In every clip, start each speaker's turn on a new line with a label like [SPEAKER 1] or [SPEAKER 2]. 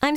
[SPEAKER 1] I'm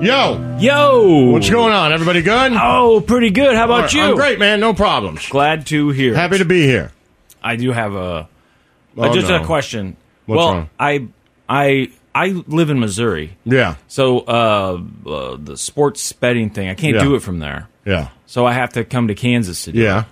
[SPEAKER 2] Yo,
[SPEAKER 3] Yo!
[SPEAKER 2] what's going on? Everybody good?
[SPEAKER 3] Oh, pretty good. How
[SPEAKER 2] All
[SPEAKER 3] about
[SPEAKER 2] right,
[SPEAKER 3] you?
[SPEAKER 2] I'm great, man. No problems.
[SPEAKER 3] Glad to hear.
[SPEAKER 2] Happy to be here.
[SPEAKER 3] I do have a
[SPEAKER 2] Oh,
[SPEAKER 3] just
[SPEAKER 2] no.
[SPEAKER 3] a question.
[SPEAKER 2] What's
[SPEAKER 3] well,
[SPEAKER 2] wrong?
[SPEAKER 3] I I I live in Missouri,
[SPEAKER 2] Yeah,
[SPEAKER 3] so uh, uh, the sports betting thing I can't
[SPEAKER 2] Yeah.
[SPEAKER 3] do it from there.
[SPEAKER 2] yeah,
[SPEAKER 3] So I have to come to Kansas to do it.
[SPEAKER 2] yeah.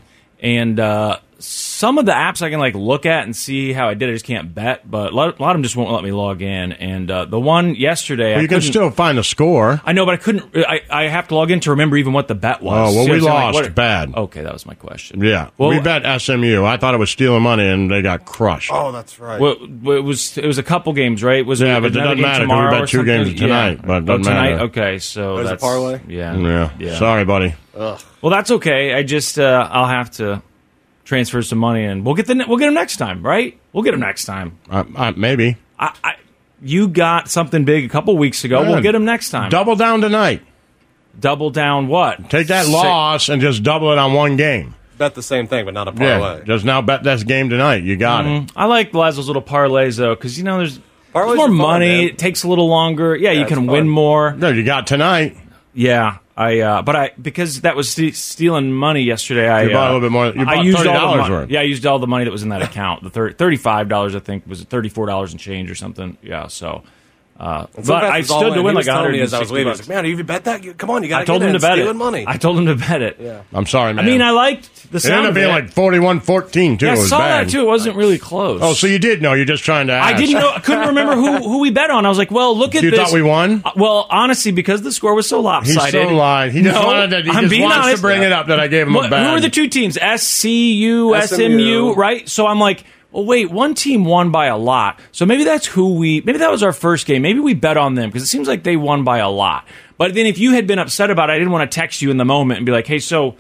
[SPEAKER 3] And uh, some of the apps I can like look at and see how I did. I just can't bet, but a lot, a lot of them just won't let me log in. And uh, the one yesterday, I
[SPEAKER 2] Well, you can
[SPEAKER 3] couldn't-
[SPEAKER 2] still find the score.
[SPEAKER 3] I know, but I couldn't. I, I have to log in to remember even what the bet was.
[SPEAKER 2] Oh, well,
[SPEAKER 3] See what
[SPEAKER 2] we
[SPEAKER 3] I'm saying?
[SPEAKER 2] lost
[SPEAKER 3] what-
[SPEAKER 2] bad.
[SPEAKER 3] Okay, that was my question.
[SPEAKER 2] Yeah,
[SPEAKER 3] Well,
[SPEAKER 2] we bet SMU. I thought it was stealing money, and they got crushed.
[SPEAKER 3] Well, well, it was it was a couple games, right? Was
[SPEAKER 2] Yeah,
[SPEAKER 3] it
[SPEAKER 2] but it
[SPEAKER 3] another
[SPEAKER 2] doesn't
[SPEAKER 3] game
[SPEAKER 2] matter 'cause we
[SPEAKER 3] tomorrow
[SPEAKER 2] bet
[SPEAKER 3] or
[SPEAKER 2] two games
[SPEAKER 3] something?
[SPEAKER 2] tonight,
[SPEAKER 3] Yeah.
[SPEAKER 2] but it doesn't
[SPEAKER 3] oh, tonight.
[SPEAKER 2] matter.
[SPEAKER 3] Okay, so
[SPEAKER 4] was a
[SPEAKER 3] that's
[SPEAKER 4] parlay?
[SPEAKER 3] Yeah,
[SPEAKER 2] yeah.
[SPEAKER 3] yeah.
[SPEAKER 2] sorry, buddy.
[SPEAKER 3] Well, that's okay. I just uh, I'll have to transfer some money, and we'll get the ne- we'll get them next time, right? We'll get them next time.
[SPEAKER 2] Uh, uh, maybe
[SPEAKER 3] I, I you got something big a couple weeks ago.
[SPEAKER 2] Yeah.
[SPEAKER 3] We'll get them next time.
[SPEAKER 2] double down tonight.
[SPEAKER 3] Double down what?
[SPEAKER 2] Take that
[SPEAKER 3] Six-
[SPEAKER 2] loss and just double it on one game.
[SPEAKER 4] Bet the same thing, but not a
[SPEAKER 2] Yeah,
[SPEAKER 4] parlay.
[SPEAKER 2] just now bet this game tonight. You got it.
[SPEAKER 3] I like Lazo's little parlays though, because you know there's. there's
[SPEAKER 4] Parlays
[SPEAKER 3] more
[SPEAKER 4] are fun,
[SPEAKER 3] money.
[SPEAKER 4] man.
[SPEAKER 3] It takes a little longer. Yeah, you
[SPEAKER 4] it's
[SPEAKER 3] can
[SPEAKER 4] fun.
[SPEAKER 3] win more.
[SPEAKER 2] No, you got tonight.
[SPEAKER 3] Yeah, I. Uh, but I because that was ste- stealing money yesterday. I
[SPEAKER 2] You bought a
[SPEAKER 3] uh,
[SPEAKER 2] little bit more- you
[SPEAKER 3] I
[SPEAKER 2] bought
[SPEAKER 3] used all the
[SPEAKER 2] $30
[SPEAKER 3] mon-
[SPEAKER 2] worth.
[SPEAKER 3] Yeah, I used all the money that was in that account. The thir- thirty-five dollars, I think, was thirty-four dollars and change or something. Yeah, so. Uh, but I
[SPEAKER 4] still
[SPEAKER 3] stood to win like
[SPEAKER 4] I
[SPEAKER 3] hundred.
[SPEAKER 4] was leaving. I was like, man, you bet that? You- Come on, you got
[SPEAKER 3] I told him to bet it.
[SPEAKER 4] money.
[SPEAKER 3] I told him to bet it.
[SPEAKER 2] I'm sorry,
[SPEAKER 3] I
[SPEAKER 2] man.
[SPEAKER 3] mean, I liked the
[SPEAKER 2] it
[SPEAKER 3] sound
[SPEAKER 2] ended up
[SPEAKER 3] of
[SPEAKER 2] being
[SPEAKER 3] it.
[SPEAKER 2] like 41-14, too.
[SPEAKER 3] yeah, I
[SPEAKER 2] it was
[SPEAKER 3] saw
[SPEAKER 2] bad.
[SPEAKER 3] that too. It wasn't really close.
[SPEAKER 2] Oh, so you did know. You're just trying to.
[SPEAKER 3] I
[SPEAKER 2] Ask.
[SPEAKER 3] didn't know. I couldn't remember who, who we bet on. I was like, well, look at
[SPEAKER 2] You
[SPEAKER 3] this.
[SPEAKER 2] thought we won?
[SPEAKER 3] Uh, well, honestly, because the score was so
[SPEAKER 2] He's
[SPEAKER 3] lopsided.
[SPEAKER 2] so lied. He just
[SPEAKER 3] No,
[SPEAKER 2] wanted to. He
[SPEAKER 3] I'm
[SPEAKER 2] just
[SPEAKER 3] being
[SPEAKER 2] wants
[SPEAKER 3] honest.
[SPEAKER 2] to bring it up that I gave him
[SPEAKER 3] What-
[SPEAKER 2] a bad.
[SPEAKER 3] Who are the two teams? SCU, SMU,
[SPEAKER 4] SMU.
[SPEAKER 3] right? So I'm like, well, wait, one team won by a lot. So maybe that's who we, maybe that was our first game. Maybe we bet on them because it seems like they won by a lot. But then if you had been upset about it, I didn't want to text you in the moment and be like, hey, so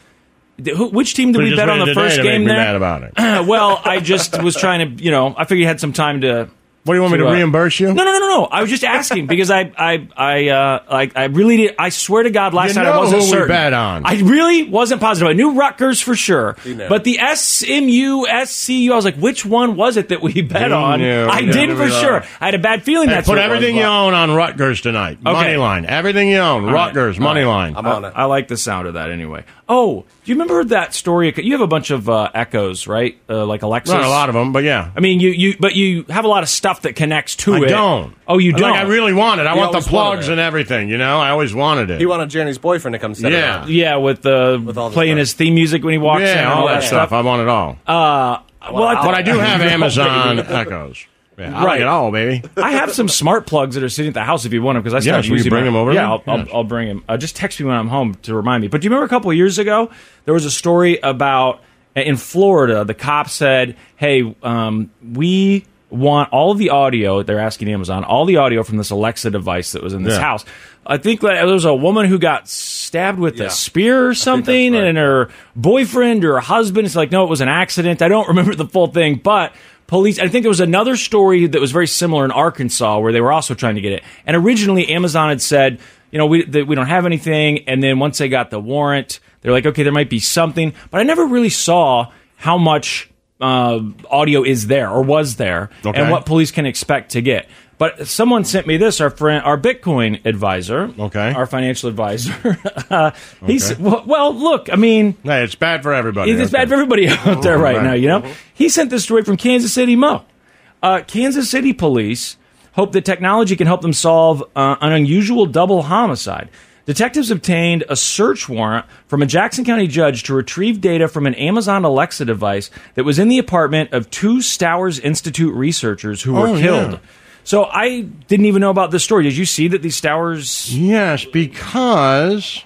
[SPEAKER 3] th- who, which team did
[SPEAKER 2] Could've
[SPEAKER 3] we
[SPEAKER 2] just
[SPEAKER 3] bet
[SPEAKER 2] made
[SPEAKER 3] on
[SPEAKER 2] it
[SPEAKER 3] the
[SPEAKER 2] today
[SPEAKER 3] first
[SPEAKER 2] to make
[SPEAKER 3] game
[SPEAKER 2] me
[SPEAKER 3] there?
[SPEAKER 2] mad about it.
[SPEAKER 3] well, I just was trying to, you know, I figured you had some time to.
[SPEAKER 2] What do you want me to
[SPEAKER 3] uh,
[SPEAKER 2] reimburse you?
[SPEAKER 3] No, no, no, no, no. I was just asking because I, I, I, uh, like, I really did. I swear to God, last
[SPEAKER 2] You
[SPEAKER 3] night
[SPEAKER 2] know
[SPEAKER 3] I wasn't
[SPEAKER 2] who we
[SPEAKER 3] certain.
[SPEAKER 2] bet on.
[SPEAKER 3] I really wasn't positive. I knew Rutgers for sure,
[SPEAKER 4] knew.
[SPEAKER 3] but the SMU, SCU, I was like, which one was it that we bet
[SPEAKER 2] You
[SPEAKER 3] on?
[SPEAKER 2] knew.
[SPEAKER 3] I
[SPEAKER 2] You
[SPEAKER 3] did for
[SPEAKER 2] knew.
[SPEAKER 3] sure. I had a bad feeling
[SPEAKER 2] Hey,
[SPEAKER 3] that's
[SPEAKER 2] put
[SPEAKER 3] what it was,
[SPEAKER 2] everything
[SPEAKER 3] but-
[SPEAKER 2] you own on Rutgers tonight. Money line. Everything you own.
[SPEAKER 3] right.
[SPEAKER 2] Rutgers.
[SPEAKER 3] All
[SPEAKER 2] Money
[SPEAKER 3] right.
[SPEAKER 2] line.
[SPEAKER 4] I'm on it.
[SPEAKER 3] I like the sound of that anyway. Oh, do you remember that story? You have a bunch of uh, echoes, right? Uh, like Alexa.
[SPEAKER 2] Not a lot of them, but yeah.
[SPEAKER 3] I mean, you, you, but you have a lot of stuff that connects to
[SPEAKER 2] I
[SPEAKER 3] it.
[SPEAKER 2] don't.
[SPEAKER 3] Oh, you
[SPEAKER 2] Like,
[SPEAKER 3] don't.
[SPEAKER 2] I really want it. I
[SPEAKER 4] You
[SPEAKER 2] want the
[SPEAKER 4] always wanted
[SPEAKER 2] plugs
[SPEAKER 4] it.
[SPEAKER 2] and everything. You know, I always wanted it.
[SPEAKER 4] he wanted Jenny's boyfriend to come set
[SPEAKER 2] Yeah.
[SPEAKER 4] it up.
[SPEAKER 3] Yeah, with uh,
[SPEAKER 4] all the
[SPEAKER 3] playing
[SPEAKER 4] stuff.
[SPEAKER 3] his theme music when he walks in,
[SPEAKER 2] yeah,
[SPEAKER 3] and
[SPEAKER 2] all that stuff. I want it all.
[SPEAKER 3] Uh, well, I,
[SPEAKER 2] but I do have Amazon Echoes. Yeah, I like
[SPEAKER 3] Right.
[SPEAKER 2] it all, baby.
[SPEAKER 3] I have some smart plugs that are sitting at the house if you want them because I still
[SPEAKER 2] Yes,
[SPEAKER 3] have
[SPEAKER 2] will you
[SPEAKER 3] using
[SPEAKER 2] bring
[SPEAKER 3] my-
[SPEAKER 2] 'em over
[SPEAKER 3] Yeah,
[SPEAKER 2] then?
[SPEAKER 3] I'll,
[SPEAKER 2] Yes.
[SPEAKER 3] I'll, I'll bring them. Uh, just text me when I'm home to remind me. But do you remember a couple of years ago there was a story about uh, in Florida the cop said, "Hey, um, we." Want all the audio? They're asking Amazon all the audio from this Alexa device that was in this
[SPEAKER 2] Yeah.
[SPEAKER 3] house. I think that there was a woman who got stabbed with
[SPEAKER 4] Yeah.
[SPEAKER 3] a spear or something,
[SPEAKER 4] right.
[SPEAKER 3] and her boyfriend or husband is like, no, it was an accident. I don't remember the full thing, but police. I think there was another story that was very similar in Arkansas where they were also trying to get it. And originally, Amazon had said, you know, we that we don't have anything. And then once they got the warrant, they're like, okay, there might be something, but I never really saw how much uh, audio is there or was there,
[SPEAKER 2] Okay.
[SPEAKER 3] and what police can expect to get. But someone sent me this. Our friend, our Bitcoin advisor,
[SPEAKER 2] Okay.
[SPEAKER 3] our financial advisor. uh, He's
[SPEAKER 2] Okay.
[SPEAKER 3] well, well. Look, I mean,
[SPEAKER 2] Hey, it's bad for everybody.
[SPEAKER 3] it's
[SPEAKER 2] Okay.
[SPEAKER 3] bad for everybody out there right
[SPEAKER 2] Right.
[SPEAKER 3] now, you know? He sent this story from Kansas City Mo. Uh, Kansas City police hope that technology can help them solve uh, an unusual double homicide. Detectives obtained a search warrant from a Jackson County judge to retrieve data from an Amazon Alexa device that was in the apartment of two Stowers Institute researchers who were
[SPEAKER 2] Oh, yeah.
[SPEAKER 3] killed. So I didn't even know about this story. Did you see that these Stowers?
[SPEAKER 2] Yes, because.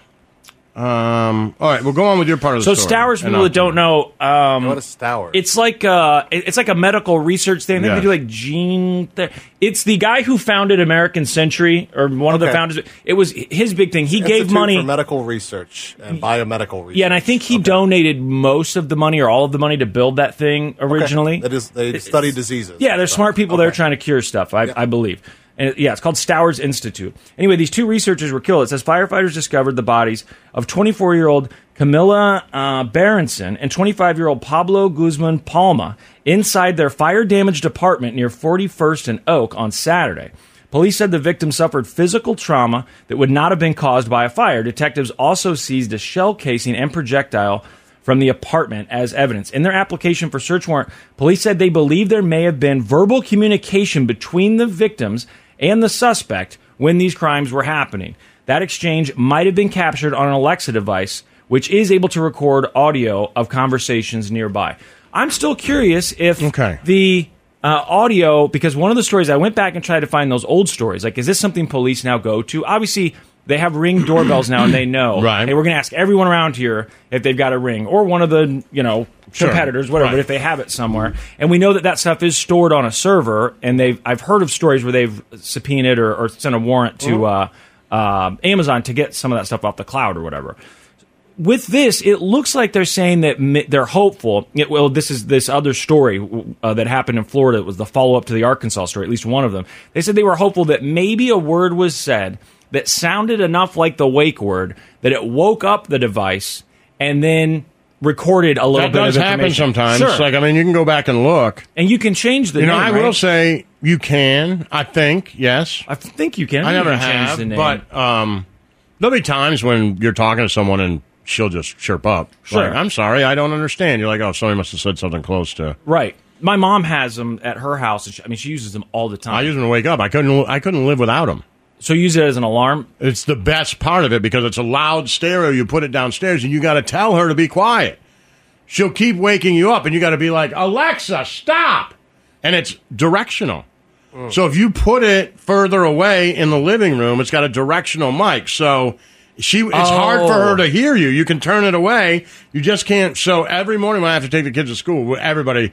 [SPEAKER 2] Um. All right, we'll go on with your part of
[SPEAKER 3] So
[SPEAKER 2] the story. And
[SPEAKER 3] Stowers, people
[SPEAKER 2] I'll-
[SPEAKER 3] that don't know, um,
[SPEAKER 4] What a stour.
[SPEAKER 3] It's like uh, it- it's like a medical research thing. I think
[SPEAKER 2] Yeah.
[SPEAKER 3] They do like gene. Th- it's the guy who founded American Century or one of the
[SPEAKER 4] Okay.
[SPEAKER 3] founders. It was his big thing. He
[SPEAKER 4] Institute
[SPEAKER 3] gave money.
[SPEAKER 4] for medical research and biomedical research.
[SPEAKER 3] yeah, and I think he donated most of the money or all of the money to build that thing originally.
[SPEAKER 4] That is, they study diseases.
[SPEAKER 3] Yeah, they're smart people there
[SPEAKER 4] Okay.
[SPEAKER 3] trying to cure stuff, I, I believe. And it- yeah, it's called Stowers Institute. Anyway, these two researchers were killed. It says firefighters discovered the bodies of 24 year old Camilla uh, Berenson and 25 year old Pablo Guzman Palma inside their fire damaged apartment near 41st and Oak on Saturday. Police said the victim suffered physical trauma that would not have been caused by a fire. Detectives also seized a shell casing and projectile from the apartment as evidence. In their application for search warrant, police said they believe there may have been verbal communication between the victims and the suspect when these crimes were happening. That exchange might have been captured on an Alexa device, which is able to record audio of conversations nearby. I'm still curious if
[SPEAKER 2] Okay.
[SPEAKER 3] the uh, audio, because one of the stories I went back and tried to find those old stories. Like, is this something police now go to? Obviously, they have ring doorbells now, and they know.
[SPEAKER 2] Right.
[SPEAKER 3] Hey, we're going to ask everyone around here if they've got a ring or one of the you know
[SPEAKER 2] Sure.
[SPEAKER 3] competitors, whatever.
[SPEAKER 2] Right.
[SPEAKER 3] If they have it somewhere, and we know that that stuff is stored on a server, and they've I've heard of stories where they've subpoenaed or, or sent a warrant to
[SPEAKER 2] Mm-hmm.
[SPEAKER 3] uh, um Amazon to get some of that stuff off the cloud or whatever with this, it looks like they're saying that mi- they're hopeful. It- well, this is this other story uh, that happened in Florida. It was the follow up to the Arkansas story, at least one of them. They said they were hopeful that maybe a word was said that sounded enough like the wake word that it woke up the device and then recorded a little
[SPEAKER 2] That
[SPEAKER 3] bit
[SPEAKER 2] does
[SPEAKER 3] of
[SPEAKER 2] happen
[SPEAKER 3] information.
[SPEAKER 2] sometimes.
[SPEAKER 3] Sure.
[SPEAKER 2] Like I mean, you can go back and look.
[SPEAKER 3] and you can change the
[SPEAKER 2] You know,
[SPEAKER 3] name.
[SPEAKER 2] I
[SPEAKER 3] right?
[SPEAKER 2] will say you can. I think yes.
[SPEAKER 3] I think you can.
[SPEAKER 2] I
[SPEAKER 3] You
[SPEAKER 2] never
[SPEAKER 3] can change
[SPEAKER 2] have,
[SPEAKER 3] the name.
[SPEAKER 2] but um, there'll be times when you're talking to someone and she'll just chirp up.
[SPEAKER 3] Sure.
[SPEAKER 2] Like, I'm sorry, I don't understand. You're like, oh, somebody must have said something close to.
[SPEAKER 3] right. My mom has them at her house. and she- I mean, she uses them all the time.
[SPEAKER 2] I use them to wake up. I couldn't. I couldn't live without them.
[SPEAKER 3] so you use it as an alarm.
[SPEAKER 2] It's the best part of it because it's a loud stereo. You put it downstairs and you got to tell her to be quiet. She'll keep waking you up and you got to be like, Alexa, stop. And it's directional. So if you put it further away in the living room, it's got a directional mic. So she it's hard for her to hear you. You can turn it away. You just can't. So every morning when I have to take the kids to school, everybody,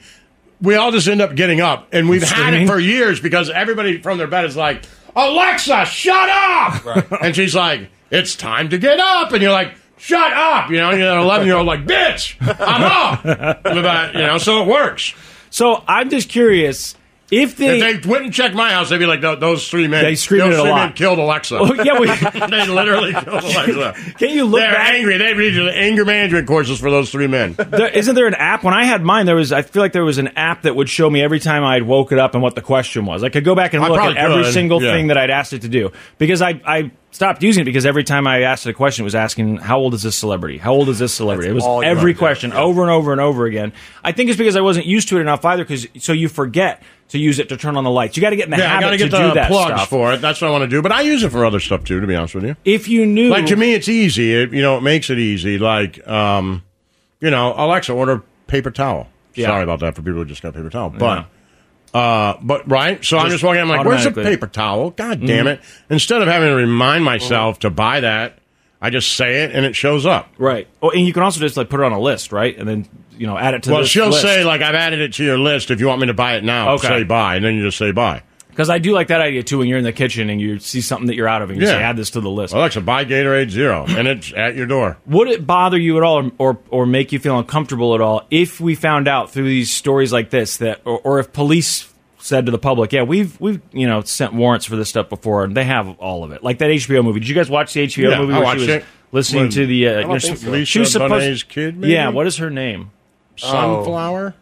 [SPEAKER 2] we all just end up getting up. And we've had it
[SPEAKER 3] Screaming.
[SPEAKER 2] for years because everybody from their bed is like, Alexa, shut up. And she's like, it's time to get up. And you're like, shut up. You know, and you're an 11 year old like, bitch, I'm up. And about- you know, so it works.
[SPEAKER 3] So I'm just curious if they.
[SPEAKER 2] If they went and checked my house, they'd be like, "Tho- those three men,
[SPEAKER 3] They screamed
[SPEAKER 2] those
[SPEAKER 3] it a
[SPEAKER 2] three
[SPEAKER 3] lot.
[SPEAKER 2] men killed Alexa.
[SPEAKER 3] Oh, yeah, we,
[SPEAKER 2] they literally killed Alexa.
[SPEAKER 3] Can you look
[SPEAKER 2] They're
[SPEAKER 3] back-
[SPEAKER 2] angry. They need to- anger management courses for those three men.
[SPEAKER 3] there, isn't there an app? When I had mine, there was. I feel like there was an app that would show me every time I'd woke it up and what the question was. I could go back and
[SPEAKER 2] I
[SPEAKER 3] look at
[SPEAKER 2] probably
[SPEAKER 3] every
[SPEAKER 2] could,
[SPEAKER 3] single
[SPEAKER 2] yeah.
[SPEAKER 3] thing that I'd asked it to do because I I stopped using it because every time I asked it a question, it was asking how old is this celebrity? How old is this celebrity? It was
[SPEAKER 4] all you
[SPEAKER 3] every
[SPEAKER 4] wanna do,
[SPEAKER 3] question over and over and over again. I think it's because I wasn't used to it enough either. Because so you forget to use it to turn on the lights. You got to get in the
[SPEAKER 2] Yeah, I
[SPEAKER 3] habit
[SPEAKER 2] got to
[SPEAKER 3] to
[SPEAKER 2] get
[SPEAKER 3] do
[SPEAKER 2] the
[SPEAKER 3] that
[SPEAKER 2] plugs
[SPEAKER 3] stuff.
[SPEAKER 2] for it. That's what I want to do. But I use it for other stuff too. To be honest with you,
[SPEAKER 3] if you knew,
[SPEAKER 2] like to me, it's easy. It, you know, it makes it easy. Like, um, you know, Alexa, order paper towel.
[SPEAKER 3] Yeah.
[SPEAKER 2] Sorry about that for people who just got paper towel, but. Uh, but right, so I'm
[SPEAKER 3] Just
[SPEAKER 2] just walking. I'm like, where's the
[SPEAKER 3] automatically. Mm-hmm.
[SPEAKER 2] paper towel? God damn it! Instead of having to remind myself to buy that, I just say it and it shows up.
[SPEAKER 3] right? Oh, and you can also just like put it on a list, right? And then you know add it to.
[SPEAKER 2] well,
[SPEAKER 3] this
[SPEAKER 2] she'll
[SPEAKER 3] list.
[SPEAKER 2] say like, I've added it to your list. If you want me to buy it now,
[SPEAKER 3] Okay.
[SPEAKER 2] say buy, and then you just say buy.
[SPEAKER 3] Because I do like that idea too. When you're in the kitchen and you see something that you're out of, and you
[SPEAKER 2] Yeah.
[SPEAKER 3] say, "Add this to the list."
[SPEAKER 2] Alexa, buy Gatorade Zero, and it's at your door.
[SPEAKER 3] Would it bother you at all, or, or or make you feel uncomfortable at all, if we found out through these stories like this that, or, or if police said to the public, "Yeah, we've we've you know sent warrants for this stuff before, and they have all of it." Like that HBO movie. Did you guys watch the HBO
[SPEAKER 2] Yeah,
[SPEAKER 3] movie
[SPEAKER 2] I
[SPEAKER 3] where
[SPEAKER 2] watched
[SPEAKER 3] she was
[SPEAKER 2] it.
[SPEAKER 3] listening
[SPEAKER 2] When-
[SPEAKER 3] to the? Uh,
[SPEAKER 4] don't think so.
[SPEAKER 2] Lisa Bonet's kid, maybe?
[SPEAKER 3] Yeah. What is her name?
[SPEAKER 4] Oh.
[SPEAKER 2] Sunflower,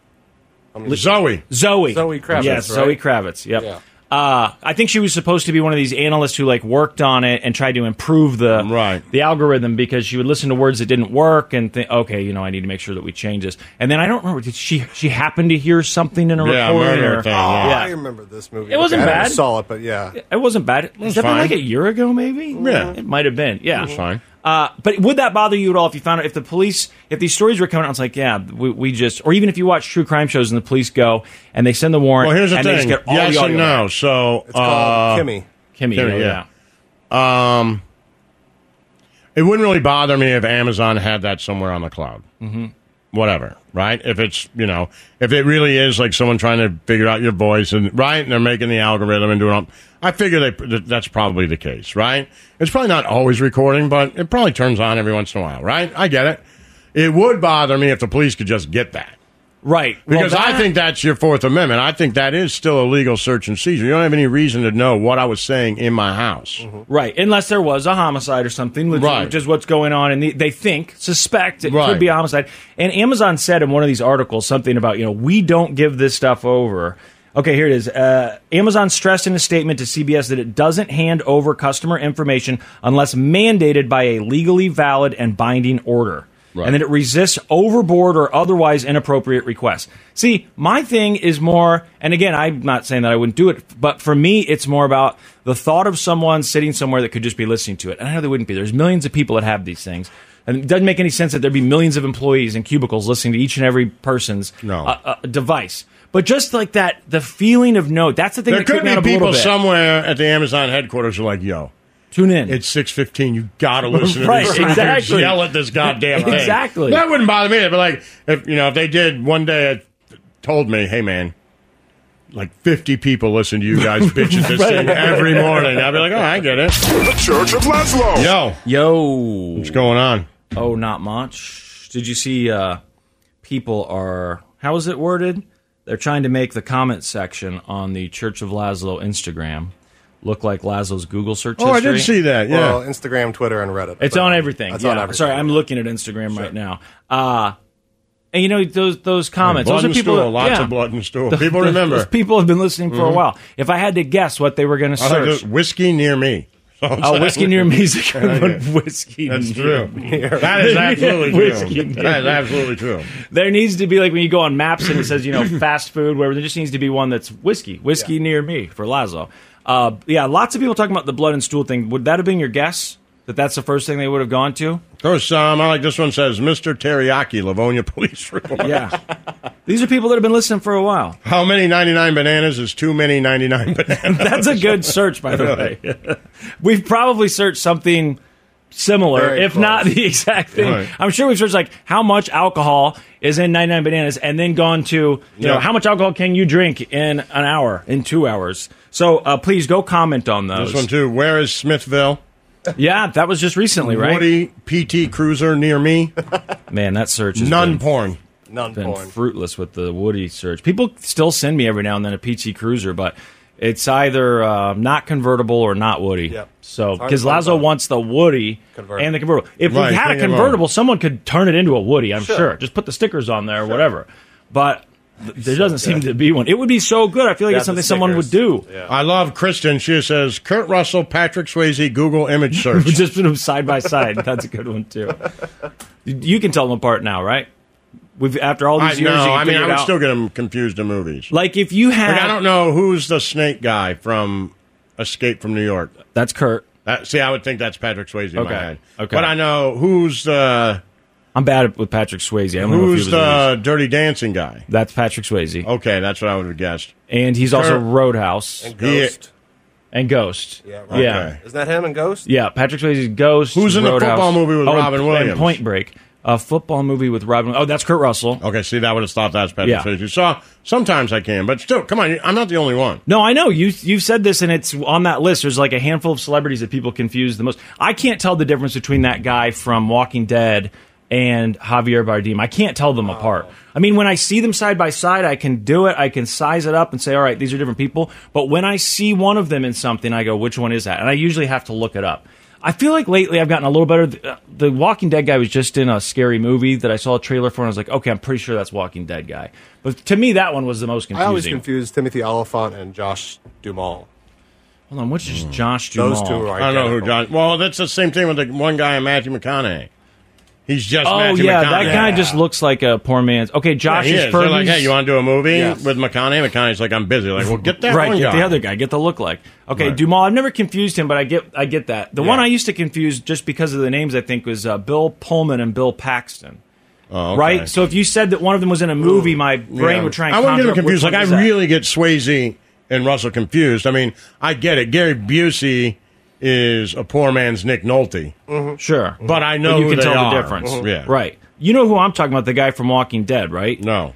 [SPEAKER 2] Zoe.
[SPEAKER 3] Zoe.
[SPEAKER 4] Zoe Kravitz,
[SPEAKER 3] Yes,
[SPEAKER 4] right?
[SPEAKER 3] Zoe Kravitz. Yep.
[SPEAKER 4] Yeah.
[SPEAKER 3] Uh, I think she was supposed to be one of these analysts who like worked on it and tried to improve the
[SPEAKER 2] Right.
[SPEAKER 3] the algorithm because she would listen to words that didn't work and think, okay, you know, I need to make sure that we change this. And then I don't remember did she she happened to hear something in a
[SPEAKER 2] Yeah,
[SPEAKER 3] recording.
[SPEAKER 2] murder
[SPEAKER 3] or-
[SPEAKER 2] thing,
[SPEAKER 4] Oh,
[SPEAKER 2] yeah.
[SPEAKER 4] I remember this movie.
[SPEAKER 3] It wasn't
[SPEAKER 4] Okay, I never
[SPEAKER 3] bad.
[SPEAKER 4] saw it, but yeah.
[SPEAKER 3] It wasn't bad. It was that been
[SPEAKER 2] fine.
[SPEAKER 3] like a year ago, maybe?
[SPEAKER 2] Yeah.
[SPEAKER 3] It might have been. Yeah.
[SPEAKER 2] It was fine.
[SPEAKER 3] Uh, but would that bother you at all if you found out if the police, if these stories were coming out, it's like, yeah, we, we just, or even if you watch true crime shows and the police go and they send the warrant
[SPEAKER 2] Well, here's the
[SPEAKER 3] and they
[SPEAKER 2] thing.
[SPEAKER 3] just get all
[SPEAKER 2] yes
[SPEAKER 3] the
[SPEAKER 2] and
[SPEAKER 3] audio
[SPEAKER 2] no.
[SPEAKER 3] back.
[SPEAKER 2] So
[SPEAKER 3] Uh,
[SPEAKER 2] uh,
[SPEAKER 4] It's called
[SPEAKER 3] Kimmy,
[SPEAKER 4] Kimmy.
[SPEAKER 2] Kimmy,
[SPEAKER 3] you know,
[SPEAKER 2] yeah.
[SPEAKER 3] yeah.
[SPEAKER 2] Um, it wouldn't really bother me if Amazon had that somewhere on the cloud. Mm-hmm. Whatever, right? If it's you know, if it really is like someone trying to figure out your voice and right, and they're making the algorithm and doing all, I figure they, that that's probably the case, right? It's probably not always recording, but it probably turns on every once in a while, right? I get it. It would bother me if the police could just get that.
[SPEAKER 3] Right. Well,
[SPEAKER 2] Because I
[SPEAKER 3] that-
[SPEAKER 2] think that's your Fourth Amendment. I think that is still a legal search and seizure. You don't have any reason to know what I was saying in my house.
[SPEAKER 3] Right, unless there was a homicide or something, which,
[SPEAKER 2] Right.
[SPEAKER 3] which is what's going on, and the, they think, suspect it
[SPEAKER 2] Right.
[SPEAKER 3] could be a homicide. And Amazon said in one of these articles something about you know we don't give this stuff over. Okay, here it is. Uh, Amazon stressed in a statement to CBS that it doesn't hand over customer information unless mandated by a legally valid and binding order.
[SPEAKER 2] Right.
[SPEAKER 3] And that it resists overboard or otherwise inappropriate requests. See, my thing is more, and again, I'm not saying that I wouldn't do it, but for me, it's more about the thought of someone sitting somewhere that could just be listening to it. And I know they wouldn't be. There's millions of people that have these things. And it doesn't make any sense that there'd be millions of employees in cubicles listening to each and every person's
[SPEAKER 2] No.
[SPEAKER 3] uh, uh, device. But just like that, the feeling of no, that's the thing
[SPEAKER 2] There
[SPEAKER 3] that creeped
[SPEAKER 2] could
[SPEAKER 3] me out
[SPEAKER 2] be
[SPEAKER 3] a little
[SPEAKER 2] people
[SPEAKER 3] bit.
[SPEAKER 2] somewhere at the Amazon headquarters who are like, yo,
[SPEAKER 3] Tune in.
[SPEAKER 2] it's 615. You got to listen
[SPEAKER 3] Right,
[SPEAKER 2] to these sneakers
[SPEAKER 3] exactly.
[SPEAKER 2] yell at this goddamn thing.
[SPEAKER 3] Exactly.
[SPEAKER 2] That wouldn't bother me. But like, if, you know, if they did one day, it told me, hey, man, like 50 people listen to you guys bitch at this thing every morning. I'd be like, oh, I get it.
[SPEAKER 5] The Church of Laszlo.
[SPEAKER 2] Yo,
[SPEAKER 3] Yo.
[SPEAKER 2] what's going on?
[SPEAKER 3] Oh, not much. Did you see uh, people are, how is it worded? They're trying to make the comment section on the Church of Laszlo Instagram look like Laszlo's Google search
[SPEAKER 2] Oh, I
[SPEAKER 3] history.
[SPEAKER 2] did see that. Yeah.
[SPEAKER 4] Well, Instagram, Twitter, and Reddit.
[SPEAKER 3] It's
[SPEAKER 4] But
[SPEAKER 3] on everything.
[SPEAKER 4] It's
[SPEAKER 3] yeah.
[SPEAKER 4] on everything.
[SPEAKER 3] Sorry, I'm looking at Instagram right now. Uh, and you know those those comments.
[SPEAKER 2] blood
[SPEAKER 3] those
[SPEAKER 2] and
[SPEAKER 3] are people.
[SPEAKER 2] stool, lots
[SPEAKER 3] yeah.
[SPEAKER 2] of blood and stool. People remember. Mm-hmm.
[SPEAKER 3] Those people have been listening for a while. If I had to guess what they were going to
[SPEAKER 2] I like this
[SPEAKER 3] search,
[SPEAKER 2] whiskey near me. So it's
[SPEAKER 3] oh,
[SPEAKER 2] like-
[SPEAKER 3] whiskey near music.
[SPEAKER 2] Yeah, yeah.
[SPEAKER 3] whiskey.
[SPEAKER 2] That's
[SPEAKER 3] near
[SPEAKER 2] true.
[SPEAKER 3] me.
[SPEAKER 2] That is absolutely
[SPEAKER 3] Whiskey
[SPEAKER 2] true.
[SPEAKER 3] near
[SPEAKER 2] That is
[SPEAKER 3] me.
[SPEAKER 2] absolutely true.
[SPEAKER 3] There needs to be like when you go on maps and it says you know fast food, wherever. There just needs to be one that's whiskey, whiskey near me for Lazo. Uh, yeah, lots of people talking about the blood and stool thing. Would that have been your guess that that's the first thing they would have gone to?
[SPEAKER 2] Of course, um, I like this one says, Mr. Teriyaki, Livonia Police Report.
[SPEAKER 3] Yeah, these are people that have been listening for a while.
[SPEAKER 2] How many 99 bananas is too many 99 bananas?
[SPEAKER 3] That's a good search, by the way. We've probably searched something similar,
[SPEAKER 4] Very
[SPEAKER 3] if
[SPEAKER 4] close.
[SPEAKER 3] not the exact thing.
[SPEAKER 2] Right.
[SPEAKER 3] I'm sure we've searched like how much alcohol is in 99 bananas, and then gone to you know
[SPEAKER 2] Yeah.
[SPEAKER 3] how much alcohol can you drink in an hour, in two hours. So uh, please go comment on those.
[SPEAKER 2] this one, too. Where is Smithville?
[SPEAKER 3] yeah, that was just recently, right?
[SPEAKER 2] Woody PT Cruiser near me.
[SPEAKER 3] Man, that search is
[SPEAKER 2] None porn.
[SPEAKER 4] None
[SPEAKER 3] been
[SPEAKER 4] porn.
[SPEAKER 3] fruitless with the Woody search. People still send me every now and then a PT Cruiser, but it's either uh, not convertible or not Woody.
[SPEAKER 4] Yep.
[SPEAKER 3] So
[SPEAKER 4] It's hard
[SPEAKER 3] because
[SPEAKER 4] to find
[SPEAKER 3] Lazo
[SPEAKER 4] both.
[SPEAKER 3] wants the Woody
[SPEAKER 4] Convertible.
[SPEAKER 3] and the convertible. If
[SPEAKER 2] Right,
[SPEAKER 3] we had a
[SPEAKER 2] bring 'em on.
[SPEAKER 3] convertible, someone could turn it into a Woody. I'm sure. Just put the stickers on there, or whatever. But th- there doesn't seem to be one. It would be so good. I feel like
[SPEAKER 4] Got
[SPEAKER 3] it's something
[SPEAKER 4] the
[SPEAKER 3] someone would
[SPEAKER 4] stickers.
[SPEAKER 3] do.
[SPEAKER 4] Yeah.
[SPEAKER 2] I love Kristen. She says, Kurt Russell, Patrick Swayze, Google image search.
[SPEAKER 3] Just put them side by side. That's a good one too. You- You can tell them apart now, right? We've after all
[SPEAKER 2] I,
[SPEAKER 3] these years.
[SPEAKER 2] no,
[SPEAKER 3] you
[SPEAKER 2] I
[SPEAKER 3] can
[SPEAKER 2] mean,
[SPEAKER 3] figure
[SPEAKER 2] I
[SPEAKER 3] it
[SPEAKER 2] would
[SPEAKER 3] out.
[SPEAKER 2] still get them confused in movies.
[SPEAKER 3] like if you had.
[SPEAKER 2] Like, I don't know who's the snake guy from Escape from New York.
[SPEAKER 3] That's Kurt.
[SPEAKER 2] That, see, I would think that's Patrick Swayze in
[SPEAKER 3] Okay.
[SPEAKER 2] my head.
[SPEAKER 3] Okay.
[SPEAKER 2] But I know who's the
[SPEAKER 3] I'm bad with Patrick Swayze. I don't know if he
[SPEAKER 2] who's
[SPEAKER 3] was in this.
[SPEAKER 2] the Dirty Dancing guy.
[SPEAKER 3] That's Patrick Swayze,
[SPEAKER 2] Okay, that's what I would have guessed.
[SPEAKER 3] and he's also
[SPEAKER 2] Kurt-
[SPEAKER 3] Roadhouse
[SPEAKER 4] And
[SPEAKER 2] Yeah.
[SPEAKER 4] Ghost.
[SPEAKER 3] and Ghost.
[SPEAKER 4] Yeah, right.
[SPEAKER 3] yeah,
[SPEAKER 2] Okay.
[SPEAKER 4] Isn't that him and Ghost?
[SPEAKER 3] yeah. Patrick Swayze's Ghost.
[SPEAKER 2] Who's in the
[SPEAKER 3] Roadhouse.
[SPEAKER 2] football movie with
[SPEAKER 3] Oh,
[SPEAKER 2] Robin
[SPEAKER 3] and
[SPEAKER 2] Williams?
[SPEAKER 3] Point Break, a football movie with Robin. Oh, that's Kurt Russell.
[SPEAKER 2] Okay, see, that would have thought that's Patrick
[SPEAKER 3] Yeah.
[SPEAKER 2] Swayze. So sometimes I can, but still, come on, I'm not the only one.
[SPEAKER 3] No, I know you. You've said this, and it's on that list. There's like a handful of celebrities that people confuse the most. I can't tell the difference between that guy from Walking Dead and Javier Bardem. I can't tell them apart. I mean, when I see them side by side, I can do it. I can size it up and say, all right, these are different people. But when I see one of them in something, I go, which one is that? And I usually have to look it up. I feel like lately I've gotten a little better. The, uh, the Walking Dead guy was just in a scary movie that I saw a trailer for, and I was like, okay, I'm pretty sure that's Walking Dead guy. But to me, that one was the most
[SPEAKER 4] I
[SPEAKER 3] confusing.
[SPEAKER 4] always confuse Timothy Oliphant and Josh Duhamel.
[SPEAKER 3] Hold on, which
[SPEAKER 2] Mm.
[SPEAKER 3] is Josh Duhamel?
[SPEAKER 4] Those two are.
[SPEAKER 2] I don't know who
[SPEAKER 4] identical.
[SPEAKER 2] John. Well, that's the same thing with the one guy in Matthew McConaughey. He's just
[SPEAKER 3] Oh
[SPEAKER 2] Matthew
[SPEAKER 3] yeah,
[SPEAKER 2] McConaughey.
[SPEAKER 3] that guy just looks like a poor man's. Okay,
[SPEAKER 2] Yeah,
[SPEAKER 3] Josh
[SPEAKER 2] he
[SPEAKER 3] is,
[SPEAKER 2] is. They're like, hey, you want to do a movie
[SPEAKER 4] Yes.
[SPEAKER 2] with McConaughey? McConaughey's like, I'm busy. Like, well, get that
[SPEAKER 3] right,
[SPEAKER 2] one
[SPEAKER 3] get
[SPEAKER 2] guy.
[SPEAKER 3] the other guy, get the look like. Okay,
[SPEAKER 2] Right.
[SPEAKER 3] Dumas. I've never confused him, but I get I get that. The one
[SPEAKER 2] Yeah.
[SPEAKER 3] I used to confuse just because of the names I think was uh, Bill Pullman and Bill Paxton.
[SPEAKER 2] Oh, okay.
[SPEAKER 3] Right? So if you said that one of them was in a movie, my brain
[SPEAKER 2] Yeah.
[SPEAKER 3] would try and
[SPEAKER 2] I wouldn't get
[SPEAKER 3] conjure
[SPEAKER 2] them
[SPEAKER 3] up which
[SPEAKER 2] confused.
[SPEAKER 3] one
[SPEAKER 2] Like, I
[SPEAKER 3] was that.
[SPEAKER 2] really get Swayze and Russell confused. I mean, I get it. Gary Busey is a poor man's Nick Nolte,
[SPEAKER 3] Mm-hmm. sure.
[SPEAKER 2] but I know
[SPEAKER 3] But you
[SPEAKER 2] who
[SPEAKER 3] can
[SPEAKER 2] they
[SPEAKER 3] tell the
[SPEAKER 2] are. Uh-huh.
[SPEAKER 3] difference.
[SPEAKER 2] Yeah,
[SPEAKER 3] Right. You know who I'm talking about, the guy from Walking Dead, right?
[SPEAKER 2] No,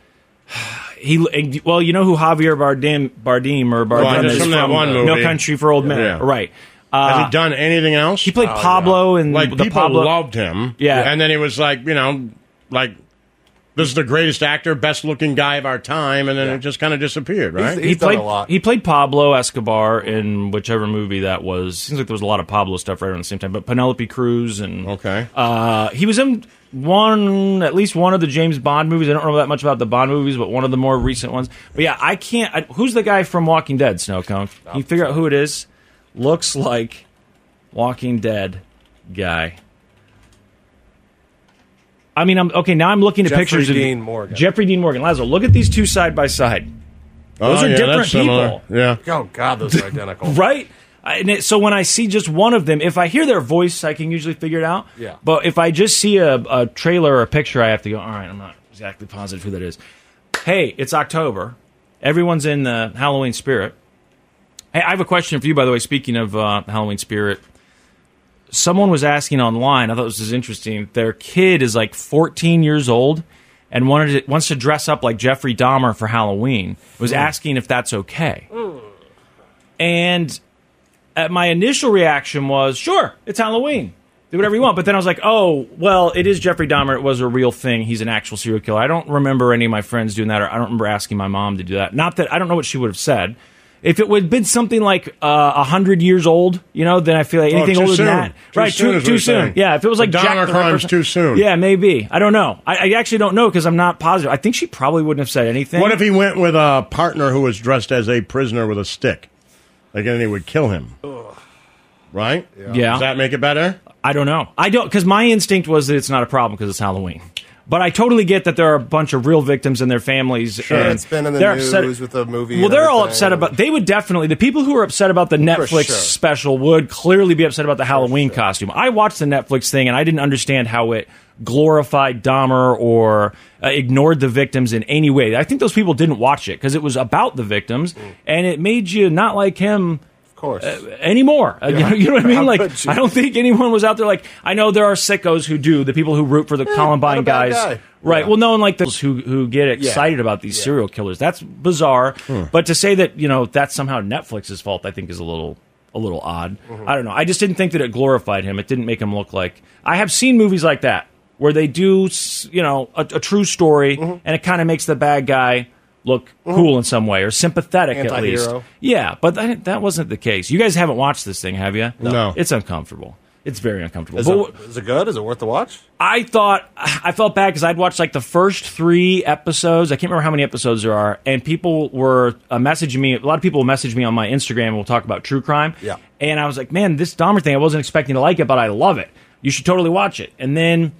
[SPEAKER 3] He well, you know who Javier Bardem Bardem or Bardem
[SPEAKER 2] Well,
[SPEAKER 3] is
[SPEAKER 2] just from that one
[SPEAKER 3] No
[SPEAKER 2] movie.
[SPEAKER 3] Country for Old Men.
[SPEAKER 2] Yeah.
[SPEAKER 3] Right.
[SPEAKER 2] has
[SPEAKER 3] Uh,
[SPEAKER 2] he done anything else? Uh,
[SPEAKER 3] he
[SPEAKER 4] Oh,
[SPEAKER 3] played Pablo and
[SPEAKER 2] like
[SPEAKER 3] the
[SPEAKER 2] people
[SPEAKER 3] Pablo
[SPEAKER 2] loved him.
[SPEAKER 3] Yeah.
[SPEAKER 2] and then he was like, you know, like this is the greatest actor, best looking guy of our time, and then it just kind of disappeared, right?
[SPEAKER 4] He's
[SPEAKER 3] he
[SPEAKER 4] done
[SPEAKER 3] played
[SPEAKER 4] a lot.
[SPEAKER 3] He played Pablo Escobar in whichever movie that was. Seems like there was a lot of Pablo stuff right around the same time. But Penelope Cruz and
[SPEAKER 2] okay,
[SPEAKER 3] uh, he was in one, at least one of the James Bond movies. I don't remember that much about the Bond movies, but one of the more recent ones. But yeah, I can't. I, who's the guy from Walking Dead? Snowcone. Can you figure out who it is? Looks like Walking Dead guy. I mean, I'm okay. Now I'm looking at
[SPEAKER 4] Jeffrey
[SPEAKER 3] pictures
[SPEAKER 4] Dean
[SPEAKER 3] of
[SPEAKER 4] Morgan.
[SPEAKER 3] Jeffrey Dean Morgan. Lazo, look at these two side by side. Those
[SPEAKER 2] Oh,
[SPEAKER 3] are
[SPEAKER 2] yeah,
[SPEAKER 3] different
[SPEAKER 2] that's similar.
[SPEAKER 3] people.
[SPEAKER 2] Yeah,
[SPEAKER 4] Oh God, those are identical.
[SPEAKER 3] Right? I- And it, so when I see just one of them, if I hear their voice, I can usually figure it out.
[SPEAKER 4] Yeah.
[SPEAKER 3] But if I just see a, a trailer or a picture, I have to go, all right, I'm not exactly positive who that is. Hey, it's October. Everyone's in the Halloween spirit. Hey, I have a question for you, by the way. Speaking of uh, Halloween spirit, someone was asking online. I thought this was interesting. Their kid is like 14 years old and wanted to, wants to dress up like Jeffrey Dahmer for Halloween. Was
[SPEAKER 2] Hmm.
[SPEAKER 3] asking if that's okay. And uh, my initial reaction was, sure, it's Halloween. Do whatever you want. But then I was like, oh, well, it is Jeffrey Dahmer. It was a real thing. He's an actual serial killer. I don't remember any of my friends doing that, or I don't remember asking my mom to do that. Not that I don't know what she would have said. If it would have been something like uh, a hundred years old, you know, then I feel like
[SPEAKER 2] Oh,
[SPEAKER 3] anything
[SPEAKER 2] too
[SPEAKER 3] older
[SPEAKER 2] soon.
[SPEAKER 3] than that,
[SPEAKER 2] Too
[SPEAKER 3] right?
[SPEAKER 2] soon
[SPEAKER 3] too
[SPEAKER 2] is what
[SPEAKER 3] too
[SPEAKER 2] you're
[SPEAKER 3] soon.
[SPEAKER 2] saying.
[SPEAKER 3] Yeah, if it was like
[SPEAKER 2] The
[SPEAKER 3] Jack
[SPEAKER 2] Dahmer
[SPEAKER 3] the
[SPEAKER 2] crime's
[SPEAKER 3] Ripper-
[SPEAKER 2] too soon.
[SPEAKER 3] Yeah, maybe. I don't know. I, I actually don't know because I'm not positive. I think she probably wouldn't have said anything.
[SPEAKER 2] What if he went with a partner who was dressed as a prisoner with a stick? Like, and then he would kill him. Right?
[SPEAKER 3] Yeah.
[SPEAKER 2] Does that make it better?
[SPEAKER 3] I don't know. I don't because my instinct was that it's not a problem because it's Halloween. But I totally get that there are a bunch of real victims and their families. Sure, and
[SPEAKER 4] it's been in the
[SPEAKER 3] they're
[SPEAKER 4] news
[SPEAKER 3] upset.
[SPEAKER 4] with the movie
[SPEAKER 3] Well,
[SPEAKER 4] and
[SPEAKER 3] they're all
[SPEAKER 4] everything.
[SPEAKER 3] upset about. They would definitely the people who are upset about the Netflix
[SPEAKER 4] sure.
[SPEAKER 3] special would clearly be upset about the Halloween costume. I watched the Netflix thing and I didn't understand how it glorified Dahmer or uh, ignored the victims in any way. I think those people didn't watch it because it was about the victims
[SPEAKER 4] Mm.
[SPEAKER 3] and it made you not like him
[SPEAKER 4] Of course.
[SPEAKER 3] anymore. Uh, you, know, you know what I mean?
[SPEAKER 4] How
[SPEAKER 3] Like,
[SPEAKER 4] could you?
[SPEAKER 3] I don't think anyone was out there like, I know there are sickos who do, the people who root for the Columbine
[SPEAKER 4] Eh, not a bad
[SPEAKER 3] guys.
[SPEAKER 4] guy.
[SPEAKER 3] Right.
[SPEAKER 4] Yeah.
[SPEAKER 3] Well, no one like those who, who get excited about these serial killers. That's bizarre.
[SPEAKER 4] Hmm.
[SPEAKER 3] But to say that, you know, that's somehow Netflix's fault, I think is a little. A little odd.
[SPEAKER 4] Mm-hmm.
[SPEAKER 3] I don't know. I just didn't think that it glorified him. It didn't make him look like. I have seen movies like that where they do, s- you know, a, a true story,
[SPEAKER 4] Mm-hmm.
[SPEAKER 3] and it kind of makes the bad guy look cool in some way or sympathetic at
[SPEAKER 4] Anti-hero.
[SPEAKER 3] least. Yeah, but that, that wasn't the case. You guys haven't watched this thing, have you?
[SPEAKER 2] No.
[SPEAKER 3] It's uncomfortable. It's very uncomfortable.
[SPEAKER 4] is,
[SPEAKER 3] But
[SPEAKER 4] it,
[SPEAKER 3] wh-
[SPEAKER 4] is it good? Is it worth the watch?
[SPEAKER 3] I thought I felt bad because I'd watched like the first three episodes. I can't remember how many episodes there are, and people were uh, messaging me. A lot of people messaged me on my Instagram. and We'll talk about true crime.
[SPEAKER 4] Yeah.
[SPEAKER 3] and I was like, man, this Dahmer thing. I wasn't expecting to like it, but I love it. You should totally watch it. And then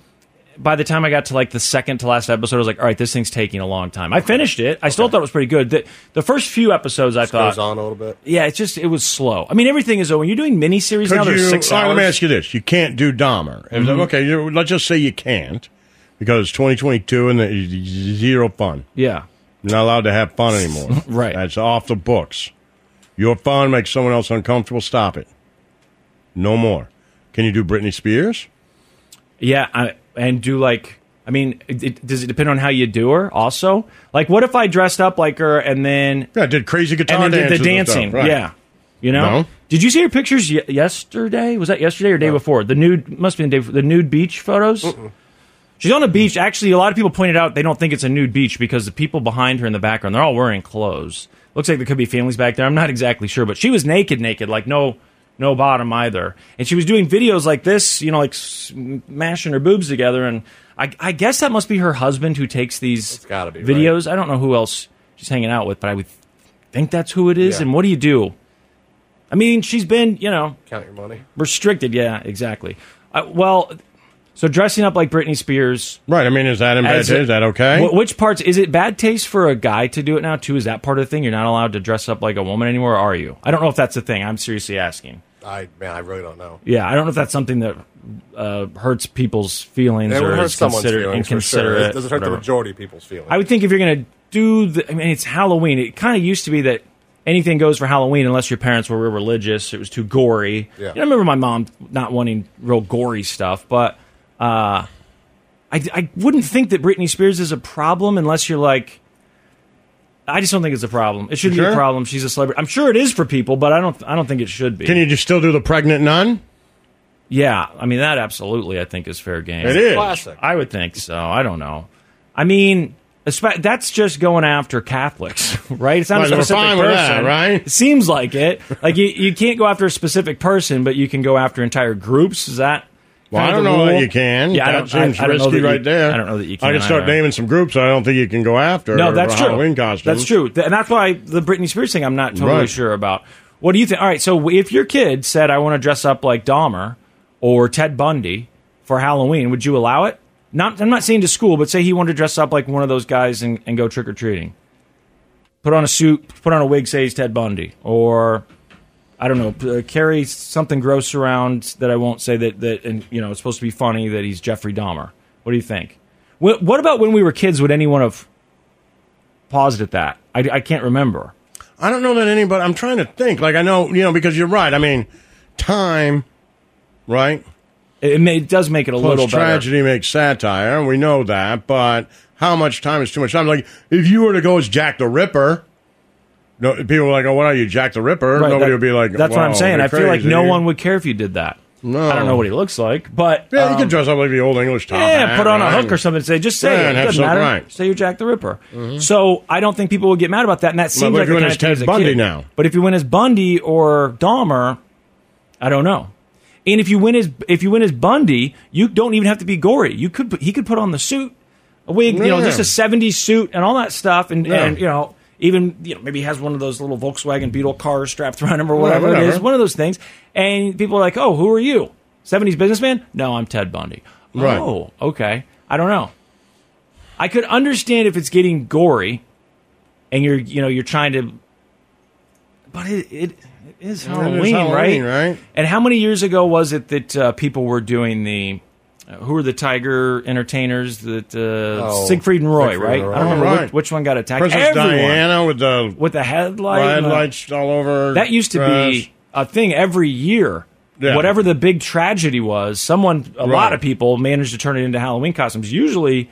[SPEAKER 3] by the time I got to like the second to last episode, I was like, all right, this thing's taking a long time. I finished it. I still thought it was pretty good. The, the first few episodes, I
[SPEAKER 4] Goes
[SPEAKER 3] thought,
[SPEAKER 4] on a little bit.
[SPEAKER 3] yeah, it's just it was slow. I mean, everything is when you're doing miniseries now.
[SPEAKER 2] Could
[SPEAKER 3] There's
[SPEAKER 2] you,
[SPEAKER 3] six
[SPEAKER 2] all right,
[SPEAKER 3] hours.
[SPEAKER 2] let
[SPEAKER 3] Mm-hmm.
[SPEAKER 2] me ask you this. You can't do Dahmer. If- Okay, you let's just say you can't because 2022 and the, zero fun.
[SPEAKER 3] yeah,
[SPEAKER 2] You're not allowed to have fun anymore.
[SPEAKER 3] Right.
[SPEAKER 2] That's off the books. Your fun makes someone else uncomfortable. Stop it. No more. Can you do Britney Spears?
[SPEAKER 3] yeah, I, and do like. I mean, it, it- does it depend on how you do her? Also, like, what if I dressed up like her and then
[SPEAKER 2] Yeah, I did crazy guitar
[SPEAKER 3] and then did the
[SPEAKER 2] dances and stuff,
[SPEAKER 3] dancing?
[SPEAKER 2] right.
[SPEAKER 3] Yeah, you know.
[SPEAKER 2] No.
[SPEAKER 3] Did you see her pictures y- yesterday? Was that yesterday or day before? The nude must have been the day before, the nude beach photos. She's on a beach. Actually, a lot of people pointed out they don't think it's a nude beach because the people behind her in the background, they're all wearing clothes. Looks like there could be families back there. I'm not exactly sure, but she was naked, naked, like no no bottom either. And she was doing videos like this, you know, like smashing her boobs together. And I, I guess that must be her husband who takes these
[SPEAKER 4] gotta be, right?
[SPEAKER 3] videos. I don't know who else she's hanging out with, but I would think that's who it is.
[SPEAKER 4] Yeah.
[SPEAKER 3] And what do you do? I mean, she's been, you know,
[SPEAKER 4] Count your money.
[SPEAKER 3] restricted. Yeah, exactly. I, well, so dressing up like Britney Spears.
[SPEAKER 2] Right. I mean, is that in bad
[SPEAKER 3] as a-
[SPEAKER 2] taste? Is that okay?
[SPEAKER 3] Wh- which parts is it bad taste for a guy to do it now too? Is that part of the thing? You're not allowed to dress up like a woman anymore, or are you? I don't know if that's a thing. I'm seriously asking.
[SPEAKER 4] I man, I really don't know.
[SPEAKER 3] Yeah, I don't know if that's something that uh, hurts people's feelings
[SPEAKER 4] It
[SPEAKER 3] or
[SPEAKER 4] would hurt
[SPEAKER 3] is
[SPEAKER 4] someone's
[SPEAKER 3] considered
[SPEAKER 4] feelings for sure.
[SPEAKER 3] inconsiderate.
[SPEAKER 4] It doesn't hurt the
[SPEAKER 3] whatever.
[SPEAKER 4] majority of people's feelings.
[SPEAKER 3] I would think if you're going to do the, I mean, it's Halloween. It kind of used to be that anything goes for Halloween unless your parents were real religious. It was too gory.
[SPEAKER 4] Yeah.
[SPEAKER 3] And I remember my mom not wanting real gory stuff, but uh, I, I wouldn't think that Britney Spears is a problem unless you're like, I just don't think it's a problem. It shouldn't be
[SPEAKER 2] Sure.
[SPEAKER 3] a problem. She's a celebrity. I'm sure it is for people, but I don't. I don't think it should be.
[SPEAKER 2] Can you just still do the pregnant nun?
[SPEAKER 3] Yeah, I mean that absolutely. I think is fair game.
[SPEAKER 2] It is.
[SPEAKER 4] Classic.
[SPEAKER 3] I would think so. I don't know. I mean, espe- that's just going after Catholics, right? It's not
[SPEAKER 2] Well,
[SPEAKER 3] a
[SPEAKER 2] we're
[SPEAKER 3] specific
[SPEAKER 2] fine with that,
[SPEAKER 3] person,
[SPEAKER 2] right?
[SPEAKER 3] It seems like it. Like you, you can't go after a specific person, but you can go after entire groups. Is that?
[SPEAKER 2] Well, I
[SPEAKER 3] kind
[SPEAKER 2] don't
[SPEAKER 3] of the
[SPEAKER 2] know
[SPEAKER 3] rule?
[SPEAKER 2] that you can.
[SPEAKER 3] Yeah, I
[SPEAKER 2] that
[SPEAKER 3] don't,
[SPEAKER 2] seems
[SPEAKER 3] I, I don't know
[SPEAKER 2] risky
[SPEAKER 3] that you-
[SPEAKER 2] right there.
[SPEAKER 3] I don't know that you can.
[SPEAKER 2] I can start
[SPEAKER 3] either.
[SPEAKER 2] naming some groups I don't think you can go after.
[SPEAKER 3] No,
[SPEAKER 2] or
[SPEAKER 3] that's true.
[SPEAKER 2] Halloween costumes.
[SPEAKER 3] That's true, Th- and that's why the Britney Spears thing I'm not totally
[SPEAKER 2] Right.
[SPEAKER 3] sure about. What do you think? All right, so if your kid said, "I want to dress up like Dahmer or Ted Bundy for Halloween," would you allow it? Not, I'm not saying to school, but say he wanted to dress up like one of those guys and, and go trick or treating. Put on a suit, put on a wig, say he's Ted Bundy, or I don't know, p- uh, carry something gross around that I won't say that that and you know it's supposed to be funny that he's Jeffrey Dahmer. What do you think? What, what about when we were kids? Would anyone have paused at that? I, I can't remember.
[SPEAKER 2] I don't know that anybody. I'm trying to think. Like I know, you know, because you're right. I mean, time, right?
[SPEAKER 3] It, it, may, it does make it a
[SPEAKER 2] Plus
[SPEAKER 3] little better.
[SPEAKER 2] tragedy makes satire. We know that, but how much time is too much time? Like if you were to go as Jack the Ripper, no, people are like, "Oh, what are you, Jack the Ripper?"
[SPEAKER 3] Right,
[SPEAKER 2] Nobody
[SPEAKER 3] that-
[SPEAKER 2] would be like,
[SPEAKER 3] that's what I'm
[SPEAKER 2] "Wow,
[SPEAKER 3] saying.
[SPEAKER 2] you're
[SPEAKER 3] I feel like
[SPEAKER 2] crazy."
[SPEAKER 3] no one would care if you did that.
[SPEAKER 2] No.
[SPEAKER 3] I don't know what he looks like, but
[SPEAKER 2] Yeah, you
[SPEAKER 3] um,
[SPEAKER 2] could dress up like the old English top.
[SPEAKER 3] Yeah,
[SPEAKER 2] hat,
[SPEAKER 3] put on a
[SPEAKER 2] right?
[SPEAKER 3] hook or something. Say just say
[SPEAKER 2] Yeah,
[SPEAKER 3] it.
[SPEAKER 2] and have
[SPEAKER 3] Doesn't
[SPEAKER 2] something
[SPEAKER 3] matter.
[SPEAKER 2] right.
[SPEAKER 3] Say you're Jack the Ripper. So I don't think people would get mad about that. And that
[SPEAKER 2] what
[SPEAKER 3] seems like
[SPEAKER 2] if you went
[SPEAKER 3] the kind
[SPEAKER 2] as
[SPEAKER 3] of thing
[SPEAKER 2] Ted
[SPEAKER 3] as a
[SPEAKER 2] Bundy
[SPEAKER 3] kid.
[SPEAKER 2] now?
[SPEAKER 3] But if you went as Bundy or Dahmer, I don't know. And if you win as if you win as Bundy, you don't even have to be gory. You could put- he could put on the suit, a wig, you know,
[SPEAKER 2] Yeah.
[SPEAKER 3] just a '70s suit and all that stuff, and
[SPEAKER 2] Yeah.
[SPEAKER 3] and you know. Even you know maybe he has one of those little Volkswagen Beetle cars strapped around him or whatever, it
[SPEAKER 2] whatever.
[SPEAKER 3] is, one of those things. And people are like, "Oh, who are you? '70s businessman? No, I'm Ted Bundy.
[SPEAKER 2] Right.
[SPEAKER 3] Oh, okay. I don't know. I could understand if it's getting gory, and you're you know you're trying to, but it it, it is Halloween,
[SPEAKER 2] Halloween, right?
[SPEAKER 3] And how many years ago was it that uh, people were doing the? Uh, who were the tiger entertainers? That uh,
[SPEAKER 4] Oh,
[SPEAKER 3] Siegfried and Roy,
[SPEAKER 4] Siegfried
[SPEAKER 3] right?
[SPEAKER 4] and Roy.
[SPEAKER 3] I don't remember which,
[SPEAKER 2] Right.
[SPEAKER 3] which one got attacked.
[SPEAKER 2] Princess
[SPEAKER 3] Everyone
[SPEAKER 2] Diana with the
[SPEAKER 3] with the headlight,
[SPEAKER 2] red
[SPEAKER 3] and the-
[SPEAKER 2] lights all over.
[SPEAKER 3] that used to
[SPEAKER 2] dress.
[SPEAKER 3] be a thing every year.
[SPEAKER 2] Yeah.
[SPEAKER 3] Whatever the big tragedy was, someone, a lot
[SPEAKER 2] Right.
[SPEAKER 3] of people managed to turn it into Halloween costumes. Usually,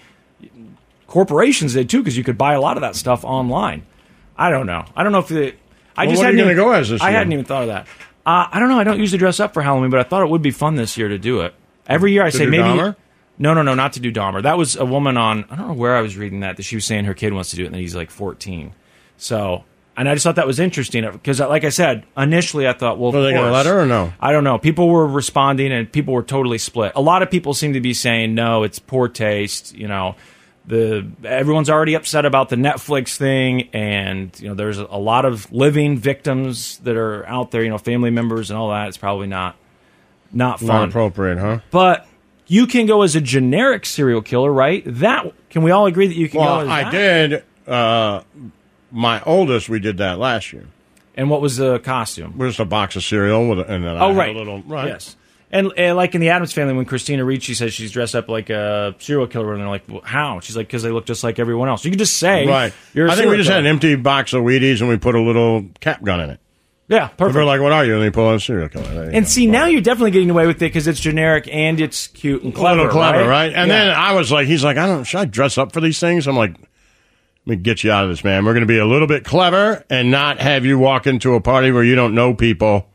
[SPEAKER 3] corporations did too because you could buy a lot of that stuff online. I don't know. I don't know if it. I
[SPEAKER 2] Well,
[SPEAKER 3] just
[SPEAKER 2] what are
[SPEAKER 3] hadn't
[SPEAKER 2] you gonna
[SPEAKER 3] even-
[SPEAKER 2] go as this
[SPEAKER 3] I
[SPEAKER 2] year?
[SPEAKER 3] hadn't even thought of that. Uh, I don't know. I don't usually dress up for Halloween, but I thought it would be fun this year to do it. Every year I say
[SPEAKER 2] do
[SPEAKER 3] maybe.
[SPEAKER 2] Dahmer?
[SPEAKER 3] No, no, no, not to do Dahmer. That was a woman on. I don't know where I was reading that that she was saying her kid wants to do it, and that he's like fourteen. So, and I just thought that was interesting because, like I said, initially I thought, well,
[SPEAKER 2] Were
[SPEAKER 3] of
[SPEAKER 2] they gonna let
[SPEAKER 3] course.
[SPEAKER 2] her or no?
[SPEAKER 3] I don't know. People were responding, and people were totally split. A lot of people seem to be saying, no, it's poor taste. You know, the everyone's already upset about the Netflix thing, and you know, there's a lot of living victims that are out there. You know, family members and all that. It's probably not not fun.
[SPEAKER 2] Not appropriate, huh?
[SPEAKER 3] but you can go as a generic serial killer, right? That can we all agree that you can go?
[SPEAKER 2] Well,
[SPEAKER 3] As
[SPEAKER 2] I
[SPEAKER 3] that?
[SPEAKER 2] did. Uh, my oldest, we did that last year.
[SPEAKER 3] And what was the costume?
[SPEAKER 2] Just a box of cereal with, a, and then I
[SPEAKER 3] Oh,
[SPEAKER 2] had
[SPEAKER 3] right.
[SPEAKER 2] a little right.
[SPEAKER 3] Yes. And, and like in the Adams family, when Christina Ricci says she's dressed up like a serial killer, and they're like, well, "How?" She's like, "Because they look just like everyone else." You can just say,
[SPEAKER 2] Right.
[SPEAKER 3] You're a
[SPEAKER 2] I think we
[SPEAKER 3] serial
[SPEAKER 2] just had an
[SPEAKER 3] killer.
[SPEAKER 2] empty box of Wheaties and we put a little cap gun in it.
[SPEAKER 3] Yeah,
[SPEAKER 2] They were
[SPEAKER 3] perfect.
[SPEAKER 2] like, "What are you?" And they pull out a serial killer. There you
[SPEAKER 3] and
[SPEAKER 2] go.
[SPEAKER 3] see, now you're definitely getting away with it because it's generic and it's cute and
[SPEAKER 2] a little
[SPEAKER 3] clever,
[SPEAKER 2] clever, right?
[SPEAKER 3] right?
[SPEAKER 2] And
[SPEAKER 3] Yeah.
[SPEAKER 2] then I was like, "He's like, I don't. Should I dress up for these things?" I'm like, "Let me get you out of this, man. We're going to be a little bit clever and not have you walk into a party where you don't know people."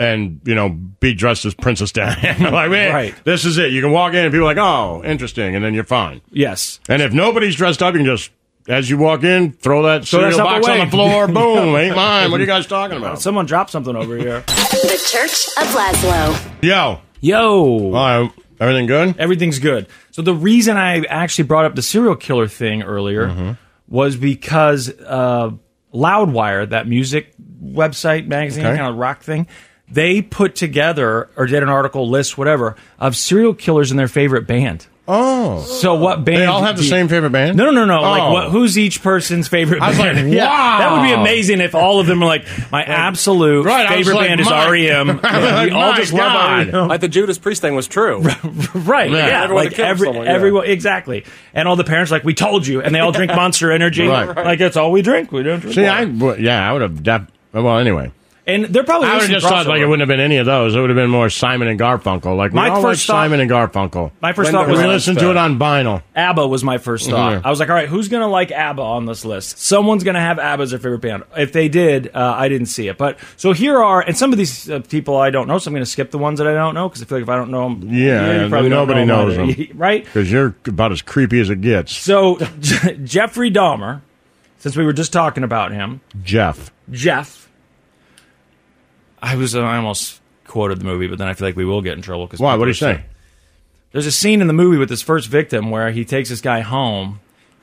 [SPEAKER 2] And you know, be dressed as Princess Diana. like, man,
[SPEAKER 3] Right.
[SPEAKER 2] this is it. You can walk in and people are like, "Oh, interesting," and then you're fine.
[SPEAKER 3] yes,
[SPEAKER 2] And if nobody's dressed up, you can just As you walk in, throw that
[SPEAKER 3] Throw
[SPEAKER 2] cereal
[SPEAKER 3] that stuff
[SPEAKER 2] box
[SPEAKER 3] away.
[SPEAKER 2] on the floor. Boom,
[SPEAKER 3] Yeah.
[SPEAKER 2] ain't mine. What are you guys talking about?
[SPEAKER 3] Someone dropped something over here.
[SPEAKER 6] The Church of Laszlo.
[SPEAKER 2] Yo,
[SPEAKER 3] Yo.
[SPEAKER 2] all right, everything good?
[SPEAKER 3] Everything's good. So the reason I actually brought up the serial killer thing earlier
[SPEAKER 2] Mm-hmm.
[SPEAKER 3] was because uh, Loudwire, that music website, magazine,
[SPEAKER 2] Okay.
[SPEAKER 3] kind of rock thing, they put together or did an article, list, whatever, of serial killers and their favorite band.
[SPEAKER 2] Oh,
[SPEAKER 3] So what band?
[SPEAKER 2] they all have
[SPEAKER 3] do
[SPEAKER 2] the
[SPEAKER 3] you-
[SPEAKER 2] same favorite band?
[SPEAKER 3] No, no, no, no. Like,
[SPEAKER 2] Oh.
[SPEAKER 3] what, who's each person's favorite?
[SPEAKER 2] I was
[SPEAKER 3] band?
[SPEAKER 2] like, wow.
[SPEAKER 3] that would be amazing if all of them were like, my absolute
[SPEAKER 2] Right, I was
[SPEAKER 3] favorite
[SPEAKER 2] like,
[SPEAKER 3] band is
[SPEAKER 2] my-
[SPEAKER 3] REM.
[SPEAKER 2] I was
[SPEAKER 3] we
[SPEAKER 2] like,
[SPEAKER 3] all
[SPEAKER 2] my
[SPEAKER 3] just
[SPEAKER 2] God.
[SPEAKER 3] love E REM.
[SPEAKER 4] Like the Judas Priest thing was true.
[SPEAKER 3] Right. Yeah.
[SPEAKER 4] Everyone
[SPEAKER 3] like
[SPEAKER 4] to kill
[SPEAKER 3] every,
[SPEAKER 4] someone, yeah.
[SPEAKER 3] everyone exactly. And all the parents are like, we told you, and they all drink Monster Energy.
[SPEAKER 2] Right. Right.
[SPEAKER 3] Like that's all we drink. We don't drink.
[SPEAKER 2] See, I
[SPEAKER 3] water.
[SPEAKER 2] w- yeah, I would have. Def- well, anyway,
[SPEAKER 3] and they're probably
[SPEAKER 2] I would have
[SPEAKER 3] listening
[SPEAKER 2] just thought like
[SPEAKER 3] crossover.
[SPEAKER 2] it wouldn't have been any of those. It would have been more Simon and Garfunkel. Like
[SPEAKER 3] My
[SPEAKER 2] we all like
[SPEAKER 3] first thought-
[SPEAKER 2] Simon and Garfuncle.
[SPEAKER 3] My first
[SPEAKER 4] Linda
[SPEAKER 3] thought
[SPEAKER 2] we
[SPEAKER 3] was
[SPEAKER 4] Ronstadt.
[SPEAKER 3] listen.
[SPEAKER 2] listened to it on vinyl.
[SPEAKER 3] ABBA was my first thought.
[SPEAKER 2] Mhm.
[SPEAKER 3] I was like, all right, who's gonna like ABBA on this list? Someone's gonna have ABBA as their favorite band. If they did, uh, I didn't see it. But so here are, and some of these uh, people I don't know, so I'm gonna skip the ones that I don't know because I feel like if I don't know them,
[SPEAKER 2] Yeah,
[SPEAKER 3] you
[SPEAKER 2] yeah,
[SPEAKER 3] probably don't
[SPEAKER 2] nobody
[SPEAKER 3] know
[SPEAKER 2] knows
[SPEAKER 3] either. right?
[SPEAKER 2] Because you're about as creepy as it gets,
[SPEAKER 3] So Je- Jeffrey Dahmer, since we were just talking about him,
[SPEAKER 2] Jeff.
[SPEAKER 3] Jeff. I was uh, I almost quoted the movie, but then I feel like we will get in trouble because
[SPEAKER 2] Why? What do you say?
[SPEAKER 3] There's a scene in the movie with this first victim where he takes this guy home,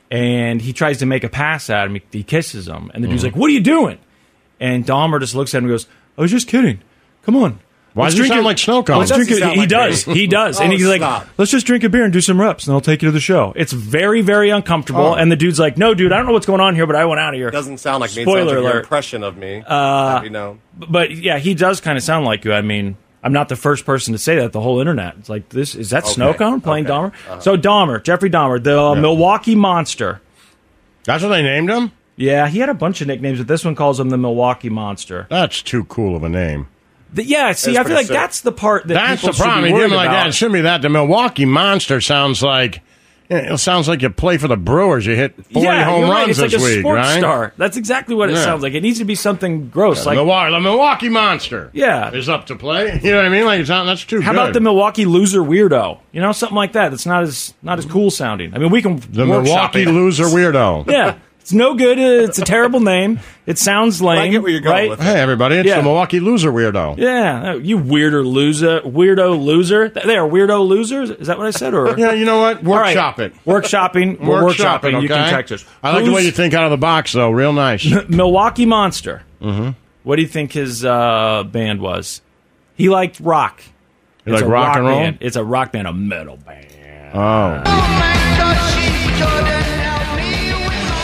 [SPEAKER 3] and he tries to make a pass at him. He, he kisses him, and the
[SPEAKER 2] Mm-hmm.
[SPEAKER 3] dude's like, "What are you doing?" And Dahmer just looks at him and goes, "I was just kidding. Come on."
[SPEAKER 2] Why
[SPEAKER 3] Let's
[SPEAKER 2] does he
[SPEAKER 3] drink
[SPEAKER 2] sound
[SPEAKER 3] a-
[SPEAKER 2] like snow cone?
[SPEAKER 3] Let's
[SPEAKER 2] Does
[SPEAKER 3] drink
[SPEAKER 4] he
[SPEAKER 3] a-
[SPEAKER 4] sound
[SPEAKER 3] he
[SPEAKER 4] like
[SPEAKER 3] does.
[SPEAKER 4] me?
[SPEAKER 3] He does. and
[SPEAKER 4] Oh,
[SPEAKER 3] he's like,
[SPEAKER 4] stop.
[SPEAKER 3] let's just drink a beer and do some reps, and I'll take you to the show. It's very, very uncomfortable.
[SPEAKER 2] Oh.
[SPEAKER 3] And the dude's like, no, dude, I don't know what's going on here, but I want out of here.
[SPEAKER 4] Doesn't sound like me. It
[SPEAKER 3] Spoiler
[SPEAKER 4] sounds like your
[SPEAKER 3] alert.
[SPEAKER 4] impression of me. Uh, you know.
[SPEAKER 3] but yeah, he does kind of sound like you. I mean, I'm not the first person to say that. The whole internet, it's like this is that snow cone playing Dahmer.
[SPEAKER 4] Uh-huh.
[SPEAKER 3] So Dahmer, Jeffrey Dahmer, the uh, Milwaukee Monster.
[SPEAKER 2] That's what they named him.
[SPEAKER 3] Yeah, he had a bunch of nicknames, but this one calls him the Milwaukee Monster.
[SPEAKER 2] That's too cool of a name.
[SPEAKER 3] The- yeah, see,
[SPEAKER 4] That's
[SPEAKER 3] I feel
[SPEAKER 4] pretty
[SPEAKER 3] like
[SPEAKER 4] sick.
[SPEAKER 3] that's the part that
[SPEAKER 2] That's the
[SPEAKER 3] people
[SPEAKER 2] problem.
[SPEAKER 3] should
[SPEAKER 2] You
[SPEAKER 3] be
[SPEAKER 2] give
[SPEAKER 3] worried
[SPEAKER 2] him like
[SPEAKER 3] about.
[SPEAKER 2] that. It shouldn't be that. The Milwaukee Monster sounds like it sounds like you play for the Brewers. You hit forty
[SPEAKER 3] yeah,
[SPEAKER 2] home
[SPEAKER 3] you're
[SPEAKER 2] runs
[SPEAKER 3] right. It's
[SPEAKER 2] this
[SPEAKER 3] like a
[SPEAKER 2] week,
[SPEAKER 3] sports
[SPEAKER 2] right?
[SPEAKER 3] star. That's exactly what it
[SPEAKER 2] Yeah.
[SPEAKER 3] sounds like. It needs to be something gross. like,
[SPEAKER 2] Milwaukee, the Milwaukee Monster.
[SPEAKER 3] Yeah.
[SPEAKER 2] is up to play. You know what I mean? Like it's not. That's too.
[SPEAKER 3] how
[SPEAKER 2] good.
[SPEAKER 3] about the Milwaukee Loser Weirdo? You know, something like that. That's not as not as cool sounding. I mean, we can
[SPEAKER 2] The
[SPEAKER 3] workshop
[SPEAKER 2] Milwaukee
[SPEAKER 3] it.
[SPEAKER 2] loser weirdo?
[SPEAKER 3] Yeah. It's no good. Uh, It's a terrible name. It sounds lame.
[SPEAKER 4] I get where you're going
[SPEAKER 3] right?
[SPEAKER 4] with it.
[SPEAKER 2] Hey everybody, it's
[SPEAKER 3] Yeah.
[SPEAKER 2] the Milwaukee loser weirdo.
[SPEAKER 3] Yeah, oh, you weirder loser, weirdo loser. Th- They are weirdo losers. Is that what I said? Or
[SPEAKER 2] Yeah, you know what?
[SPEAKER 3] All right.
[SPEAKER 2] Workshop it.
[SPEAKER 3] Workshopping. We're
[SPEAKER 2] Workshop
[SPEAKER 3] workshopping.
[SPEAKER 2] it. Okay?
[SPEAKER 3] You can text us.
[SPEAKER 2] I like the way you think out of the box, though. Real nice.
[SPEAKER 3] Who's Milwaukee Monster. Mm-hmm. What do you think his uh, band was? He liked rock.
[SPEAKER 2] You
[SPEAKER 3] It's
[SPEAKER 2] like
[SPEAKER 3] a
[SPEAKER 2] rock, and roll?
[SPEAKER 3] band. It's a rock band, a metal band.
[SPEAKER 2] Oh,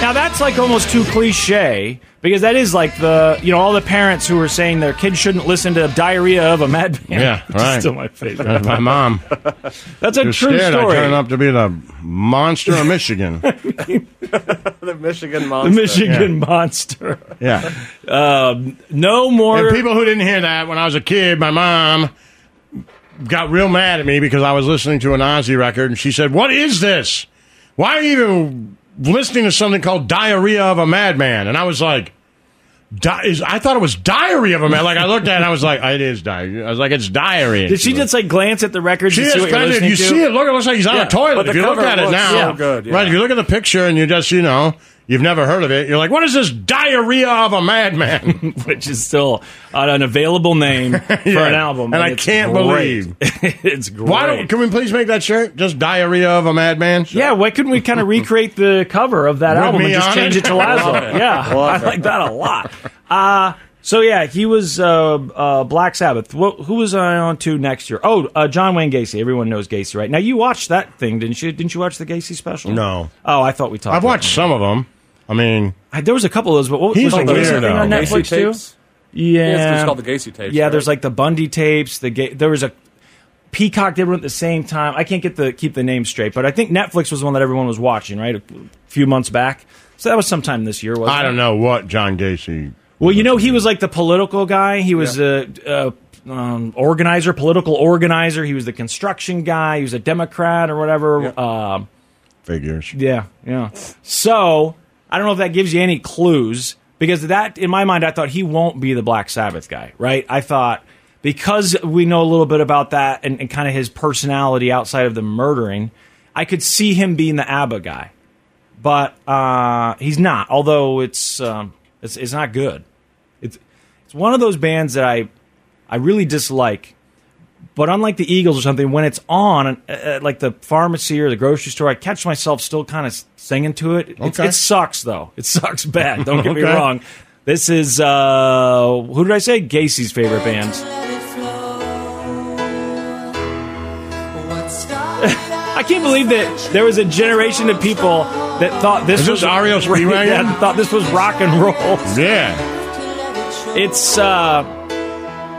[SPEAKER 3] Now that's like almost too cliche because that is like the you know all the parents who are saying their kids shouldn't listen to Diarrhea of a Madman.
[SPEAKER 2] Yeah,
[SPEAKER 3] which is
[SPEAKER 2] right.
[SPEAKER 3] Still my favorite.
[SPEAKER 2] that's my mom.
[SPEAKER 3] That's a
[SPEAKER 2] You're
[SPEAKER 3] true
[SPEAKER 2] scared
[SPEAKER 3] story.
[SPEAKER 2] I turn up to be the monster of Michigan.
[SPEAKER 4] The Michigan
[SPEAKER 3] the
[SPEAKER 4] monster.
[SPEAKER 3] Michigan monster.
[SPEAKER 2] yeah.
[SPEAKER 3] Um, no more.
[SPEAKER 2] And people who didn't hear that when I was a kid, my mom got real mad at me because I was listening to an Ozzy record, and she said, "What is this? Why are you even listening to something called Diarrhea of a Madman?" And I was like. Di- is, I thought it was diary of a man. Like I looked at it, and I was like, "It is diary." I was like, "It's diary."
[SPEAKER 3] Did she just like glance at the records
[SPEAKER 2] She
[SPEAKER 3] to
[SPEAKER 2] is
[SPEAKER 3] see what you're
[SPEAKER 2] kind of- if
[SPEAKER 3] listening
[SPEAKER 2] you
[SPEAKER 3] to?
[SPEAKER 2] see it, look, it looks like he's on
[SPEAKER 3] Yeah,
[SPEAKER 2] a toilet.
[SPEAKER 4] but
[SPEAKER 2] If
[SPEAKER 4] the
[SPEAKER 2] you look
[SPEAKER 4] cover
[SPEAKER 2] at it
[SPEAKER 4] looks
[SPEAKER 2] now,
[SPEAKER 4] so good, yeah.
[SPEAKER 2] right? If you look at the picture and you just, you know, you've never heard of it, you're like, what is this diarrhea of a madman?
[SPEAKER 3] Which is still an unavailable name for
[SPEAKER 2] Yeah.
[SPEAKER 3] an album,
[SPEAKER 2] And I
[SPEAKER 3] it's
[SPEAKER 2] can't
[SPEAKER 3] great.
[SPEAKER 2] believe.
[SPEAKER 3] it's great.
[SPEAKER 2] Why don't? Can we please make that shirt just diarrhea of a madman?
[SPEAKER 3] yeah, why couldn't we kind of recreate the cover of that
[SPEAKER 2] With
[SPEAKER 3] album and
[SPEAKER 2] me
[SPEAKER 3] just
[SPEAKER 2] on
[SPEAKER 3] change
[SPEAKER 2] it?
[SPEAKER 3] it to Lazo? yeah, I like that a lot. Uh, so yeah, he was uh, uh, Black Sabbath. Wh- who was I on to next year? Oh, uh, John Wayne Gacy. Everyone knows Gacy, right? Now you watched that thing, didn't you? Didn't you watch the Gacy special?
[SPEAKER 2] No.
[SPEAKER 3] Oh, I thought we talked.
[SPEAKER 2] I've
[SPEAKER 3] about
[SPEAKER 2] watched
[SPEAKER 3] it.
[SPEAKER 2] some of them. I mean,
[SPEAKER 3] I, there was a couple of those, but what
[SPEAKER 2] He's
[SPEAKER 3] was
[SPEAKER 2] a
[SPEAKER 3] like, there was
[SPEAKER 2] weirdo.
[SPEAKER 3] something on
[SPEAKER 4] Gacy
[SPEAKER 3] Netflix too?
[SPEAKER 4] tapes?
[SPEAKER 3] Yeah,
[SPEAKER 4] Yeah, it's called the Gacy tapes.
[SPEAKER 3] Yeah,
[SPEAKER 4] right?
[SPEAKER 3] there's like the Bundy tapes. The ga- there was a Peacock did one at the same time. I can't get the keep the name straight, but I think Netflix was the one that everyone was watching right a few months back. So that was sometime this year. Wasn't
[SPEAKER 2] I don't
[SPEAKER 3] it?
[SPEAKER 2] know what John Gacy.
[SPEAKER 3] Well, you know, he was like the political guy. He was a, a um, organizer, political organizer. He was the construction guy. He was a Democrat or whatever. Um,
[SPEAKER 2] Figures.
[SPEAKER 3] yeah, yeah. So I don't know if that gives you any clues because that, in my mind, I thought he won't be the Black Sabbath guy, right? I thought because we know a little bit about that and, and kind of his personality outside of the murdering, I could see him being the ABBA guy. but uh, he's not. Although it's um, it's it's not good. It's it's one of those bands that I I really dislike. But unlike the Eagles or something, when it's on, uh, uh, like the pharmacy or the grocery store, I catch myself still kind of singing to it. It's-
[SPEAKER 2] Okay.
[SPEAKER 3] It sucks though. It sucks bad. Don't get me
[SPEAKER 2] Okay.
[SPEAKER 3] wrong. This is uh, who did I say? Gacy's favorite band. I can't believe that there was a generation of people that thought this
[SPEAKER 2] Is this
[SPEAKER 3] was
[SPEAKER 2] REO Speedwagon?
[SPEAKER 3] Yeah, thought this was rock and roll.
[SPEAKER 2] Yeah.
[SPEAKER 3] It's uh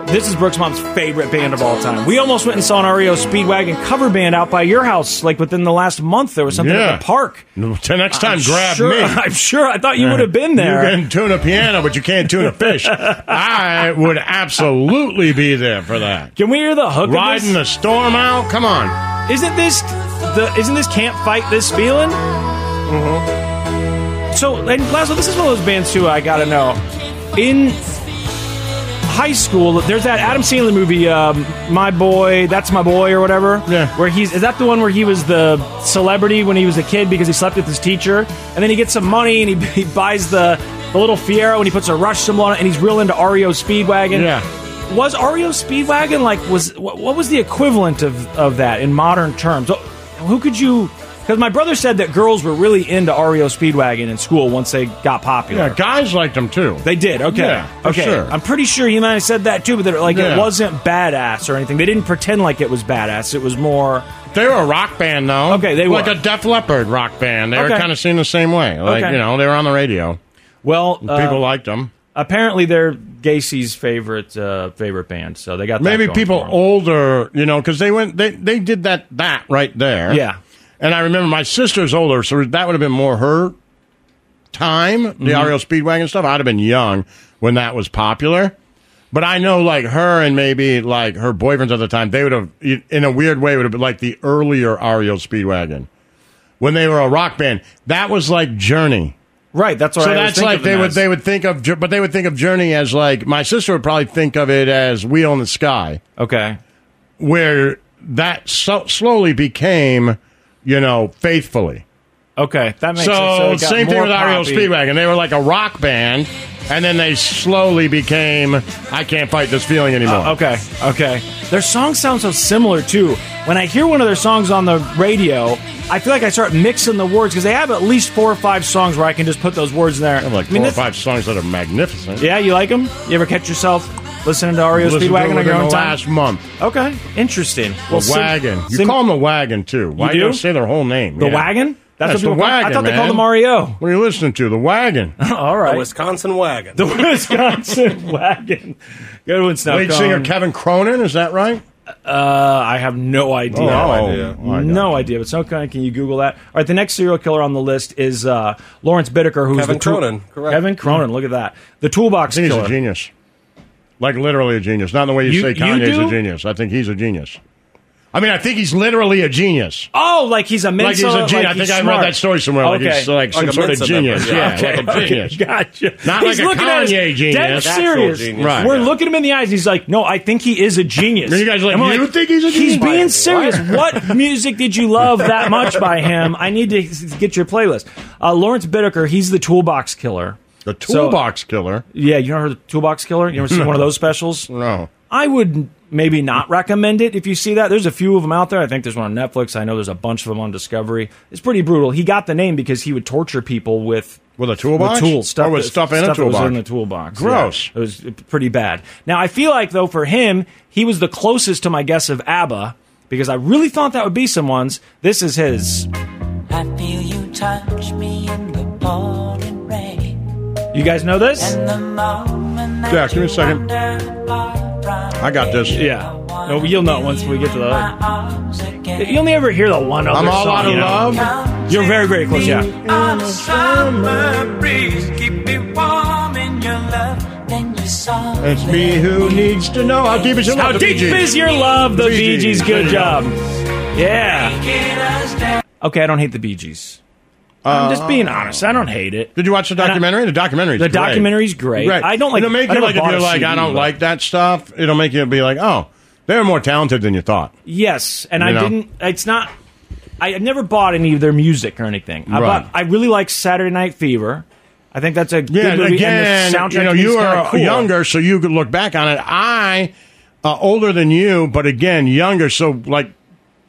[SPEAKER 3] this is Brooks Mom's favorite band of all time. We almost went and saw an REO Speedwagon cover band out by your house like within the last month. There was something
[SPEAKER 2] Yeah.
[SPEAKER 3] at the park.
[SPEAKER 2] No, till next time, grab
[SPEAKER 3] sure,
[SPEAKER 2] me.
[SPEAKER 3] I'm sure. I thought you would have been there.
[SPEAKER 2] You can tune a piano, but you can't tune a fish. I would absolutely be there for that.
[SPEAKER 3] Can we hear the hook? of
[SPEAKER 2] Riding
[SPEAKER 3] this?
[SPEAKER 2] the storm out? Come on.
[SPEAKER 3] Isn't this the? Isn't this can't fight this feeling? Mm-hmm.
[SPEAKER 2] Mm-hmm.
[SPEAKER 3] So, and Laszlo, this is one of those bands too. I gotta know. In high school, there's that Adam Sandler movie, um, My Boy, That's My Boy, or whatever.
[SPEAKER 2] Yeah.
[SPEAKER 3] Where he's is that the one where he was the celebrity when he was a kid because he slept with his teacher, and then he gets some money and he, he buys the the little Fiero and he puts a Rush symbol on it, and he's real into REO Speedwagon
[SPEAKER 2] Yeah.
[SPEAKER 3] was REO Speedwagon like was what, what was the equivalent of of that in modern terms? Oh, Who could you? Because my brother said that girls were really into REO Speedwagon in school once they got popular.
[SPEAKER 2] Yeah, guys liked them too.
[SPEAKER 3] They did. Okay.
[SPEAKER 2] Yeah, for
[SPEAKER 3] okay.
[SPEAKER 2] sure.
[SPEAKER 3] I'm pretty sure you might have said that too, but that like
[SPEAKER 2] Yeah.
[SPEAKER 3] it wasn't badass or anything. They didn't pretend like it was badass. It was more.
[SPEAKER 2] They were a rock band, though.
[SPEAKER 3] Okay, they were.
[SPEAKER 2] like a Def Leppard rock band. They were
[SPEAKER 3] Okay.
[SPEAKER 2] kind of seen the same way. Like
[SPEAKER 3] Okay.
[SPEAKER 2] you know, they were on the radio.
[SPEAKER 3] Well,
[SPEAKER 2] People
[SPEAKER 3] uh,
[SPEAKER 2] liked them.
[SPEAKER 3] apparently they're Gacy's favorite uh, favorite band, so they got that
[SPEAKER 2] Maybe
[SPEAKER 3] going
[SPEAKER 2] people
[SPEAKER 3] for 'em.
[SPEAKER 2] older, you know, because they went they they did that that right there.
[SPEAKER 3] Yeah.
[SPEAKER 2] And I remember my sister's older, so that would have been more her time, the
[SPEAKER 3] Mm-hmm.
[SPEAKER 2] REO Speedwagon stuff. I'd have been young when that was popular. But I know, like her and maybe like her boyfriends at the time, they would have, in a weird way, would have been like the earlier REO Speedwagon when they were a rock band. That was like Journey.
[SPEAKER 3] right. That's what
[SPEAKER 2] So
[SPEAKER 3] I always
[SPEAKER 2] that's
[SPEAKER 3] think of
[SPEAKER 2] like they
[SPEAKER 3] them
[SPEAKER 2] would
[SPEAKER 3] as.
[SPEAKER 2] they would think of, Jour- but they would think of Journey as like my sister would probably think of it as Wheel in the Sky
[SPEAKER 3] okay.
[SPEAKER 2] where that so, slowly became, you know, faithfully.
[SPEAKER 3] Okay, that makes sense.
[SPEAKER 2] So
[SPEAKER 3] it got
[SPEAKER 2] same thing
[SPEAKER 3] more
[SPEAKER 2] with E REO
[SPEAKER 3] poppy.
[SPEAKER 2] Speedwagon. They were like a rock band, and then they slowly became. I can't fight this feeling anymore.
[SPEAKER 3] Uh, Okay, okay. Their songs sound so similar too. When I hear one of their songs on the radio, I feel like I start mixing the words because they have at least four or five songs where I can just put those words in there.
[SPEAKER 2] I have like
[SPEAKER 3] I
[SPEAKER 2] four
[SPEAKER 3] mean,
[SPEAKER 2] or
[SPEAKER 3] this-
[SPEAKER 2] five songs that are magnificent.
[SPEAKER 3] Yeah, you like them? You ever catch yourself listening to REO
[SPEAKER 2] Listened to
[SPEAKER 3] Speedwagon on
[SPEAKER 2] within
[SPEAKER 3] your
[SPEAKER 2] the
[SPEAKER 3] own time?
[SPEAKER 2] last month.
[SPEAKER 3] Okay, interesting.
[SPEAKER 2] The
[SPEAKER 3] Well, sim-
[SPEAKER 2] wagon. You
[SPEAKER 3] sim-
[SPEAKER 2] call them the wagon too. Why
[SPEAKER 3] do?
[SPEAKER 2] you don't say their whole name?
[SPEAKER 3] the
[SPEAKER 2] Yeah.
[SPEAKER 3] wagon? That's
[SPEAKER 2] Yes,
[SPEAKER 3] what people
[SPEAKER 2] the
[SPEAKER 3] call-
[SPEAKER 2] wagon.
[SPEAKER 3] I thought they
[SPEAKER 2] man.
[SPEAKER 3] called them REO.
[SPEAKER 2] What are you listening to? The wagon.
[SPEAKER 3] All right,
[SPEAKER 4] The Wisconsin wagon.
[SPEAKER 3] the Wisconsin wagon. Good one, Snuff.
[SPEAKER 2] Lead singer Kevin Cronin. Is that right?
[SPEAKER 3] Uh, I have no idea.
[SPEAKER 2] No
[SPEAKER 4] idea.
[SPEAKER 2] Oh, my
[SPEAKER 3] no
[SPEAKER 2] God.
[SPEAKER 3] idea. But so can, can you Google that? All right, the next serial killer on the list is uh, Lawrence Bittaker, who's
[SPEAKER 4] Kevin
[SPEAKER 3] the tool-
[SPEAKER 4] Cronin, correct.
[SPEAKER 3] Kevin Cronin. Look at that. The toolbox
[SPEAKER 2] I think he's
[SPEAKER 3] killer.
[SPEAKER 2] a genius. Like literally a genius. Not in the way you,
[SPEAKER 3] You-
[SPEAKER 2] say
[SPEAKER 3] you
[SPEAKER 2] Kanye's
[SPEAKER 3] do?
[SPEAKER 2] a genius. I think he's a genius. I mean, I think he's literally a genius.
[SPEAKER 3] Oh, like he's a
[SPEAKER 2] Like he's
[SPEAKER 3] Mensa,
[SPEAKER 2] a genius. I think
[SPEAKER 3] he's
[SPEAKER 2] I read
[SPEAKER 3] smart.
[SPEAKER 2] that story somewhere. Like
[SPEAKER 3] Okay.
[SPEAKER 2] he's like,
[SPEAKER 4] Like
[SPEAKER 2] some
[SPEAKER 4] a
[SPEAKER 2] sort of
[SPEAKER 4] Mensa member,
[SPEAKER 2] genius.
[SPEAKER 4] yeah.
[SPEAKER 2] Yeah,
[SPEAKER 3] Okay,
[SPEAKER 2] like a
[SPEAKER 3] okay,
[SPEAKER 2] genius.
[SPEAKER 3] gotcha.
[SPEAKER 2] Not
[SPEAKER 3] he's
[SPEAKER 2] like a
[SPEAKER 3] looking at us
[SPEAKER 2] Kanye genius.
[SPEAKER 3] Dead
[SPEAKER 2] That's
[SPEAKER 4] actual
[SPEAKER 3] serious.
[SPEAKER 4] genius.
[SPEAKER 2] Right.
[SPEAKER 3] We're looking him in the eyes. He's like, no, I think he is a genius.
[SPEAKER 2] And you guys are like,
[SPEAKER 3] I'm
[SPEAKER 2] "You think he's a
[SPEAKER 3] He's
[SPEAKER 2] genius?"
[SPEAKER 3] being
[SPEAKER 2] What?
[SPEAKER 3] serious. what music did you love that much by him? I need to s- get your playlist. Uh, Lawrence Bittaker, he's the toolbox killer.
[SPEAKER 2] The
[SPEAKER 3] So-
[SPEAKER 2] toolbox killer.
[SPEAKER 3] Yeah, you ever heard of Toolbox Killer? You ever seen one of those specials?
[SPEAKER 2] No.
[SPEAKER 3] I would maybe not recommend it if you see that. There's a few of them out there. I think there's one on Netflix. I know there's a bunch of them on Discovery. It's pretty brutal. He got the name because he would torture people with
[SPEAKER 2] With a toolbox?
[SPEAKER 3] with tools, stuff
[SPEAKER 2] Or with
[SPEAKER 3] that-
[SPEAKER 2] stuff in a
[SPEAKER 3] that was
[SPEAKER 2] toolbox?
[SPEAKER 3] in the toolbox.
[SPEAKER 2] Gross.
[SPEAKER 3] Yeah. it was pretty bad. Now I feel like though for him, he was the closest to my guess of ABBA because I really thought that would be someone's. This is his.
[SPEAKER 7] I feel you touch me in the pouring rain.
[SPEAKER 3] You guys know this?
[SPEAKER 7] And the moment that
[SPEAKER 2] Yeah, give me a
[SPEAKER 7] you
[SPEAKER 2] second.
[SPEAKER 7] wander far from
[SPEAKER 2] I got this.
[SPEAKER 3] Yeah. No, Oh, you'll know once we get to
[SPEAKER 7] my
[SPEAKER 3] the.
[SPEAKER 7] arms again.
[SPEAKER 3] You only ever hear the one other
[SPEAKER 2] I'm all
[SPEAKER 3] song,
[SPEAKER 2] out of
[SPEAKER 3] you know?
[SPEAKER 2] love.
[SPEAKER 3] You're very, very close. Yeah.
[SPEAKER 7] On a summer breeze, keep me warm in your love. Then you saw
[SPEAKER 2] It's me who needs to know how deep is your
[SPEAKER 3] How
[SPEAKER 2] love. The
[SPEAKER 3] deep
[SPEAKER 2] Bee Gees.
[SPEAKER 3] is your love? The Bee
[SPEAKER 2] Bee Gees.
[SPEAKER 3] Gees. Good
[SPEAKER 2] There you
[SPEAKER 3] job. Yeah.
[SPEAKER 7] Get us down.
[SPEAKER 3] Okay, I don't hate the Bee Gees. I'm just being honest. I don't hate it.
[SPEAKER 2] Uh, Did you watch the
[SPEAKER 3] I-
[SPEAKER 2] documentary? The documentary's
[SPEAKER 3] The
[SPEAKER 2] great.
[SPEAKER 3] documentary's great. I don't like-
[SPEAKER 2] It'll make
[SPEAKER 3] I
[SPEAKER 2] you
[SPEAKER 3] never
[SPEAKER 2] like if
[SPEAKER 3] bought a
[SPEAKER 2] you're like I
[SPEAKER 3] CD,
[SPEAKER 2] don't
[SPEAKER 3] but-
[SPEAKER 2] like that stuff. It'll make you be like, oh, they're more talented than you thought.
[SPEAKER 3] Yes, and
[SPEAKER 2] You
[SPEAKER 3] I
[SPEAKER 2] know?
[SPEAKER 3] didn't. It's not. I I've never bought any of their music or anything. I,
[SPEAKER 2] Right.
[SPEAKER 3] bought, I really like Saturday Night Fever. I think that's a
[SPEAKER 2] Yeah,
[SPEAKER 3] good movie.
[SPEAKER 2] again,
[SPEAKER 3] and the soundtrack
[SPEAKER 2] you know,
[SPEAKER 3] to me is
[SPEAKER 2] you
[SPEAKER 3] kinda
[SPEAKER 2] are
[SPEAKER 3] cool.
[SPEAKER 2] younger, so you could look back on it. I, uh, older than you, but again, younger, so like,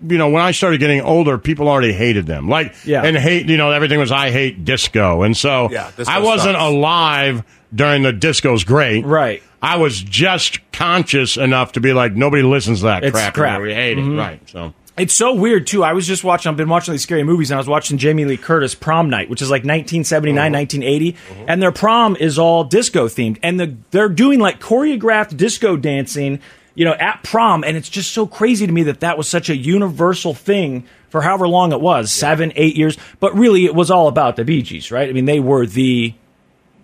[SPEAKER 2] you know, when I started getting older, people already hated them. Like,
[SPEAKER 3] Yeah.
[SPEAKER 2] and hate, you know, everything was I hate disco. And so
[SPEAKER 4] Yeah, disco
[SPEAKER 2] I wasn't
[SPEAKER 4] sucks.
[SPEAKER 2] alive during the disco's great.
[SPEAKER 3] Right.
[SPEAKER 2] I was just conscious enough to be like, nobody listens to that
[SPEAKER 3] It's
[SPEAKER 2] crap.
[SPEAKER 3] crap. Mm-hmm.
[SPEAKER 2] We hate it. Right. So.
[SPEAKER 3] It's so weird too. I was just watching. I've been watching these scary movies, and I was watching Jamie Lee Curtis Prom Night, which is like 1979,
[SPEAKER 4] Uh-huh.
[SPEAKER 3] 1980, and their prom is all disco themed, and the, they're doing like choreographed disco dancing, you know, at prom, and it's just so crazy to me that that was such a universal thing for however long it was, seven, eight years, but really it was all about the Bee Gees, right? I mean, they were the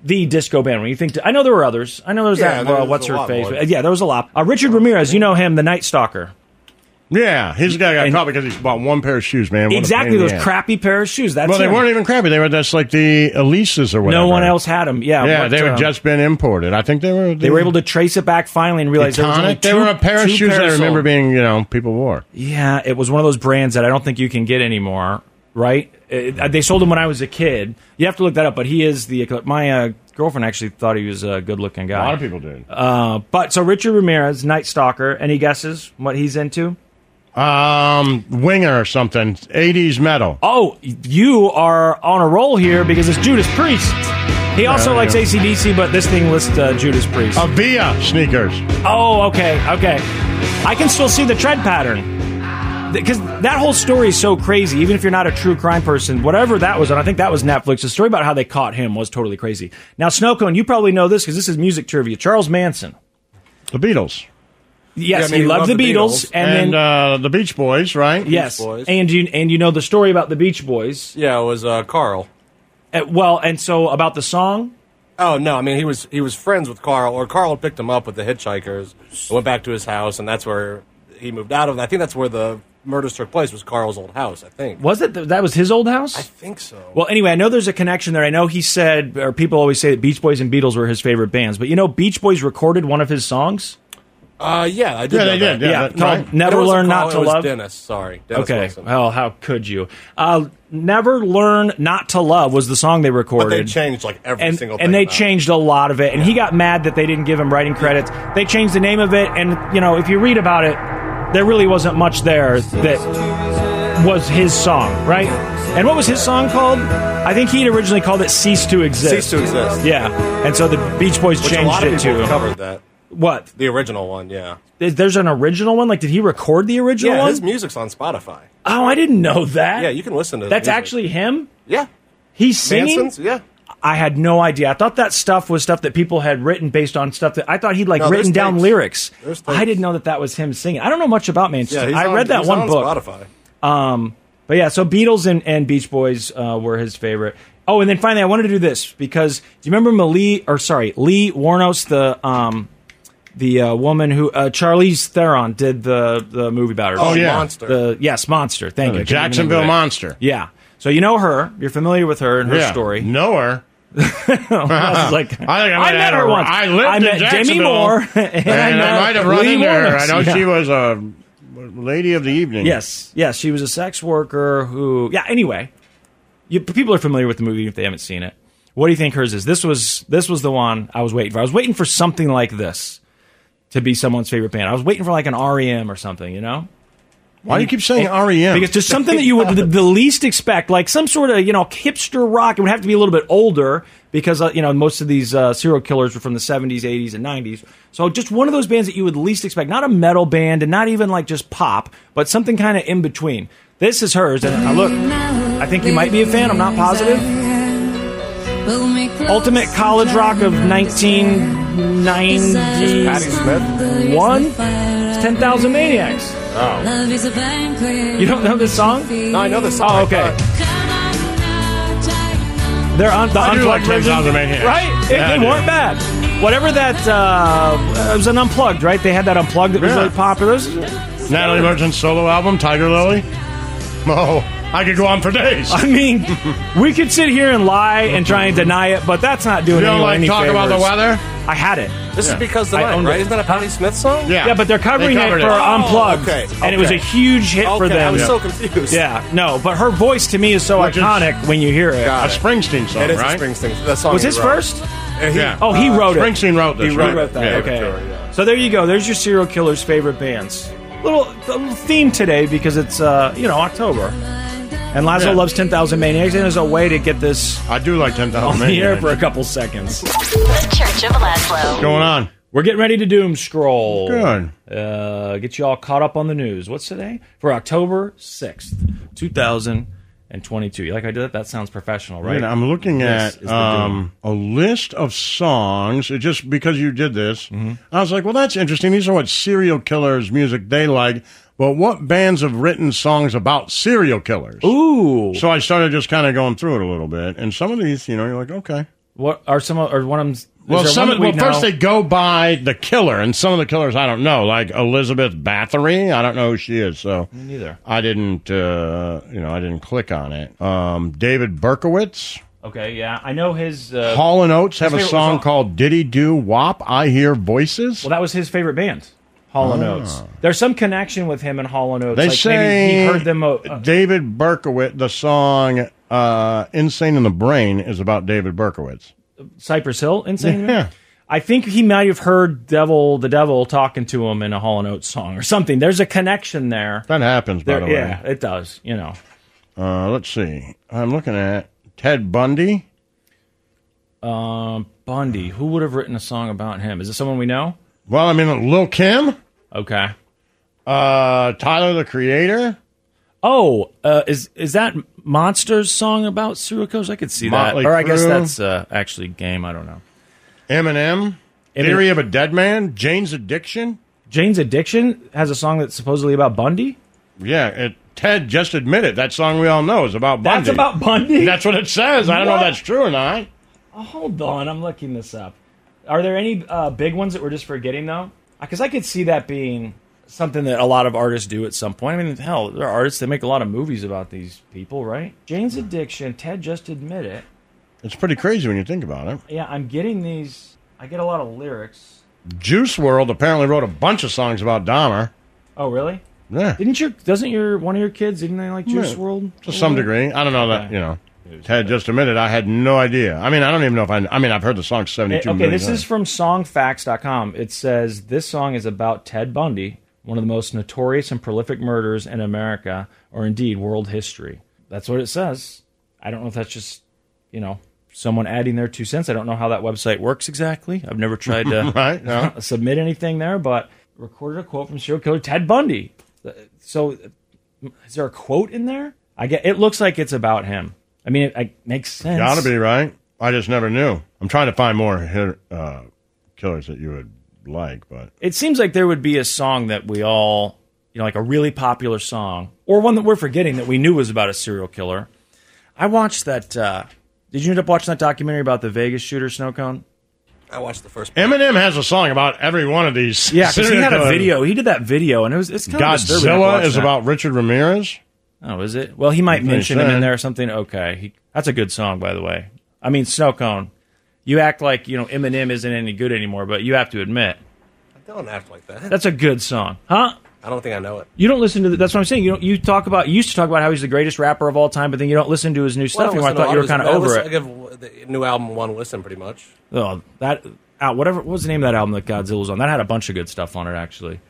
[SPEAKER 3] the disco band. When you think, I know there were others. I know there was
[SPEAKER 4] Yeah,
[SPEAKER 3] that.
[SPEAKER 4] there
[SPEAKER 3] uh,
[SPEAKER 4] was
[SPEAKER 3] what's
[SPEAKER 4] a
[SPEAKER 3] her
[SPEAKER 4] lot
[SPEAKER 3] face?
[SPEAKER 4] more.
[SPEAKER 3] Yeah, there was a lot. Uh, Richard Ramirez, you know him, the Night Stalker.
[SPEAKER 2] Yeah, his guy got
[SPEAKER 3] And-
[SPEAKER 2] caught because he bought one pair of shoes, man. What a pain
[SPEAKER 3] Exactly
[SPEAKER 2] in the
[SPEAKER 3] those
[SPEAKER 2] ass.
[SPEAKER 3] crappy pair of shoes. That's
[SPEAKER 2] Well, they
[SPEAKER 3] him.
[SPEAKER 2] weren't even crappy. They were just like the Elises or whatever.
[SPEAKER 3] No one else had them. Yeah,
[SPEAKER 2] Yeah,
[SPEAKER 3] what,
[SPEAKER 2] they
[SPEAKER 3] um,
[SPEAKER 2] had just been imported. I think they were.
[SPEAKER 3] They were able to trace it back finally and realize there was only
[SPEAKER 2] Tonic. They
[SPEAKER 3] two-
[SPEAKER 2] were a pair of
[SPEAKER 3] two
[SPEAKER 2] shoes that I
[SPEAKER 3] pairs
[SPEAKER 2] remember
[SPEAKER 3] sold.
[SPEAKER 2] being, you know, people wore.
[SPEAKER 3] Yeah, it was one of those brands that I don't think you can get anymore. Right? Uh, they sold him when I was a kid. You have to look that up. But he is the my uh, girlfriend actually thought he was a good-looking guy.
[SPEAKER 2] A lot of people did.
[SPEAKER 3] Uh, but so Richard Ramirez, Night Stalker. Any guesses what he's into?
[SPEAKER 2] Um, Winger or something. 80s metal.
[SPEAKER 3] Oh, you are on a roll here because it's Judas Priest. He also
[SPEAKER 2] Yeah,
[SPEAKER 3] likes
[SPEAKER 2] yeah.
[SPEAKER 3] ACDC, but this thing lists uh, Judas Priest.
[SPEAKER 2] Avia sneakers.
[SPEAKER 3] Oh, okay, okay. I can still see the tread pattern. Because that whole story is so crazy, even if you're not a true crime person, whatever that was, and I think that was Netflix, the story about how they caught him was totally crazy. Now, Snowcone, you probably know this because this is music trivia. Charles Manson.
[SPEAKER 2] The Beatles.
[SPEAKER 3] Yes,
[SPEAKER 4] Yeah, I mean,
[SPEAKER 3] he loved, the Beatles. and,
[SPEAKER 2] And,
[SPEAKER 3] then,
[SPEAKER 2] uh, the Beach Boys, right?
[SPEAKER 3] yes.
[SPEAKER 4] Boys.
[SPEAKER 3] And, you, and you know the story about the Beach Boys.
[SPEAKER 4] Yeah, it was uh, Carl.
[SPEAKER 3] Uh, well, and so about the song,
[SPEAKER 4] Oh no, I mean he was he was friends with Carl, or Carl picked him up with the hitchhikers, and went back to his house, and that's where he moved out of. And I think that's where the murders took place was Carl's old house. I think.
[SPEAKER 3] was it? Th- that was his old house?
[SPEAKER 4] I think so.
[SPEAKER 3] Well, anyway, I know there's a connection there. I know he said, or people always say that Beach Boys and Beatles were his favorite bands, but you know, Beach Boys recorded one of his songs.
[SPEAKER 4] uh, yeah, I did.
[SPEAKER 2] Yeah,
[SPEAKER 4] know
[SPEAKER 2] they
[SPEAKER 4] that.
[SPEAKER 2] did. Yeah, that-
[SPEAKER 3] called
[SPEAKER 2] right.
[SPEAKER 3] "Never
[SPEAKER 4] It wasn't
[SPEAKER 3] Learn
[SPEAKER 4] Carl,
[SPEAKER 3] Not to
[SPEAKER 4] it was
[SPEAKER 3] Love."
[SPEAKER 4] Dennis, sorry. Dennis
[SPEAKER 3] Okay,
[SPEAKER 4] Wilson.
[SPEAKER 3] well, how could you? Uh, "Never Learn Not to Love" was the song they recorded.
[SPEAKER 4] But they changed like every
[SPEAKER 3] and,
[SPEAKER 4] single. thing
[SPEAKER 3] and they
[SPEAKER 4] about it.
[SPEAKER 3] changed a lot of it. And he got mad that they didn't give him writing credits. They changed the name of it, and you know, if you read about it, there really wasn't much there that was his song, right? And what was his song called? I think he'd originally called it "Cease to Exist."
[SPEAKER 4] Cease to Exist.
[SPEAKER 3] Yeah, and so the Beach Boys
[SPEAKER 4] Which
[SPEAKER 3] changed
[SPEAKER 4] a lot of
[SPEAKER 3] it
[SPEAKER 4] people
[SPEAKER 3] to
[SPEAKER 4] covered that.
[SPEAKER 3] what?
[SPEAKER 4] The original one, yeah.
[SPEAKER 3] Is- There's an original one. Like, did he record the original
[SPEAKER 4] Yeah,
[SPEAKER 3] one?
[SPEAKER 4] his music's on Spotify.
[SPEAKER 3] oh, I didn't know that.
[SPEAKER 4] Yeah, you can listen to. the
[SPEAKER 3] That's
[SPEAKER 4] music.
[SPEAKER 3] actually him.
[SPEAKER 4] yeah.
[SPEAKER 3] He's singing.
[SPEAKER 4] Manson's, yeah.
[SPEAKER 3] I had no idea. I thought that stuff was stuff that people had written based on stuff that I thought he'd like
[SPEAKER 4] No,
[SPEAKER 3] written
[SPEAKER 4] there's
[SPEAKER 3] down
[SPEAKER 4] tapes.
[SPEAKER 3] lyrics.
[SPEAKER 4] There's tapes.
[SPEAKER 3] I didn't know that that was him singing. I don't know much about
[SPEAKER 4] Yeah,
[SPEAKER 3] Manchester.
[SPEAKER 4] he's
[SPEAKER 3] I
[SPEAKER 4] on-
[SPEAKER 3] read that
[SPEAKER 4] he's
[SPEAKER 3] one
[SPEAKER 4] on
[SPEAKER 3] book.
[SPEAKER 4] Spotify.
[SPEAKER 3] Um, but yeah, so Beatles and, and Beach Boys uh, were his favorite. Oh, and then finally, I wanted to do this because do you remember Malie or sorry Lee Warnos, the um, the uh, woman who uh, Charlize Theron did the the movie about her.
[SPEAKER 4] Oh,
[SPEAKER 2] yeah.
[SPEAKER 4] Monster.
[SPEAKER 3] The- yes, Monster. Thank
[SPEAKER 2] The
[SPEAKER 3] you. I couldn't remember
[SPEAKER 2] Jacksonville
[SPEAKER 3] that.
[SPEAKER 2] Monster.
[SPEAKER 3] Yeah. So you know her. You're familiar with her and her
[SPEAKER 2] Yeah.
[SPEAKER 3] story.
[SPEAKER 2] Know her.
[SPEAKER 3] I was like,
[SPEAKER 2] I think I might have
[SPEAKER 3] met
[SPEAKER 2] had
[SPEAKER 3] her
[SPEAKER 2] her-
[SPEAKER 3] once.
[SPEAKER 2] I lived
[SPEAKER 3] I
[SPEAKER 2] in
[SPEAKER 3] met Demi
[SPEAKER 2] Jacksonville,
[SPEAKER 3] Moore, and, I,
[SPEAKER 2] And
[SPEAKER 3] met
[SPEAKER 2] I might have run
[SPEAKER 3] Lee
[SPEAKER 2] into her.
[SPEAKER 3] Warnos.
[SPEAKER 2] I know
[SPEAKER 3] Yeah.
[SPEAKER 2] she was a lady of the evening.
[SPEAKER 3] Yes, yes, she was a sex worker who. Yeah. Anyway, you, people are familiar with the movie if they haven't seen it. What do you think hers is? This was this was the one I was waiting for. I was waiting for something like this to be someone's favorite band. I was waiting for like an REM or something, you know.
[SPEAKER 2] Why do you keep saying E REM?
[SPEAKER 3] Because just something that you would the, the least expect, like some sort of you know hipster rock. It would have to be a little bit older because uh, you know most of these uh, serial killers were from the seventies, eighties, and nineties. So just one of those bands that you would least expect, not a metal band, and not even like just pop, but something kind of in between. This is hers, and I look, I think you might be a fan. I'm not positive. Ultimate college rock of 1991.
[SPEAKER 4] Smith?
[SPEAKER 3] It's 10,000 Maniacs.
[SPEAKER 8] Love is a banquet.
[SPEAKER 3] You don't know this song?
[SPEAKER 4] No, I know this song.
[SPEAKER 3] Oh, okay.
[SPEAKER 8] Come on now, China.
[SPEAKER 3] They're on the
[SPEAKER 2] I do like
[SPEAKER 3] unplugged version,
[SPEAKER 2] 10,000 Maniacs.
[SPEAKER 3] right? It-
[SPEAKER 2] Yeah, I
[SPEAKER 3] they
[SPEAKER 2] do.
[SPEAKER 3] weren't bad. Whatever that uh, it was an unplugged, right? They had that unplugged that was
[SPEAKER 2] Yeah.
[SPEAKER 3] really popular. It was-
[SPEAKER 2] Natalie Merchant's solo album, Tiger Lily. Oh, I could go on for days.
[SPEAKER 3] I mean, we could sit here and lie and try and deny it, but that's not doing
[SPEAKER 2] You don't
[SPEAKER 3] anyone
[SPEAKER 2] like
[SPEAKER 3] any
[SPEAKER 2] talk about the
[SPEAKER 3] favors.
[SPEAKER 2] weather?
[SPEAKER 3] I had it.
[SPEAKER 4] This
[SPEAKER 2] Yeah.
[SPEAKER 4] is because the
[SPEAKER 3] I
[SPEAKER 4] night,
[SPEAKER 3] owned
[SPEAKER 4] right?
[SPEAKER 3] it.
[SPEAKER 4] Isn't that a Patty Smith song?
[SPEAKER 2] Yeah.
[SPEAKER 3] Yeah, but they're covering
[SPEAKER 2] They covered
[SPEAKER 3] it for
[SPEAKER 2] it. uh, Oh,
[SPEAKER 3] Unplugged,
[SPEAKER 4] okay,
[SPEAKER 3] and it was a
[SPEAKER 4] okay.
[SPEAKER 3] huge hit for
[SPEAKER 4] Okay,
[SPEAKER 3] them.
[SPEAKER 4] I was
[SPEAKER 3] yeah.
[SPEAKER 4] so confused.
[SPEAKER 3] no, but her voice to me is so
[SPEAKER 2] Which is-
[SPEAKER 3] iconic when you hear it.
[SPEAKER 2] A Springsteen song,
[SPEAKER 4] It is
[SPEAKER 2] right?
[SPEAKER 4] a Springsteen. That song
[SPEAKER 3] Was
[SPEAKER 4] he
[SPEAKER 3] his
[SPEAKER 4] wrote.
[SPEAKER 3] first?
[SPEAKER 4] And he-
[SPEAKER 2] Yeah.
[SPEAKER 3] Oh, he wrote it.
[SPEAKER 2] Uh, Springsteen wrote this.
[SPEAKER 3] He
[SPEAKER 2] right?
[SPEAKER 3] wrote that.
[SPEAKER 2] Yeah.
[SPEAKER 3] okay.
[SPEAKER 4] Sure, yeah.
[SPEAKER 3] So there you go. There's your serial killer's favorite bands. Little, a little theme today because it's uh, you know October, and Lazo
[SPEAKER 2] Yeah.
[SPEAKER 3] loves Ten Thousand Maniacs, and there's a way to get this
[SPEAKER 2] I do like ten
[SPEAKER 3] on
[SPEAKER 2] thousand.
[SPEAKER 3] the air for a couple seconds.
[SPEAKER 6] The Church of Laszlo.
[SPEAKER 2] going on?
[SPEAKER 3] We're getting ready to doom scroll.
[SPEAKER 2] Good.
[SPEAKER 3] Uh, get you all caught up on the news. What's today? For October sixth, two thousand and twenty-two. You like I did that? That sounds professional, right?
[SPEAKER 2] Wait, I'm looking
[SPEAKER 3] This
[SPEAKER 2] at
[SPEAKER 3] is the
[SPEAKER 2] um, a list of songs. It just because you did this,
[SPEAKER 3] Mm-hmm.
[SPEAKER 2] I was like, well, that's interesting. These are what serial killers' music they like. But what bands have written songs about serial killers?
[SPEAKER 3] Ooh.
[SPEAKER 2] So I started just kind of going through it a little bit, and some of these, you know, you're like, okay.
[SPEAKER 3] What are some of, or one of them?
[SPEAKER 2] Well, some of,
[SPEAKER 3] we
[SPEAKER 2] well, first
[SPEAKER 3] know-
[SPEAKER 2] they go by the killer, and some of the killers I don't know, like Elizabeth Bathory. I don't know who she is, so
[SPEAKER 3] neither.
[SPEAKER 2] I didn't, uh, you know, I didn't click on it. Um, David Berkowitz,
[SPEAKER 3] Okay, yeah, I know his. Uh,
[SPEAKER 2] Hall and Oates have a
[SPEAKER 3] favorite
[SPEAKER 2] song
[SPEAKER 3] song-
[SPEAKER 2] called "Diddy Do Wop." I hear voices.
[SPEAKER 3] well, that was his favorite band, Hall and Oates. There's some connection with him and Hall and Oates.
[SPEAKER 2] Ah. they
[SPEAKER 3] like
[SPEAKER 2] say
[SPEAKER 3] maybe he heard them. Uh, uh,
[SPEAKER 2] David Berkowitz. The song uh, "Insane in the Brain" is about David Berkowitz.
[SPEAKER 3] Cypress Hill, insane.
[SPEAKER 2] Yeah.
[SPEAKER 3] I think he might have heard Devil, the Devil, talking to him in a Hall and Oates song or something. There's a connection there.
[SPEAKER 2] That happens, by
[SPEAKER 3] There-
[SPEAKER 2] the way.
[SPEAKER 3] yeah, it does. You know,
[SPEAKER 2] Uh, let's see. I'm looking at Ted Bundy.
[SPEAKER 3] um, Bundy. Who would have written a song about him? Is it someone we know?
[SPEAKER 2] Well, I mean, Lil Kim.
[SPEAKER 3] Okay.
[SPEAKER 2] Uh, Tyler the Creator.
[SPEAKER 3] Oh, uh, is is that Monsters song about serial killers? I could see
[SPEAKER 2] Motley
[SPEAKER 3] that, or I guess
[SPEAKER 2] Crue.
[SPEAKER 3] that's uh, actually game. I don't know.
[SPEAKER 2] Eminem.
[SPEAKER 3] Emin-
[SPEAKER 2] Theory of a Dead Man. Jane's Addiction.
[SPEAKER 3] Jane's Addiction has a song that's supposedly about Bundy.
[SPEAKER 2] Yeah, it, Ted just admitted that song we all know is about Bundy.
[SPEAKER 3] That's about Bundy.
[SPEAKER 2] That's what it says. I don't know if
[SPEAKER 3] What?
[SPEAKER 2] that's true or not.
[SPEAKER 3] Hold on, I'm looking this up. Are there any uh, big ones that we're just forgetting though? Because I could see that being something that a lot of artists do at some point. I mean, hell, there are artists that make a lot of movies about these people, right? Jane's Addiction. Ted just admit it.
[SPEAKER 2] It's pretty crazy when you think about it.
[SPEAKER 3] Yeah, I'm getting these. I get a lot of lyrics.
[SPEAKER 2] Juice World apparently wrote a bunch of songs about Dahmer.
[SPEAKER 3] Oh, really?
[SPEAKER 2] Yeah,
[SPEAKER 3] Didn't your doesn't your one of your kids didn't they like Juice
[SPEAKER 2] Yeah,
[SPEAKER 3] World
[SPEAKER 2] to some degree. I don't know that you know. Ted just admitted I had no idea. I mean, I don't even know if I. I mean, I've heard the song
[SPEAKER 3] Eh,
[SPEAKER 2] seventy two.
[SPEAKER 3] Okay, this is from songfacts.com. It says this song is about Ted Bundy, one of the most notorious and prolific murders in America or indeed world history. That's what it says. I don't know if that's just, you know, someone adding their two cents. I don't know how that website works exactly. I've never tried to
[SPEAKER 2] right. No.
[SPEAKER 3] submit anything there, but recorded a quote from serial killer Ted Bundy. Uh, So, is there a quote in there? I get. It looks like it's about him. I mean, it, it makes sense.
[SPEAKER 2] Gotta be right. I just never knew. I'm trying to find more hit, uh, killers that you would like, but
[SPEAKER 3] It seems like there would be a song that we all, you know, like a really popular song, or one that we're forgetting that we knew was about a serial killer. I watched that. Uh, did you end up watching that documentary about the Vegas shooter Snow Cone?
[SPEAKER 4] I watched the first.
[SPEAKER 2] Eminem has a song about every one of these.
[SPEAKER 3] Yeah, because he
[SPEAKER 2] serial
[SPEAKER 3] had a
[SPEAKER 2] killers.
[SPEAKER 3] video. He did that video, and it was it's kind of disturbing to
[SPEAKER 2] Godzilla
[SPEAKER 3] watch
[SPEAKER 2] is
[SPEAKER 3] that.
[SPEAKER 2] about Richard Ramirez.
[SPEAKER 3] Oh, is it? Well, he might
[SPEAKER 2] what he
[SPEAKER 3] mention him
[SPEAKER 2] said.
[SPEAKER 3] in there or something. Okay, he, that's a good song, by the way. I mean, Snow Cone. You act like you know Eminem isn't any good anymore, but you have to admit
[SPEAKER 4] I don't act like that.
[SPEAKER 3] that's a good song, huh?
[SPEAKER 4] I don't think I know it.
[SPEAKER 3] You don't listen to the, that's what I'm saying. You don't, you talk about you used to talk about how he's the greatest rapper of all time, but then you don't listen to his new stuff anymore. I thought you were kind of over
[SPEAKER 4] I
[SPEAKER 3] it.
[SPEAKER 4] give the new album one listen, pretty much.
[SPEAKER 3] Oh, that out whatever what was the name of that album that Godzilla was on? That had a bunch of good stuff on it actually.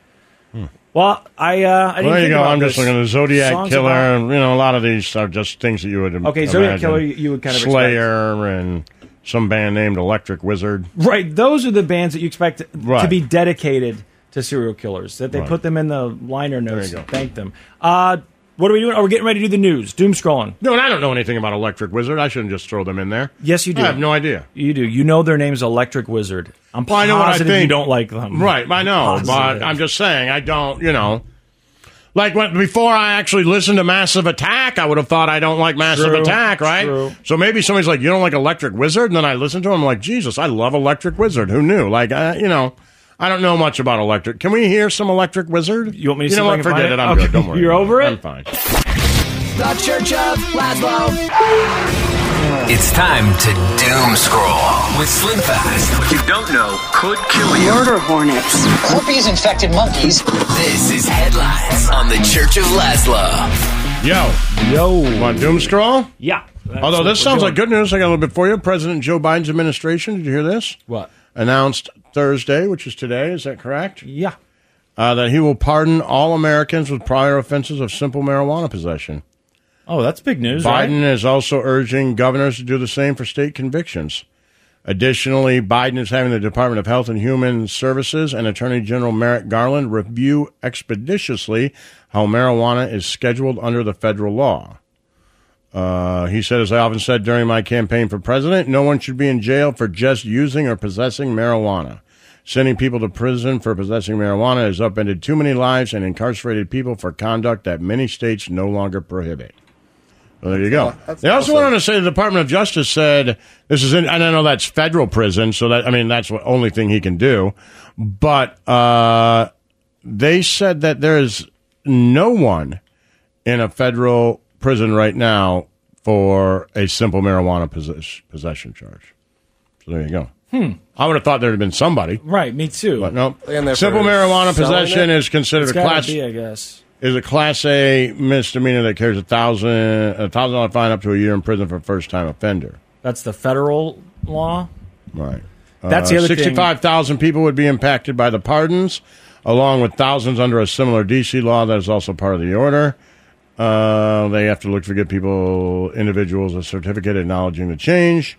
[SPEAKER 3] Well, I uh, I
[SPEAKER 2] Hmm. Well, there
[SPEAKER 3] didn't
[SPEAKER 2] you
[SPEAKER 3] think
[SPEAKER 2] go.
[SPEAKER 3] about
[SPEAKER 2] I'm just
[SPEAKER 3] this.
[SPEAKER 2] looking at Zodiac
[SPEAKER 3] Songs
[SPEAKER 2] Killer,
[SPEAKER 3] about-
[SPEAKER 2] and you know, a lot of these are just things that you would. im-
[SPEAKER 3] Okay, Zodiac
[SPEAKER 2] imagine.
[SPEAKER 3] Killer, you- you would kind of
[SPEAKER 2] Slayer and some band named Electric Wizard.
[SPEAKER 3] Right, those are the bands that you expect to- to
[SPEAKER 2] Right.
[SPEAKER 3] be dedicated to serial killers. That they
[SPEAKER 2] Right.
[SPEAKER 3] put them in the liner notes.
[SPEAKER 2] you
[SPEAKER 3] and
[SPEAKER 2] go.
[SPEAKER 3] Thank them. Uh, what are we doing? Oh, we're getting ready to do the news. Doom scrolling.
[SPEAKER 2] No, and I don't know anything about Electric Wizard. I shouldn't just throw them in there.
[SPEAKER 3] Yes, you do.
[SPEAKER 2] I have no idea.
[SPEAKER 3] You do. You know their name's Electric Wizard. I'm
[SPEAKER 2] Well, I
[SPEAKER 3] positive
[SPEAKER 2] know what I
[SPEAKER 3] you
[SPEAKER 2] think.
[SPEAKER 3] don't like them.
[SPEAKER 2] Right, I know, but
[SPEAKER 3] Positive.
[SPEAKER 2] I'm just saying I don't. You know, like when, before I actually listened to Massive Attack, I would have thought I don't like Massive
[SPEAKER 3] True,
[SPEAKER 2] Attack, right?
[SPEAKER 3] true.
[SPEAKER 2] So maybe somebody's like, you don't like Electric Wizard, and then I listen to him, I'm like, Jesus, I love Electric Wizard. Who knew? Like, I, you know. I don't know much about electric. Can we hear some electric wizard?
[SPEAKER 3] You want me to see
[SPEAKER 2] know
[SPEAKER 3] if I
[SPEAKER 2] what?
[SPEAKER 3] can
[SPEAKER 2] Forget
[SPEAKER 3] find
[SPEAKER 2] it.
[SPEAKER 3] it?
[SPEAKER 2] I'm
[SPEAKER 3] Okay.
[SPEAKER 2] good. Don't worry.
[SPEAKER 3] You're
[SPEAKER 2] about
[SPEAKER 3] over it?
[SPEAKER 2] I'm fine.
[SPEAKER 9] The Church of Laszlo.
[SPEAKER 10] It's time to doom scroll with Slim Fast. What you don't know could kill you. Murder hornets. Herpes infected monkeys. This is Headlines on the Church of Laszlo.
[SPEAKER 2] Yo. Yo. Want Doom Scroll?
[SPEAKER 3] Yeah.
[SPEAKER 2] Although this sounds like good news, I got a little bit for you. President Joe Biden's administration, did you hear this?
[SPEAKER 3] What?
[SPEAKER 2] Announced Thursday, which is today, is that correct?
[SPEAKER 3] Yeah.
[SPEAKER 2] Uh, that he will pardon all Americans with prior offenses of simple marijuana possession.
[SPEAKER 3] Oh, that's big news. right?
[SPEAKER 2] Biden is also urging governors to do the same for state convictions. Additionally, Biden is having the Department of Health and Human Services and Attorney General Merrick Garland review expeditiously how marijuana is scheduled under the federal law. Uh, he said, as I often said during my campaign for president, no one should be in jail for just using or possessing marijuana. Sending people to prison for possessing marijuana has upended too many lives and incarcerated people for conduct that many states no longer prohibit. Well, there you go.
[SPEAKER 11] that's
[SPEAKER 2] they also
[SPEAKER 11] awesome.
[SPEAKER 2] went on to say the Department of Justice said this is, in, and I know that's federal prison, so that I mean that's the only thing he can do. But uh, they said that there is no one in a federal prison right now for a simple marijuana possess- possession charge. So there you go.
[SPEAKER 3] Hmm.
[SPEAKER 2] I would have thought there'd have been somebody.
[SPEAKER 3] Right, me too.
[SPEAKER 2] But no,
[SPEAKER 3] And they're
[SPEAKER 2] simple
[SPEAKER 3] for
[SPEAKER 2] marijuana
[SPEAKER 3] selling
[SPEAKER 2] possession
[SPEAKER 3] it?
[SPEAKER 2] is considered
[SPEAKER 3] It's
[SPEAKER 2] a
[SPEAKER 3] gotta
[SPEAKER 2] class
[SPEAKER 3] be, I guess.
[SPEAKER 2] is a class A misdemeanor that carries a thousand a thousand dollar fine up to a year in prison for a first time offender.
[SPEAKER 3] That's the federal law.
[SPEAKER 2] Right.
[SPEAKER 3] That's the other thing.
[SPEAKER 2] Uh, Sixty-five thousand people would be impacted by the pardons, along with thousands under a similar DC law that is also part of the order. Uh, they have to look for good people, individuals, a certificate acknowledging the change.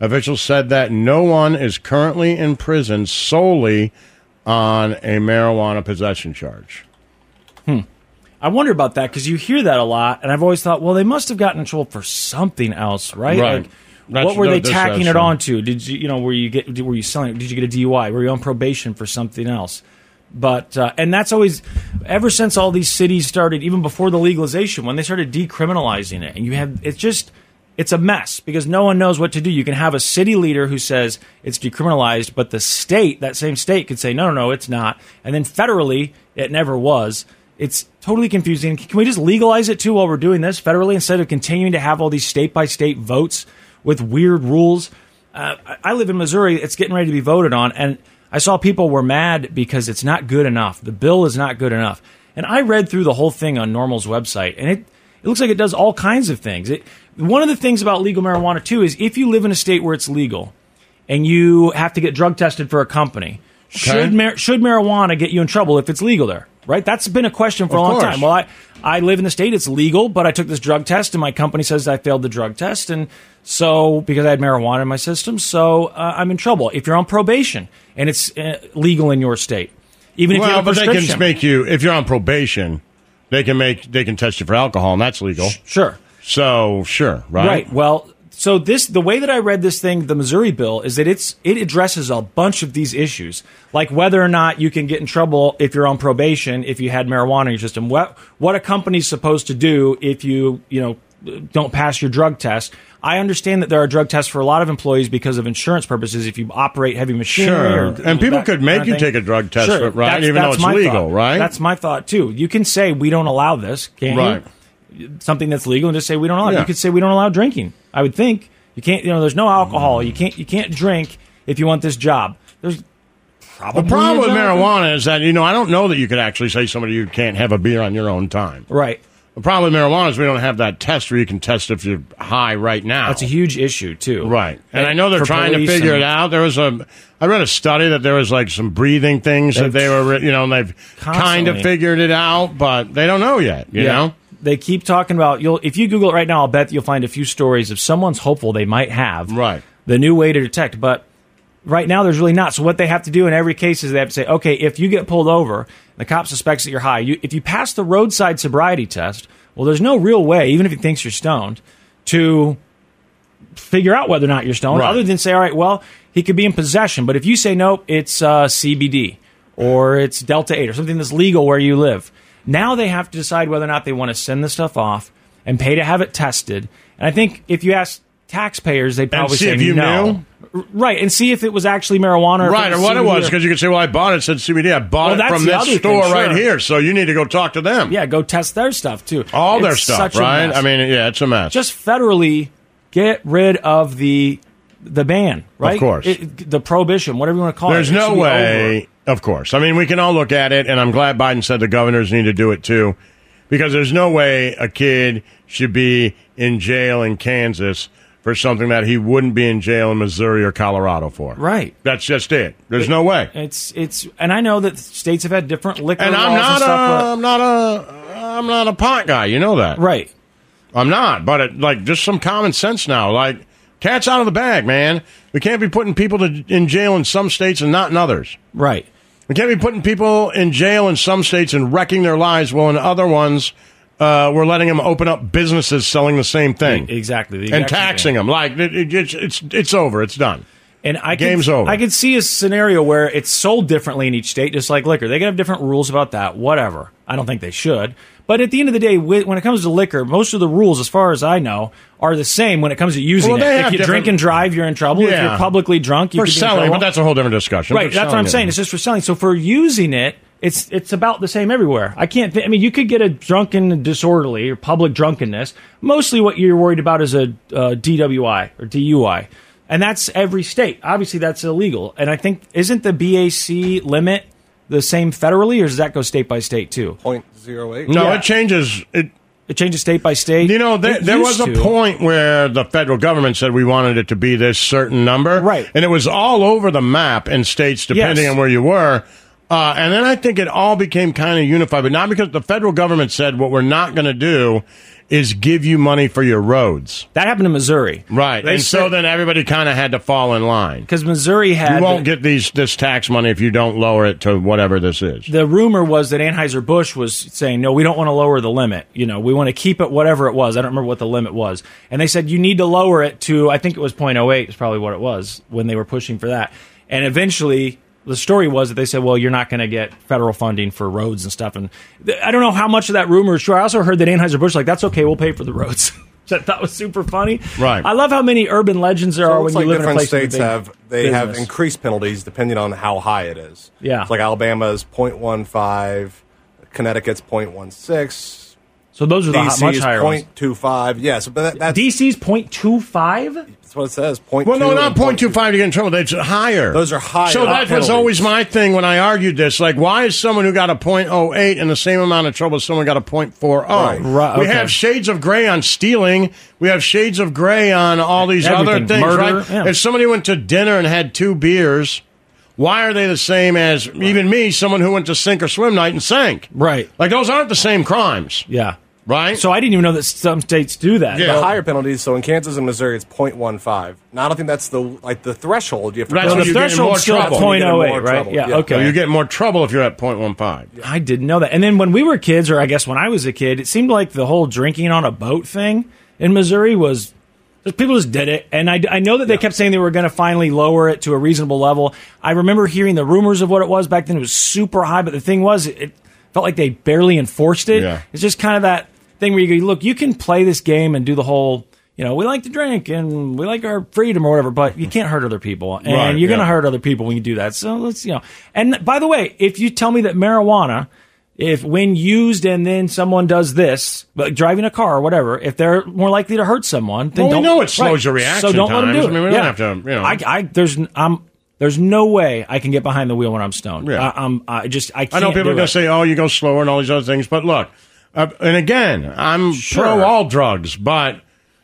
[SPEAKER 2] Officials said that no one is currently in prison solely on a marijuana possession charge.
[SPEAKER 3] I wonder about that because you hear that a lot, and I've always thought, well, they must have gotten in trouble for something else, right?
[SPEAKER 2] Right.
[SPEAKER 3] Like,
[SPEAKER 2] That's-
[SPEAKER 3] what were they
[SPEAKER 2] that's-
[SPEAKER 3] tacking
[SPEAKER 2] that's
[SPEAKER 3] it
[SPEAKER 2] right.
[SPEAKER 3] on to? Did you, you know, were you get, did- were you selling? Did you get a DUI? Were you on probation for something else? But uh, and that's always ever since all these cities started, even before the legalization, when they started decriminalizing it, and you have it's just it's a mess because no one knows what to do. You can have a city leader who says it's decriminalized, but the state, that same state, could say no, no, no, it's not. And then federally, it never was. It's totally confusing. Can we just legalize it too while we're doing this federally instead of continuing to have all these state by state votes with weird rules? Uh, I- I live in Missouri. It's getting ready to be voted on, and I saw people were mad because it's not good enough. The bill is not good enough. And I read through the whole thing on Normal's website, and it it looks like it does all kinds of things. It, one of the things about legal marijuana too is if you live in a state where it's legal, and you have to get drug tested for a company. Should mar- should marijuana get you in trouble if it's legal there? Right? That's been a question for
[SPEAKER 2] Of
[SPEAKER 3] a long
[SPEAKER 2] course.
[SPEAKER 3] time. Well, I I live in the state; it's legal, but I took this drug test, and my company says I failed the drug test, and so because I had marijuana in my system, so uh, I'm in trouble. If you're on probation and it's uh, legal in your state, even if you
[SPEAKER 2] well,
[SPEAKER 3] have a
[SPEAKER 2] but they
[SPEAKER 3] prescription,
[SPEAKER 2] can make you if you're on probation. They can make they can test you for alcohol, and that's legal.
[SPEAKER 3] sure.
[SPEAKER 2] So sure, right?
[SPEAKER 3] Well, so this the way that I read this thing, the Missouri bill, is that it's it addresses a bunch of these issues, like whether or not you can get in trouble if you're on probation if you had marijuana in your system. What what a company's supposed to do if you you know don't pass your drug test. I understand that there are drug tests for a lot of employees because of insurance purposes. If you operate heavy machinery,
[SPEAKER 2] Sure.
[SPEAKER 3] or-
[SPEAKER 2] And people
[SPEAKER 3] that
[SPEAKER 2] could make
[SPEAKER 3] kind of
[SPEAKER 2] you
[SPEAKER 3] thing.
[SPEAKER 2] take a drug test
[SPEAKER 3] Sure.
[SPEAKER 2] for it, right?
[SPEAKER 3] That's-
[SPEAKER 2] Even though
[SPEAKER 3] that's
[SPEAKER 2] it's
[SPEAKER 3] my
[SPEAKER 2] legal,
[SPEAKER 3] thought.
[SPEAKER 2] right?
[SPEAKER 3] That's my thought too. You can say we don't allow this, can't
[SPEAKER 2] Right.
[SPEAKER 3] you? something that's legal and just say we don't allow. it.
[SPEAKER 2] Yeah.
[SPEAKER 3] You could say we don't allow drinking. I would think you can't. You know, there's no alcohol. You can't. You can't drink if you want this job. There's probably
[SPEAKER 2] The problem with
[SPEAKER 3] is alcohol.
[SPEAKER 2] marijuana is that you know I don't know that you could actually say to somebody you can't have a beer on your own time.
[SPEAKER 3] Right.
[SPEAKER 2] The problem with marijuana is we don't have that test where you can test if you're high right now.
[SPEAKER 3] That's a huge issue too.
[SPEAKER 2] Right. And I know they're
[SPEAKER 3] For
[SPEAKER 2] trying to
[SPEAKER 3] police
[SPEAKER 2] figure
[SPEAKER 3] and-
[SPEAKER 2] it out. There was a, I read a study that there was like some breathing things that
[SPEAKER 3] They've-
[SPEAKER 2] they were, you know, and they've kind of
[SPEAKER 3] Constantly.
[SPEAKER 2] figured it out, but they don't know yet, you
[SPEAKER 3] Yeah.
[SPEAKER 2] know?
[SPEAKER 3] They keep talking about you'll if you Google it right now, I'll bet you'll find a few stories of someone's hopeful they might have
[SPEAKER 2] right
[SPEAKER 3] the new way to detect, but right now there's really not. So what they have to do in every case is they have to say, okay, if you get pulled over, the cop suspects that you're high. You, if you pass the roadside sobriety test, well, there's no real way, even if he thinks you're stoned, to figure out whether or not you're stoned,
[SPEAKER 2] Right.
[SPEAKER 3] other than say, all right, well, he could be in possession. But if you say, nope, it's uh, CBD or it's Delta 8 or something that's legal where you live, now they have to decide whether or not they want to send the stuff off and pay to have it tested. And I think if you ask taxpayers, they'd
[SPEAKER 2] And
[SPEAKER 3] probably
[SPEAKER 2] see
[SPEAKER 3] say
[SPEAKER 2] if you
[SPEAKER 3] no.
[SPEAKER 2] knew?
[SPEAKER 3] right, and see if it was actually marijuana, if
[SPEAKER 2] Right, or what it
[SPEAKER 3] CBD
[SPEAKER 2] was, because you could say, well, I bought it, it said CBD. I bought
[SPEAKER 3] Well,
[SPEAKER 2] it
[SPEAKER 3] that's
[SPEAKER 2] from
[SPEAKER 3] the
[SPEAKER 2] this
[SPEAKER 3] other thing,
[SPEAKER 2] store right
[SPEAKER 3] sure.
[SPEAKER 2] here, so you need to go talk to them.
[SPEAKER 3] yeah, go test their stuff too.
[SPEAKER 2] All their
[SPEAKER 3] It's
[SPEAKER 2] stuff,
[SPEAKER 3] such a
[SPEAKER 2] right?
[SPEAKER 3] mess.
[SPEAKER 2] I mean, yeah, it's a mess.
[SPEAKER 3] just federally get rid of the the ban, right?
[SPEAKER 2] course.
[SPEAKER 3] It- the prohibition, whatever you want to call
[SPEAKER 2] There's
[SPEAKER 3] it. It should
[SPEAKER 2] no
[SPEAKER 3] be
[SPEAKER 2] way. Of course. I mean, we can all look at it, and I'm glad Biden said the governors need to do it too, because there's no way a kid should be in jail in Kansas for something that he wouldn't be in jail in Missouri or Colorado for.
[SPEAKER 3] Right.
[SPEAKER 2] That's just it. There's no way.
[SPEAKER 3] over. It's it's, and I know that states have had different liquor
[SPEAKER 2] And I'm
[SPEAKER 3] laws
[SPEAKER 2] not
[SPEAKER 3] and stuff.
[SPEAKER 2] a,
[SPEAKER 3] but-
[SPEAKER 2] I'm not a, I'm not a pot guy. You know that,
[SPEAKER 3] right?
[SPEAKER 2] I'm not, but it, like just some common sense now. Like cats out of the bag, man. We can't be putting people to, in jail in some states and not in others.
[SPEAKER 3] Right.
[SPEAKER 2] We can't be putting people in jail in some states and wrecking their lives, while in other ones, uh, we're letting them open up businesses selling the same thing
[SPEAKER 3] E-, Exactly. the
[SPEAKER 2] and
[SPEAKER 3] exact
[SPEAKER 2] taxing
[SPEAKER 3] same thing.
[SPEAKER 2] them. Like it, it, it's it's it's over. It's done.
[SPEAKER 3] And I
[SPEAKER 2] Game's
[SPEAKER 3] can,
[SPEAKER 2] over.
[SPEAKER 3] I could see a scenario where it's sold differently in each state, just like liquor. They can have different rules about that. Whatever. I don't think they should. But at the end of the day, wh- when it comes to liquor, most of the rules, as far as I know, are the same when it comes to using
[SPEAKER 2] Well, they
[SPEAKER 3] it.
[SPEAKER 2] have
[SPEAKER 3] If you
[SPEAKER 2] different-
[SPEAKER 3] drink and drive, you're in trouble. If
[SPEAKER 2] Yeah.
[SPEAKER 3] you're publicly drunk, you
[SPEAKER 2] for
[SPEAKER 3] could be in
[SPEAKER 2] selling,
[SPEAKER 3] trouble.
[SPEAKER 2] but that's a whole different discussion.
[SPEAKER 3] right.
[SPEAKER 2] For
[SPEAKER 3] That's what
[SPEAKER 2] selling
[SPEAKER 3] I'm
[SPEAKER 2] it.
[SPEAKER 3] saying. It's just for selling. So for using it, it's it's about the same everywhere. I can't. Th- I mean, you could get a drunken disorderly or public drunkenness. Mostly, what you're worried about is a uh, DWI or DUI, and that's every state. Obviously, that's illegal. And I think isn't the BAC limit the same federally, or does that go state by state too?
[SPEAKER 4] Point zero eight.
[SPEAKER 2] No,
[SPEAKER 3] Yeah.
[SPEAKER 2] it changes. It
[SPEAKER 3] It changes state by state.
[SPEAKER 2] You know, there,
[SPEAKER 3] It
[SPEAKER 2] there was
[SPEAKER 3] used
[SPEAKER 2] a
[SPEAKER 3] to.
[SPEAKER 2] point where the federal government said we wanted it to be this certain number. Right. And it was all over the map in states, depending
[SPEAKER 3] Yes.
[SPEAKER 2] on where you were. Uh, and then I think it all became kind of unified, but not because the federal government said what we're not going to do is give you money for your roads.
[SPEAKER 3] that happened in Missouri,
[SPEAKER 2] Right.
[SPEAKER 3] They
[SPEAKER 2] and so
[SPEAKER 3] said-
[SPEAKER 2] then everybody kind of had to fall in line.
[SPEAKER 3] Because Missouri had
[SPEAKER 2] You won't get these this tax money if you don't lower it to whatever this is.
[SPEAKER 3] the rumor was that Anheuser Busch was saying, "No, we don't want to lower the limit. You know, we want to keep it whatever it was. I don't remember what the limit was." And they said, "You need to lower it to I think it was 0.08 is probably what it was when they were pushing for that." And eventually, the story was that they said, "Well, you're not going to get federal funding for roads and stuff." And th- I don't know how much of that rumor is true. I also heard that Anheuser Busch like, "That's okay, we'll pay for the roads." Which I thought was super funny.
[SPEAKER 2] Right.
[SPEAKER 3] I love how many urban legends there
[SPEAKER 4] So
[SPEAKER 3] are when
[SPEAKER 4] it's like
[SPEAKER 3] you live in a
[SPEAKER 4] different
[SPEAKER 3] place with a
[SPEAKER 4] states
[SPEAKER 3] big
[SPEAKER 4] have they have
[SPEAKER 3] business.
[SPEAKER 4] increased penalties depending on how high it is.
[SPEAKER 3] Yeah.
[SPEAKER 4] it's like Alabama's 0.15, Connecticut's 0.16,
[SPEAKER 3] So those are the hot-
[SPEAKER 4] DC
[SPEAKER 3] much
[SPEAKER 4] is
[SPEAKER 3] higher ones.
[SPEAKER 4] 0.25. Yes, but that, that's,
[SPEAKER 3] DC's 0.25?
[SPEAKER 4] that's what it says. 0.2
[SPEAKER 2] Well, no, not
[SPEAKER 4] and 0.25.
[SPEAKER 2] point two five to get in trouble. That's higher.
[SPEAKER 4] Those are higher
[SPEAKER 2] So that was
[SPEAKER 4] penalties.
[SPEAKER 2] always my thing when I argued this. Like, why is someone who got a point oh eight in the same amount of trouble as someone got a point four oh?
[SPEAKER 4] Right.
[SPEAKER 3] Right,
[SPEAKER 2] We
[SPEAKER 3] okay.
[SPEAKER 2] have shades of gray on stealing. We have shades of gray on all these other
[SPEAKER 3] Everything.
[SPEAKER 2] things.
[SPEAKER 3] Murder,
[SPEAKER 2] right?
[SPEAKER 3] yeah.
[SPEAKER 2] If somebody went to dinner and had two beers, why are they the same as even me, someone who went to sink or swim night and sank?
[SPEAKER 3] Right.
[SPEAKER 2] Like those aren't the same crimes,
[SPEAKER 3] Yeah.
[SPEAKER 2] right?
[SPEAKER 3] So I didn't even know that some states do that.
[SPEAKER 2] Yeah.
[SPEAKER 4] The higher penalties. So in Kansas and Missouri, it's 0.15. Now I don't think that's the like the threshold. You have to
[SPEAKER 2] That's when
[SPEAKER 3] So the
[SPEAKER 4] cross.
[SPEAKER 2] you get in more
[SPEAKER 3] threshold's still at
[SPEAKER 2] trouble.
[SPEAKER 4] You get in
[SPEAKER 3] 0.08,
[SPEAKER 4] more
[SPEAKER 3] right?
[SPEAKER 4] trouble.
[SPEAKER 3] Yeah,
[SPEAKER 4] Yeah.
[SPEAKER 3] okay.
[SPEAKER 2] you get more trouble if you're at point one five.
[SPEAKER 3] I didn't know that. And then when we were kids, or I guess when I was a kid, it seemed like the whole drinking on a boat thing in Missouri was just people just did it. And I, I know that they kept saying they were going to finally lower it to a reasonable level. I remember hearing the rumors of what it was back then. It was super high, but the thing was, it, it felt like they barely enforced it.
[SPEAKER 2] Yeah.
[SPEAKER 3] It's just kind of that thing where you go, look, you can play this game and do the whole. You know, we like to drink and we like our freedom or whatever, but you can't hurt other people. And
[SPEAKER 2] Right,
[SPEAKER 3] you're going to
[SPEAKER 2] yeah.
[SPEAKER 3] hurt hurt other people when you do that. So let's, you know. And by the way, if you tell me that marijuana, if when used and then someone does this, like driving a car or whatever, if they're more likely to hurt someone, then
[SPEAKER 2] Well, we
[SPEAKER 3] don't.
[SPEAKER 2] know it slows your
[SPEAKER 3] So
[SPEAKER 2] reaction
[SPEAKER 3] don't let them do
[SPEAKER 2] times.
[SPEAKER 3] it.
[SPEAKER 2] I mean, we don't have to, you know.
[SPEAKER 3] I, I there's I'm there's no way I can get behind the wheel when I'm stoned.
[SPEAKER 2] Yeah.
[SPEAKER 3] I, I'm I just I
[SPEAKER 2] I
[SPEAKER 3] can't.
[SPEAKER 2] know people
[SPEAKER 3] do
[SPEAKER 2] are going
[SPEAKER 3] it.
[SPEAKER 2] to say, "Oh, you go slower" and all these other things, but look, uh, and again, I'm pro all drugs, but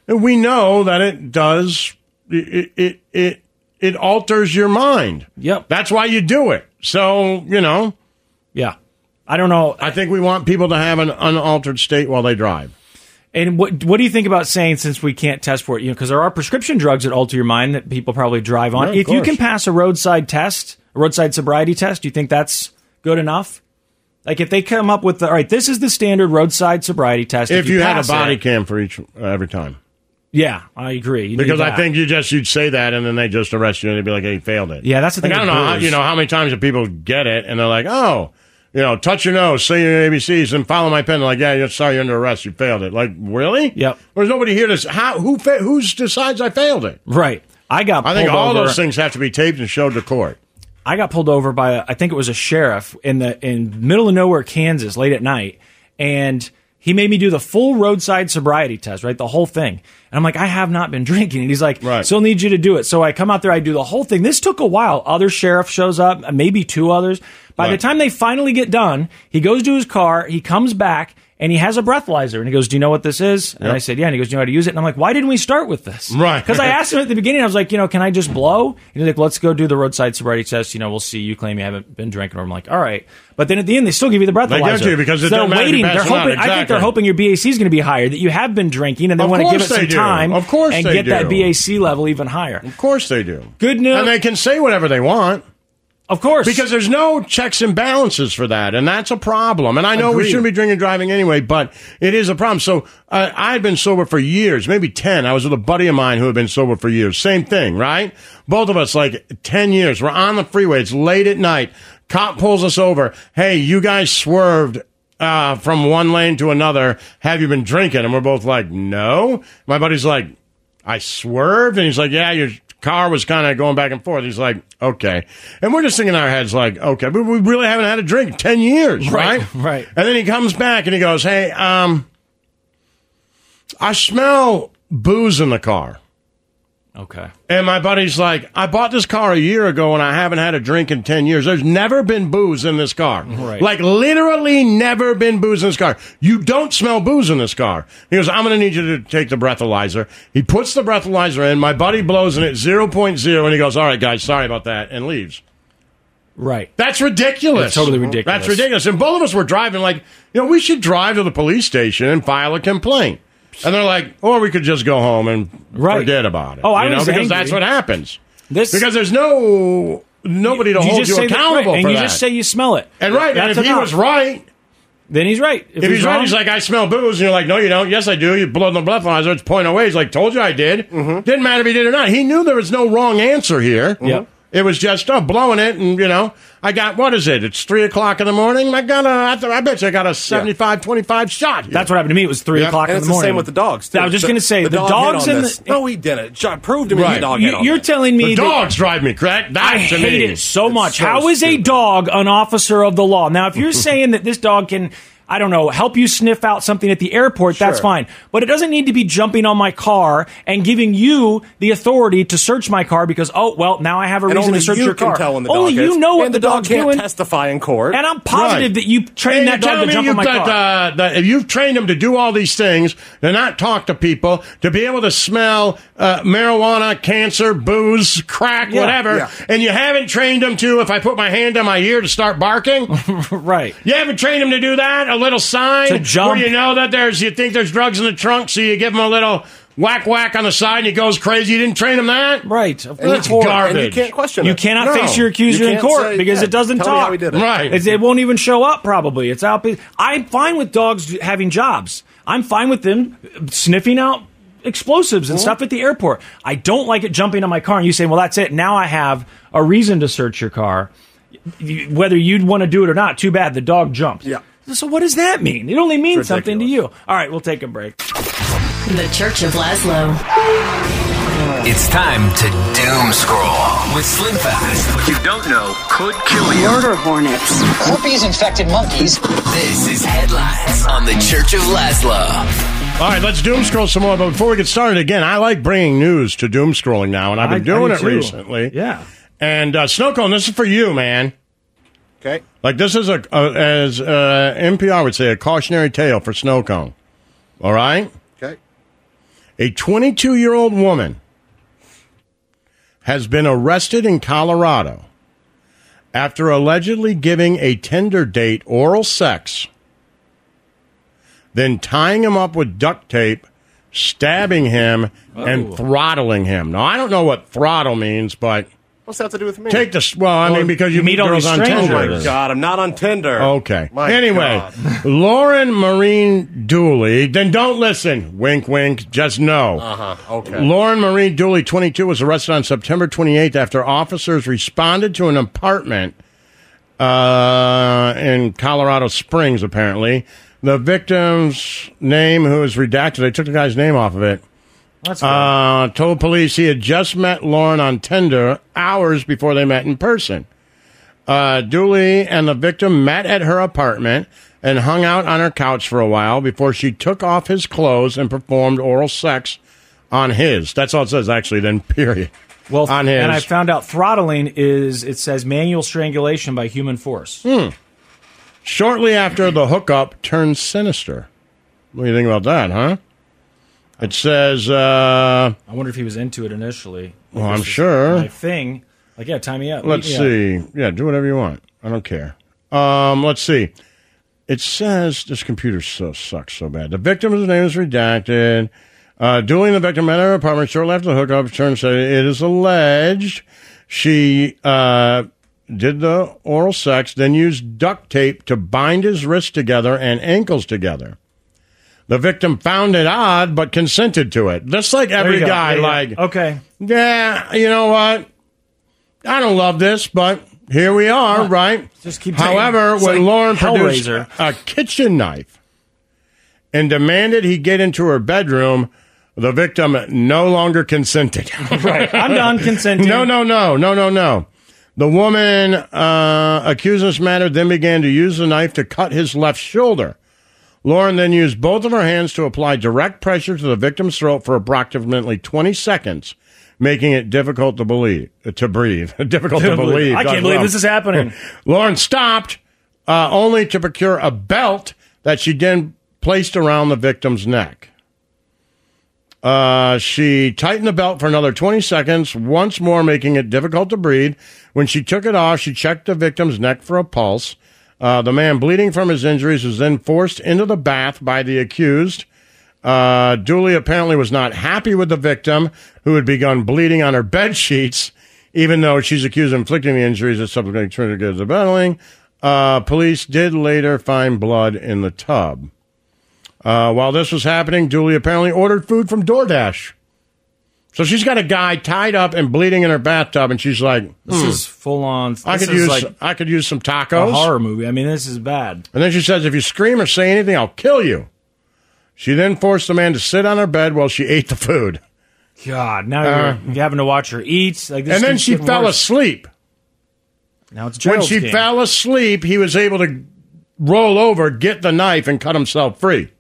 [SPEAKER 2] we know that it does it it it it alters your mind.
[SPEAKER 3] Yep.
[SPEAKER 2] that's why you do it. So you know,
[SPEAKER 3] yeah. I don't know.
[SPEAKER 2] I think we want people to have an unaltered state while they drive.
[SPEAKER 3] And what what do you think about saying since we can't test for it? You know, because there are prescription drugs that alter your mind that people probably drive
[SPEAKER 2] Yeah,
[SPEAKER 3] on.
[SPEAKER 2] of
[SPEAKER 3] if you
[SPEAKER 2] course.
[SPEAKER 3] can pass a roadside test, a roadside sobriety test, do you think that's good enough? Like if they come up with the all right, this is the standard roadside sobriety test.
[SPEAKER 2] If, you, had a
[SPEAKER 3] pass
[SPEAKER 2] body
[SPEAKER 3] it-
[SPEAKER 2] cam for each uh, every time,
[SPEAKER 3] yeah, I agree. You need
[SPEAKER 2] because I
[SPEAKER 3] that.
[SPEAKER 2] think you just you'd say that and then they just arrest you and they'd be like, "Hey, you failed it."
[SPEAKER 3] Yeah, that's the
[SPEAKER 2] Like,
[SPEAKER 3] thing
[SPEAKER 2] I don't
[SPEAKER 3] with
[SPEAKER 2] know, how,
[SPEAKER 3] booze.
[SPEAKER 2] you know, how many times do people get it and they're like, "Oh, you know, touch your nose, say your ABCs, and follow my pen." Like, yeah, you're sorry, you're under arrest, you failed it. Like, really?
[SPEAKER 3] Yep.
[SPEAKER 2] There's nobody here to s- how who fa- who's decides I failed it.
[SPEAKER 3] right. I got.
[SPEAKER 2] I think
[SPEAKER 3] pulled
[SPEAKER 2] all
[SPEAKER 3] over-
[SPEAKER 2] those things have to be taped and showed to court.
[SPEAKER 3] I got pulled over by a, I think it was a sheriff in the in middle of nowhere Kansas late at night, and he made me do the full roadside sobriety test, right, the whole thing. And I'm like, I have not been drinking, and he's like, still need you to do it. So I come out there, I do the whole thing. This took a while. Other sheriff shows up, maybe two others. By the time they finally get done, he goes to his car, he comes back. And he has a breathalyzer, and he goes, "Do you know what this is?" And
[SPEAKER 2] Yep.
[SPEAKER 3] I said, "Yeah." And he goes, "Do you know how to use it?" And I'm like, "Why didn't we start with this?"
[SPEAKER 2] Right.
[SPEAKER 3] Because I asked him at the beginning, I was like, you know, can I just blow? And he's like, let's go do the roadside sobriety test. You know, we'll see. You claim you haven't been drinking. Or I'm like, all right. But then at the end, they still give you the breathalyzer.
[SPEAKER 2] They give it to you because it
[SPEAKER 3] So they're
[SPEAKER 2] doesn't matter if you
[SPEAKER 3] waiting.
[SPEAKER 2] pass
[SPEAKER 3] They're
[SPEAKER 2] or not,
[SPEAKER 3] hoping. I think
[SPEAKER 2] exactly.
[SPEAKER 3] they're hoping your BAC is going to be higher, that you have been drinking, and they
[SPEAKER 2] Of
[SPEAKER 3] want to give
[SPEAKER 2] course
[SPEAKER 3] it
[SPEAKER 2] they
[SPEAKER 3] some
[SPEAKER 2] do.
[SPEAKER 3] time.
[SPEAKER 2] Of course
[SPEAKER 3] and
[SPEAKER 2] they
[SPEAKER 3] get that
[SPEAKER 2] do.
[SPEAKER 3] BAC level even higher.
[SPEAKER 2] Of course they do.
[SPEAKER 3] Good news.
[SPEAKER 2] And they can say whatever they want.
[SPEAKER 3] Of course.
[SPEAKER 2] Because there's no checks and balances for that, and that's a problem. And I know we
[SPEAKER 3] Agreed.
[SPEAKER 2] shouldn't be drinking and driving anyway, but it is a problem. So uh, I had been sober for years, maybe 10. I was with a buddy of mine who had been sober for years. Same thing, right? Both of us, like 10 years. We're on the freeway. It's late at night. Cop pulls us over. Hey, you guys swerved uh, from one lane to another. Have you been drinking? And we're both like, no. My buddy's like, I swerved, and he's like, "Yeah, your car was kind of going back and forth." He's like, "Okay," and we're just thinking in our heads, like, "Okay, we, we really haven't had a drink in ten years, right?"
[SPEAKER 3] Right, right.
[SPEAKER 2] And then he comes back and he goes, "Hey, um, I smell booze in the car."
[SPEAKER 3] Okay.
[SPEAKER 2] And my buddy's like, I bought this car a year ago and I haven't had a drink in 10 years. There's never been booze in this car.
[SPEAKER 3] Right.
[SPEAKER 2] Like, literally never been booze in this car. You don't smell booze in this car. He goes, I'm going to need you to take the breathalyzer. He puts the breathalyzer in. My buddy blows in at 0.0 and he goes, All right, guys, sorry about that, and leaves.
[SPEAKER 3] Right.
[SPEAKER 2] That's ridiculous.
[SPEAKER 3] It's totally ridiculous.
[SPEAKER 2] That's ridiculous. And both of us were driving like, you know, we should drive to the police station and file a complaint. And they're like, or we could just go home and
[SPEAKER 3] Right.
[SPEAKER 2] forget about it.
[SPEAKER 3] Oh, I
[SPEAKER 2] you know,
[SPEAKER 3] was
[SPEAKER 2] because
[SPEAKER 3] angry.
[SPEAKER 2] that's what happens.
[SPEAKER 3] This-
[SPEAKER 2] because there's no nobody to
[SPEAKER 3] You
[SPEAKER 2] hold
[SPEAKER 3] just
[SPEAKER 2] you
[SPEAKER 3] say that- right,
[SPEAKER 2] accountable
[SPEAKER 3] and
[SPEAKER 2] for
[SPEAKER 3] you
[SPEAKER 2] that.
[SPEAKER 3] just say you smell it.
[SPEAKER 2] and right, and
[SPEAKER 3] That's
[SPEAKER 2] if he
[SPEAKER 3] enough.
[SPEAKER 2] was right,
[SPEAKER 3] then he's right.
[SPEAKER 2] if, he's, right,
[SPEAKER 3] wrong-
[SPEAKER 2] he's like, I smell booze, and you're like, No, you don't. Yes, I do. You blow the breathalyzer. It's point away. He's like, Told you I did.
[SPEAKER 3] Mm-hmm.
[SPEAKER 2] Didn't matter if he did or not. He knew there was no wrong answer here.
[SPEAKER 3] Yep.
[SPEAKER 2] It was just oh, blowing it, and you know, I got what is it? It's three o'clock in the morning. I got a, I, th- I bet you I got a 75 25 shot. here.
[SPEAKER 3] That's what happened to me. It was three
[SPEAKER 2] Yeah.
[SPEAKER 3] o'clock in
[SPEAKER 4] And it's
[SPEAKER 3] the
[SPEAKER 4] the
[SPEAKER 3] morning.
[SPEAKER 4] same with the dogs. Too.
[SPEAKER 3] I was just going to say the,
[SPEAKER 4] dog hit
[SPEAKER 3] dogs
[SPEAKER 4] on
[SPEAKER 3] and
[SPEAKER 4] this.
[SPEAKER 3] the
[SPEAKER 4] no, he didn't. Jo- Proved him.
[SPEAKER 2] Right.
[SPEAKER 4] He dog hit
[SPEAKER 3] you,
[SPEAKER 4] on
[SPEAKER 3] you're
[SPEAKER 4] this.
[SPEAKER 3] telling me
[SPEAKER 2] the
[SPEAKER 3] that-
[SPEAKER 2] dogs drive me crazy. That
[SPEAKER 3] I
[SPEAKER 2] to
[SPEAKER 3] hate
[SPEAKER 2] me.
[SPEAKER 3] it so much.
[SPEAKER 4] so
[SPEAKER 3] How is a
[SPEAKER 4] stupid.
[SPEAKER 3] dog an officer of the law? Now, if you're saying that this dog can, I don't know, help you sniff out something at the airport, that's
[SPEAKER 4] Sure.
[SPEAKER 3] fine. But it doesn't need to be jumping on my car and giving you the authority to search my car because oh well, now I have a
[SPEAKER 4] And
[SPEAKER 3] reason
[SPEAKER 4] only
[SPEAKER 3] to search
[SPEAKER 4] you
[SPEAKER 3] your car.
[SPEAKER 4] can tell when the
[SPEAKER 3] only
[SPEAKER 4] dog
[SPEAKER 3] you
[SPEAKER 4] hits.
[SPEAKER 3] know what
[SPEAKER 4] and the dog can't
[SPEAKER 3] doing.
[SPEAKER 4] testify in court.
[SPEAKER 3] And I'm positive
[SPEAKER 2] Right.
[SPEAKER 3] that you trained
[SPEAKER 2] And
[SPEAKER 3] that
[SPEAKER 2] you're
[SPEAKER 3] dog
[SPEAKER 2] telling
[SPEAKER 3] to
[SPEAKER 2] me
[SPEAKER 3] jump
[SPEAKER 2] you've
[SPEAKER 3] on my
[SPEAKER 2] got,
[SPEAKER 3] car.
[SPEAKER 2] uh, that if you've trained them to do all these things, to not talk to people, to be able to smell uh, marijuana, cancer, booze, crack,
[SPEAKER 3] Yeah.
[SPEAKER 2] whatever,
[SPEAKER 4] Yeah.
[SPEAKER 2] and you haven't trained them to, if I put my hand on my ear to start barking,
[SPEAKER 3] right.
[SPEAKER 2] you haven't trained them to do that, a little sign
[SPEAKER 3] To jump.
[SPEAKER 2] where you know that there's, you think there's drugs in the trunk, so you give him a little whack whack on the side and he goes crazy. You didn't train him that?
[SPEAKER 3] Right. Of
[SPEAKER 2] That's
[SPEAKER 3] course.
[SPEAKER 2] garbage.
[SPEAKER 4] And you can't question
[SPEAKER 3] You
[SPEAKER 4] it.
[SPEAKER 3] cannot
[SPEAKER 4] No.
[SPEAKER 3] face your accuser
[SPEAKER 4] You
[SPEAKER 3] in
[SPEAKER 4] can't
[SPEAKER 3] court
[SPEAKER 4] say,
[SPEAKER 3] because
[SPEAKER 4] yeah,
[SPEAKER 3] it doesn't
[SPEAKER 4] tell me
[SPEAKER 3] talk.
[SPEAKER 4] how he did it.
[SPEAKER 2] Right.
[SPEAKER 3] It's- it won't even show up. Probably it's out. I'm fine with dogs having jobs. I'm fine with them sniffing out explosives and stuff at the airport. I don't like it jumping on my car and you saying, "Well, that's it. Now I have a reason to search your car." You- Whether you'd want to do it or not, too bad the dog jumped.
[SPEAKER 4] Yeah.
[SPEAKER 3] So what does that mean? It only means something to you.
[SPEAKER 4] ridiculous.
[SPEAKER 3] All right, we'll take a break.
[SPEAKER 6] The Church of Laszlo.
[SPEAKER 10] It's time to doom scroll with Slim Fast. What you don't know could kill you.
[SPEAKER 9] Murder hornets. Herpes infected monkeys.
[SPEAKER 10] This is headlines on the Church of Laszlo.
[SPEAKER 2] All right, let's doom scroll some more. But before we get started, again, I like bringing news to doom scrolling now, and I've
[SPEAKER 3] I-
[SPEAKER 2] been
[SPEAKER 3] I
[SPEAKER 2] doing
[SPEAKER 3] do
[SPEAKER 2] it
[SPEAKER 3] too.
[SPEAKER 2] recently.
[SPEAKER 3] Yeah.
[SPEAKER 2] And uh, snow cone, this is for you, man.
[SPEAKER 4] Okay.
[SPEAKER 2] Like this is a, a as uh, NPR would say, a cautionary tale for snow cone. All right,
[SPEAKER 4] Okay.
[SPEAKER 2] a 22 year old woman has been arrested in Colorado after allegedly giving a Tinder date oral sex, then tying him up with duct tape, stabbing him, and throttling him. Now I don't know what throttle means, but
[SPEAKER 4] What's that have to do with me?
[SPEAKER 2] take the well. I mean, because you
[SPEAKER 3] meet
[SPEAKER 2] meet
[SPEAKER 3] all
[SPEAKER 2] girls
[SPEAKER 3] these
[SPEAKER 2] on
[SPEAKER 3] strangers.
[SPEAKER 2] Tinder.
[SPEAKER 4] Oh my God, I'm not on Tinder.
[SPEAKER 3] Oh,
[SPEAKER 2] Okay.
[SPEAKER 4] My
[SPEAKER 2] anyway,
[SPEAKER 4] God.
[SPEAKER 2] Lauren Marine Dooley, then don't listen. Wink, wink. Just no. Uh huh.
[SPEAKER 4] Uh-huh. Okay.
[SPEAKER 2] Lauren Marine Dooley, 22, was arrested on September 28th after officers responded to an apartment uh, in Colorado Springs, apparently. The victim's name, who is redacted, I took the guy's name off of it,
[SPEAKER 3] That's
[SPEAKER 2] uh, told police he had just met Lauren on Tinder hours before they met in person. Uh, Dooley and the victim met at her apartment and hung out on her couch for a while before she took off his clothes and performed oral sex on his. That's all it says, actually, then, period.
[SPEAKER 3] Well,
[SPEAKER 2] on his.
[SPEAKER 3] And I found out throttling is it says manual strangulation by human force.
[SPEAKER 2] Hmm. Shortly after the hookup turned sinister. What do you think about that, huh? It says, uh,
[SPEAKER 3] I wonder if he was into it initially.
[SPEAKER 2] Well, I'm
[SPEAKER 3] This is
[SPEAKER 2] sure.
[SPEAKER 3] My thing. Like, yeah, tie me up.
[SPEAKER 2] let's
[SPEAKER 3] Beat me up.
[SPEAKER 2] see. Yeah, do whatever you want. I don't care. Um, let's see. It says this computer so sucks so bad. The victim's name is redacted. Uh, Dooley and the victim at her apartment shortly after the hookup. Turn said it is alleged she uh, did the oral sex, then used duct tape to bind his wrists together and ankles together. The victim found it odd, but consented to it. Just like
[SPEAKER 3] There you
[SPEAKER 2] every
[SPEAKER 3] go.
[SPEAKER 2] guy,
[SPEAKER 3] There you go.
[SPEAKER 2] like
[SPEAKER 3] Okay.
[SPEAKER 2] yeah, you know what? I don't love this, but here we are, right?
[SPEAKER 3] Just keep taking-
[SPEAKER 2] However,
[SPEAKER 3] it's
[SPEAKER 2] when
[SPEAKER 3] like
[SPEAKER 2] Lauren produced
[SPEAKER 3] Hellraiser.
[SPEAKER 2] a kitchen knife and demanded he get into her bedroom, the victim no longer consented.
[SPEAKER 3] right. I'm done consenting.
[SPEAKER 2] No, no, no, no, no, no. The woman uh, accused this matter then began to use the knife to cut his left shoulder. Lauren then used both of her hands to apply direct pressure to the victim's throat for approximately 20 seconds, making it difficult to believe to breathe. difficult to
[SPEAKER 3] Can't believe it.
[SPEAKER 2] believe.
[SPEAKER 3] I can't
[SPEAKER 2] God, Hmm.
[SPEAKER 3] believe
[SPEAKER 2] wow.
[SPEAKER 3] this is happening.
[SPEAKER 2] Lauren stopped uh, only to procure a belt that she then placed around the victim's neck. Uh, she tightened the belt for another 20 seconds, once more making it difficult to breathe. When she took it off, she checked the victim's neck for a pulse. Uh, the man, bleeding from his injuries, was then forced into the bath by the accused. Uh, Dooley apparently was not happy with the victim, who had begun bleeding on her bed sheets, even though she's accused of inflicting the injuries that subsequently triggered the battling. Uh, police did later find blood in the tub. Uh, while this was happening, Julie apparently ordered food from DoorDash. So she's got a guy tied up and bleeding in her bathtub, and she's like,
[SPEAKER 3] This
[SPEAKER 2] "Hmm,
[SPEAKER 3] is full on.
[SPEAKER 2] I
[SPEAKER 3] this
[SPEAKER 2] could
[SPEAKER 3] is
[SPEAKER 2] use
[SPEAKER 3] like
[SPEAKER 2] I could use some
[SPEAKER 3] a
[SPEAKER 2] tacos."
[SPEAKER 3] horror movie. I mean, this is bad.
[SPEAKER 2] And then she says, "If you scream or say anything, I'll kill you." She then forced the man to sit on her bed while she ate the food,
[SPEAKER 3] God, now you're,
[SPEAKER 2] Uh,
[SPEAKER 3] you're having to watch her eat. Like this
[SPEAKER 2] and then
[SPEAKER 3] keeps
[SPEAKER 2] she
[SPEAKER 3] getting
[SPEAKER 2] fell
[SPEAKER 3] worse.
[SPEAKER 2] asleep.
[SPEAKER 3] Now it's
[SPEAKER 2] When
[SPEAKER 3] Gerald's
[SPEAKER 2] she
[SPEAKER 3] game.
[SPEAKER 2] fell asleep, he was able to roll over, get the knife, and cut himself free.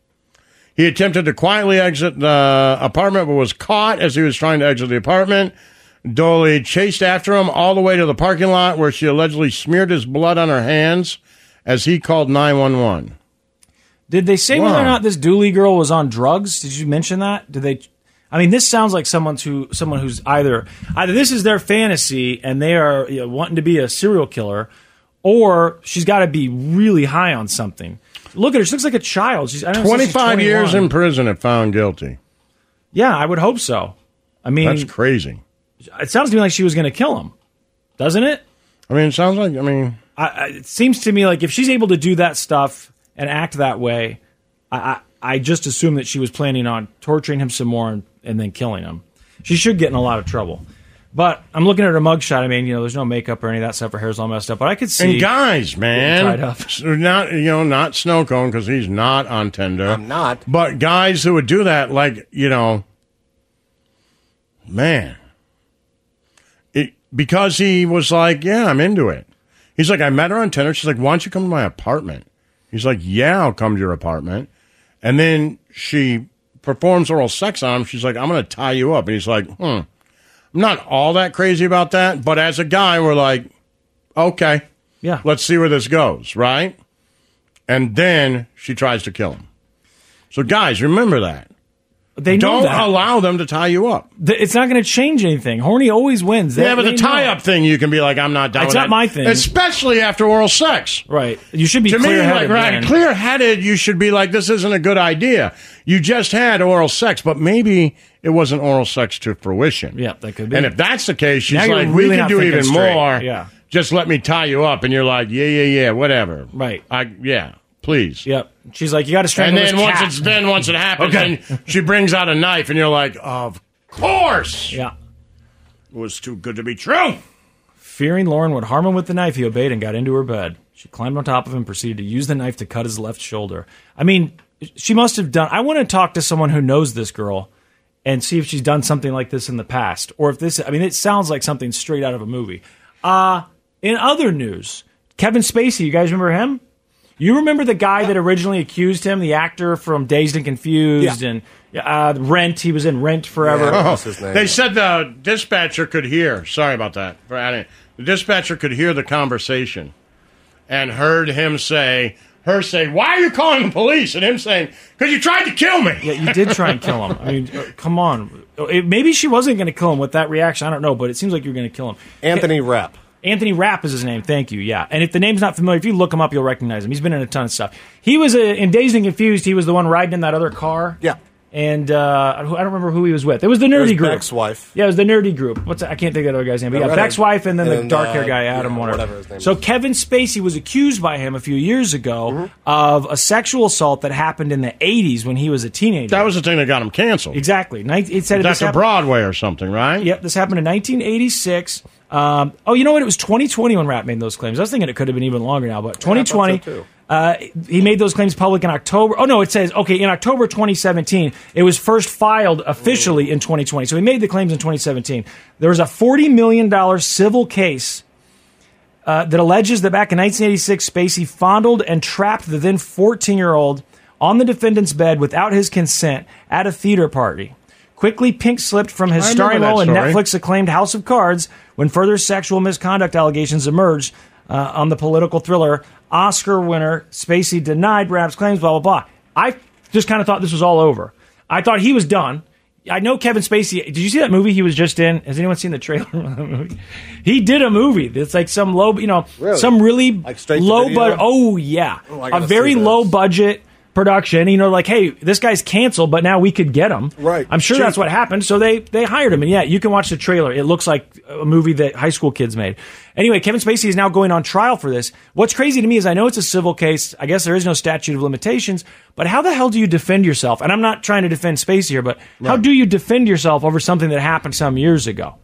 [SPEAKER 2] He attempted to quietly exit the apartment, but was caught as he was trying to exit the apartment. Dolly chased after him all the way to the parking lot, where she allegedly smeared his blood on her hands as he called 911.
[SPEAKER 3] Did they say whether or
[SPEAKER 2] Wow.
[SPEAKER 3] not this Dooley girl was on drugs? Did you mention that? Did they? I mean, this sounds like someone who someone who's either either this is their fantasy and they are you know, wanting to be a serial killer, or she's got to be really high on something. Look at her; she looks like a child. She's I don't know, she's
[SPEAKER 2] 25 years
[SPEAKER 3] 21.
[SPEAKER 2] in prison if found guilty.
[SPEAKER 3] Yeah, I would hope so. I mean,
[SPEAKER 2] That's crazy.
[SPEAKER 3] it sounds to me like she was going to kill him, doesn't it?
[SPEAKER 2] I mean, it sounds like, I mean,
[SPEAKER 3] I, I, it seems to me like if she's able to do that stuff and act that way, I, I, I just assume that she was planning on torturing him some more and, and then killing him. She should get in a lot of trouble. But I'm looking at her mugshot. I mean, you know, there's no makeup or any of that stuff. Her hair's all messed up. But I could see.
[SPEAKER 2] and guys, man,
[SPEAKER 3] tied up.
[SPEAKER 2] s- not you know, not snow cone because he's not on Tinder. I'm
[SPEAKER 4] not.
[SPEAKER 2] But guys who would do that, like you know, man, it because he was like, yeah, I'm into it. He's like, I met her on Tinder. She's like, why don't you come to my apartment? He's like, yeah, I'll come to your apartment. And then she performs oral sex on him. She's like, I'm gonna tie you up. And he's like, hmm, I'm not all that crazy about that. But as a guy, we're like, okay.
[SPEAKER 3] Yeah.
[SPEAKER 2] Let's see where this goes, right? And then she tries to kill him. So, guys, remember that.
[SPEAKER 3] They know
[SPEAKER 2] Don't
[SPEAKER 3] that.
[SPEAKER 2] allow them to tie you up.
[SPEAKER 3] Th- It's not going to change anything. Horny always wins. They-
[SPEAKER 2] yeah, but
[SPEAKER 3] they
[SPEAKER 2] the tie
[SPEAKER 3] know.
[SPEAKER 2] up thing, you can be like, I'm not down
[SPEAKER 3] It's
[SPEAKER 2] with
[SPEAKER 3] not
[SPEAKER 2] that.
[SPEAKER 3] my thing.
[SPEAKER 2] Especially after oral sex.
[SPEAKER 3] Right. You should be
[SPEAKER 2] to me,
[SPEAKER 3] clear
[SPEAKER 2] like,
[SPEAKER 3] headed.
[SPEAKER 2] right, clear headed, you should be like, this isn't a good idea. You just had oral sex, but maybe it wasn't oral sex to fruition.
[SPEAKER 3] Yeah, that could be.
[SPEAKER 2] And if that's the case, she's
[SPEAKER 3] Now you're
[SPEAKER 2] like,
[SPEAKER 3] really
[SPEAKER 2] we can
[SPEAKER 3] not
[SPEAKER 2] do
[SPEAKER 3] thinking
[SPEAKER 2] even
[SPEAKER 3] straight."
[SPEAKER 2] more.
[SPEAKER 3] Yeah.
[SPEAKER 2] Just let me tie you up. And you're like, yeah, yeah, yeah, whatever.
[SPEAKER 3] Right.
[SPEAKER 2] I, yeah, please.
[SPEAKER 3] Yep. She's like, you got to
[SPEAKER 2] And
[SPEAKER 3] strangle
[SPEAKER 2] then
[SPEAKER 3] this
[SPEAKER 2] once
[SPEAKER 3] cat.
[SPEAKER 2] it's then once it happens,
[SPEAKER 3] Okay.
[SPEAKER 2] then she brings out a knife, and you're like, "Of course,
[SPEAKER 3] Yeah.
[SPEAKER 2] it was too good to be true."
[SPEAKER 3] Fearing Lauren would harm him with the knife, he obeyed and got into her bed. She climbed on top of him and proceeded to use the knife to cut his left shoulder. I mean, she must have done. I want to talk to someone who knows this girl and see if she's done something like this in the past, or if this. I mean, it sounds like something straight out of a movie. Uh in other news, Kevin Spacey. You guys remember him? You remember the guy that originally accused him, the actor from Dazed and Confused and uh, Rent. He was in Rent forever.
[SPEAKER 2] They said the dispatcher could hear. Sorry about that. for adding- The dispatcher could hear the conversation and heard him say, her say, why are you calling the police? And him saying, because you tried to kill me.
[SPEAKER 3] Yeah, you did try and kill him. I mean, uh, come on. It- maybe she wasn't going to kill him with that reaction. I don't know, but it seems like you were going to kill him.
[SPEAKER 4] Anthony Rapp.
[SPEAKER 3] Anthony Rapp is his name. Thank you. Yeah. And if the name's not familiar, if you look him up, you'll recognize him. He's been in a ton of stuff. He was uh, in Dazed and Confused. He was the one riding in that other car. Yeah. And uh, I don't I don't remember who he was with. It was the nerdy
[SPEAKER 4] was
[SPEAKER 3] group.
[SPEAKER 4] Beck's wife.
[SPEAKER 3] Yeah, it was the nerdy group. What's that? I can't think of the other guy's name. But
[SPEAKER 4] I
[SPEAKER 3] yeah,
[SPEAKER 4] read
[SPEAKER 3] Beck's
[SPEAKER 4] it.
[SPEAKER 3] wife and then the
[SPEAKER 4] And,
[SPEAKER 3] dark hair
[SPEAKER 4] uh,
[SPEAKER 3] guy, Adam,
[SPEAKER 4] yeah,
[SPEAKER 3] whatever.
[SPEAKER 4] whatever his name
[SPEAKER 3] so Kevin Spacey was accused by him a few years ago
[SPEAKER 4] Mm-hmm.
[SPEAKER 3] of a sexual assault that happened in the 80s when he was a teenager.
[SPEAKER 2] That was the thing that got him canceled.
[SPEAKER 3] Exactly. Nin- It said this
[SPEAKER 2] Dr.
[SPEAKER 3] happened-
[SPEAKER 2] Broadway or something, right?
[SPEAKER 3] Yep, this happened in 1986. Um, oh, you know what? It was 2020 when Rap made those claims. I was thinking it could have been even longer now, but 2020.
[SPEAKER 4] so, too.
[SPEAKER 3] uh, he made those claims public in October. Oh no, it says okay in October 2017. It was first filed officially in 2020. So he made the claims in 2017. There was a 40 million dollar civil case uh, that alleges that back in 1986, Spacey fondled and trapped the then 14 year old on the defendant's bed without his consent at a theater party. Quickly, Pink slipped from his
[SPEAKER 2] I
[SPEAKER 3] starring
[SPEAKER 2] remember
[SPEAKER 3] role
[SPEAKER 2] that
[SPEAKER 3] in
[SPEAKER 2] story.
[SPEAKER 3] Netflix acclaimed House of Cards when further sexual misconduct allegations emerged uh, on the political thriller. Oscar winner Spacey denied Rapp's claims, blah, blah, blah. I just kind of thought this was all over. I thought he was done. I know Kevin Spacey. Did you see that movie he was just in? Has anyone seen the trailer? of that movie? he did a movie that's like some low, you know,
[SPEAKER 4] Really?
[SPEAKER 3] some really
[SPEAKER 4] Like straight to
[SPEAKER 3] low
[SPEAKER 4] video?
[SPEAKER 3] but Oh yeah,
[SPEAKER 4] Oh, I
[SPEAKER 3] a
[SPEAKER 4] gotta
[SPEAKER 3] very
[SPEAKER 4] see this.
[SPEAKER 3] low budget production. You know, like hey, this guy's canceled, but now we could get him.
[SPEAKER 4] Right.
[SPEAKER 3] I'm sure
[SPEAKER 4] Cheap.
[SPEAKER 3] that's what happened. So they they hired him, and yeah, you can watch the trailer. It looks like a movie that high school kids made. Anyway, Kevin Spacey is now going on trial for this. What's crazy to me is I know it's a civil case. I guess there is no statute of limitations, but how the hell do you defend yourself? And I'm not trying to defend Spacey here, but how do you defend yourself over something that happened some years ago?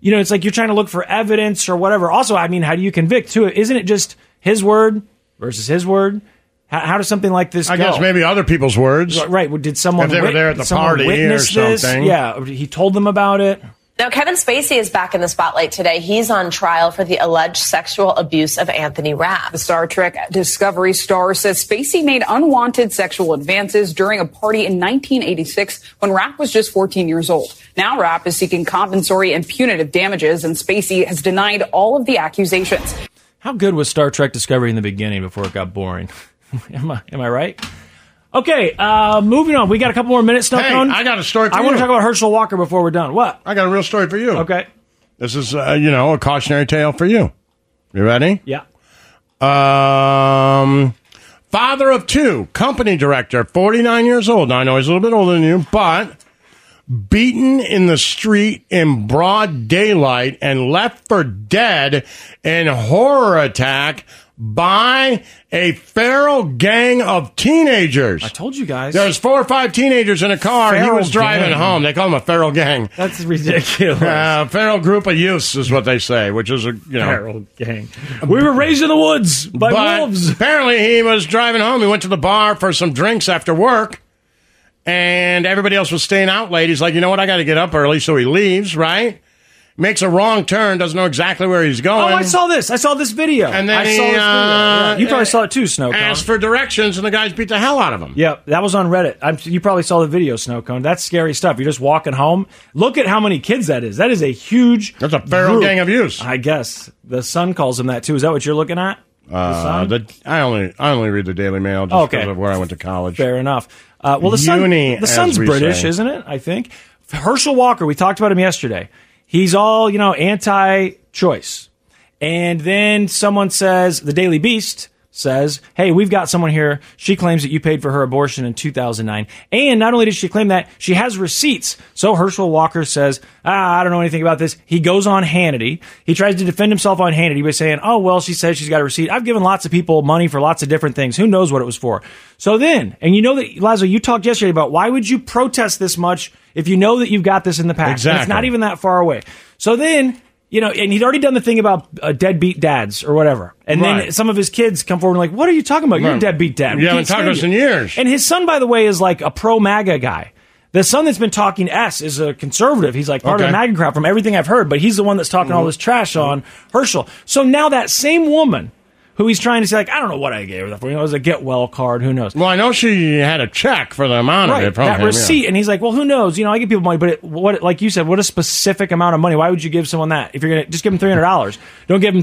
[SPEAKER 3] you know, it's like you're trying to look for evidence or whatever. Also, I mean, how do you convict too? Isn't it just his word versus his word? How, how does something like this
[SPEAKER 2] I
[SPEAKER 3] go?
[SPEAKER 2] guess maybe other people's words.
[SPEAKER 3] right. Well, did someone
[SPEAKER 2] If they were
[SPEAKER 3] wit-
[SPEAKER 2] there at
[SPEAKER 3] did
[SPEAKER 2] the
[SPEAKER 3] someone
[SPEAKER 2] party or
[SPEAKER 3] witness this?
[SPEAKER 2] something.
[SPEAKER 3] Yeah, or he told them about it.
[SPEAKER 11] Now, Kevin Spacey is back in the spotlight today. He's on trial for the alleged sexual abuse of Anthony Rapp.
[SPEAKER 12] The Star Trek Discovery star says Spacey made unwanted sexual advances during a party in 1986 when Rapp was just 14 years old. Now Rapp is seeking compensatory and punitive damages, and Spacey has denied all of the accusations.
[SPEAKER 3] How good was Star Trek Discovery in the beginning before it got boring? am I am I right? Okay, uh, moving on. We got a couple more minutes. Snuck
[SPEAKER 2] Hey,
[SPEAKER 3] on.
[SPEAKER 2] I got a story for
[SPEAKER 3] I
[SPEAKER 2] you. Oh.
[SPEAKER 3] want to talk about Herschel Walker before we're done. What?
[SPEAKER 2] I got a real story for you.
[SPEAKER 3] Okay.
[SPEAKER 2] This is, uh, you know, a cautionary tale for you. You ready?
[SPEAKER 3] Yeah.
[SPEAKER 2] Um, father of two, company director, 49 years old. Now, I know he's a little bit older than you, but beaten in the street in broad daylight and left for dead in horror attack by a feral gang of teenagers. I
[SPEAKER 3] told you guys.
[SPEAKER 2] There's four or five teenagers in a car. and he
[SPEAKER 3] Feral
[SPEAKER 2] was driving
[SPEAKER 3] gang.
[SPEAKER 2] home. They call him a feral gang.
[SPEAKER 3] That's ridiculous.
[SPEAKER 2] Uh, feral group of youths is what they say, which is a you know
[SPEAKER 3] Feral gang. We were raised in the woods by
[SPEAKER 2] but
[SPEAKER 3] wolves.
[SPEAKER 2] Apparently, he was driving home. He went to the bar for some drinks after work, and everybody else was staying out late. He's like, you know what? I got to get up early, so he leaves. Right? Makes a wrong turn. Doesn't know exactly where he's
[SPEAKER 3] Oh,
[SPEAKER 2] going.
[SPEAKER 3] I saw this. I saw this video.
[SPEAKER 2] And then
[SPEAKER 3] I
[SPEAKER 2] he,
[SPEAKER 3] saw this video.
[SPEAKER 2] uh,
[SPEAKER 3] Yeah. You probably saw it too, Snow Cone.
[SPEAKER 2] Asked for directions, and the guys beat the hell out of him.
[SPEAKER 3] yeah, that was on Reddit. I'm, you probably saw the video, Snow Cone. That's scary stuff. You're just walking home. Look at how many kids that is. That is a huge.
[SPEAKER 2] That's a feral
[SPEAKER 3] group.
[SPEAKER 2] gang of youths.
[SPEAKER 3] I guess the sun calls him that too. Is that what you're looking at?
[SPEAKER 2] Uh, the, I only I only read the Daily Mail just
[SPEAKER 3] Okay.
[SPEAKER 2] because of where I went to college.
[SPEAKER 3] Fair enough. Uh, well, the sun,
[SPEAKER 2] Uni,
[SPEAKER 3] the
[SPEAKER 2] as
[SPEAKER 3] sun's
[SPEAKER 2] we
[SPEAKER 3] British,
[SPEAKER 2] say.
[SPEAKER 3] isn't it? I think Herschel Walker. We talked about him yesterday. He's all you know, anti-choice, and then someone says the Daily Beast says, "Hey, we've got someone here. She claims that you paid for her abortion in 2009, and not only did she claim that, she has receipts." So Herschel Walker says, "Ah, I don't know anything about this." He goes on Hannity. He tries to defend himself on Hannity by saying, "Oh, well, she says she's got a receipt. I've given lots of people money for lots of different things. Who knows what it was for?" So then, and you know that Lazo, you talked yesterday about why would you protest this much if you know that you've got this in the past? And It's
[SPEAKER 2] Exactly.
[SPEAKER 3] not even that far away. So then, you know, and he'd already done the thing about uh, deadbeat dads or whatever. And then
[SPEAKER 2] Right.
[SPEAKER 3] some of his kids come forward and like, what are you talking about? You're a
[SPEAKER 2] Right.
[SPEAKER 3] deadbeat dad.
[SPEAKER 2] You
[SPEAKER 3] We
[SPEAKER 2] haven't
[SPEAKER 3] can't
[SPEAKER 2] talked to
[SPEAKER 3] stand
[SPEAKER 2] us in
[SPEAKER 3] you."
[SPEAKER 2] years.
[SPEAKER 3] And his son, by the way, is like a pro MAGA guy. The son that's been talking S is a conservative. He's like part of
[SPEAKER 2] Okay. Mm-hmm.
[SPEAKER 3] the MAGA crowd from everything I've heard, but he's the one that's talking all this trash on Herschel. So now that same woman who he's trying to say, like, I don't know what I gave her that for. You know, it was a get well card. Who knows?
[SPEAKER 2] Well, I know she had a check for the amount
[SPEAKER 3] right,
[SPEAKER 2] of it from
[SPEAKER 3] that
[SPEAKER 2] him, yeah.
[SPEAKER 3] receipt. And he's like, well, who knows? You know, I give people money, but it, what, like you said, what a specific amount of money. Why would you give someone that? If you're going to just give them $300, don't give them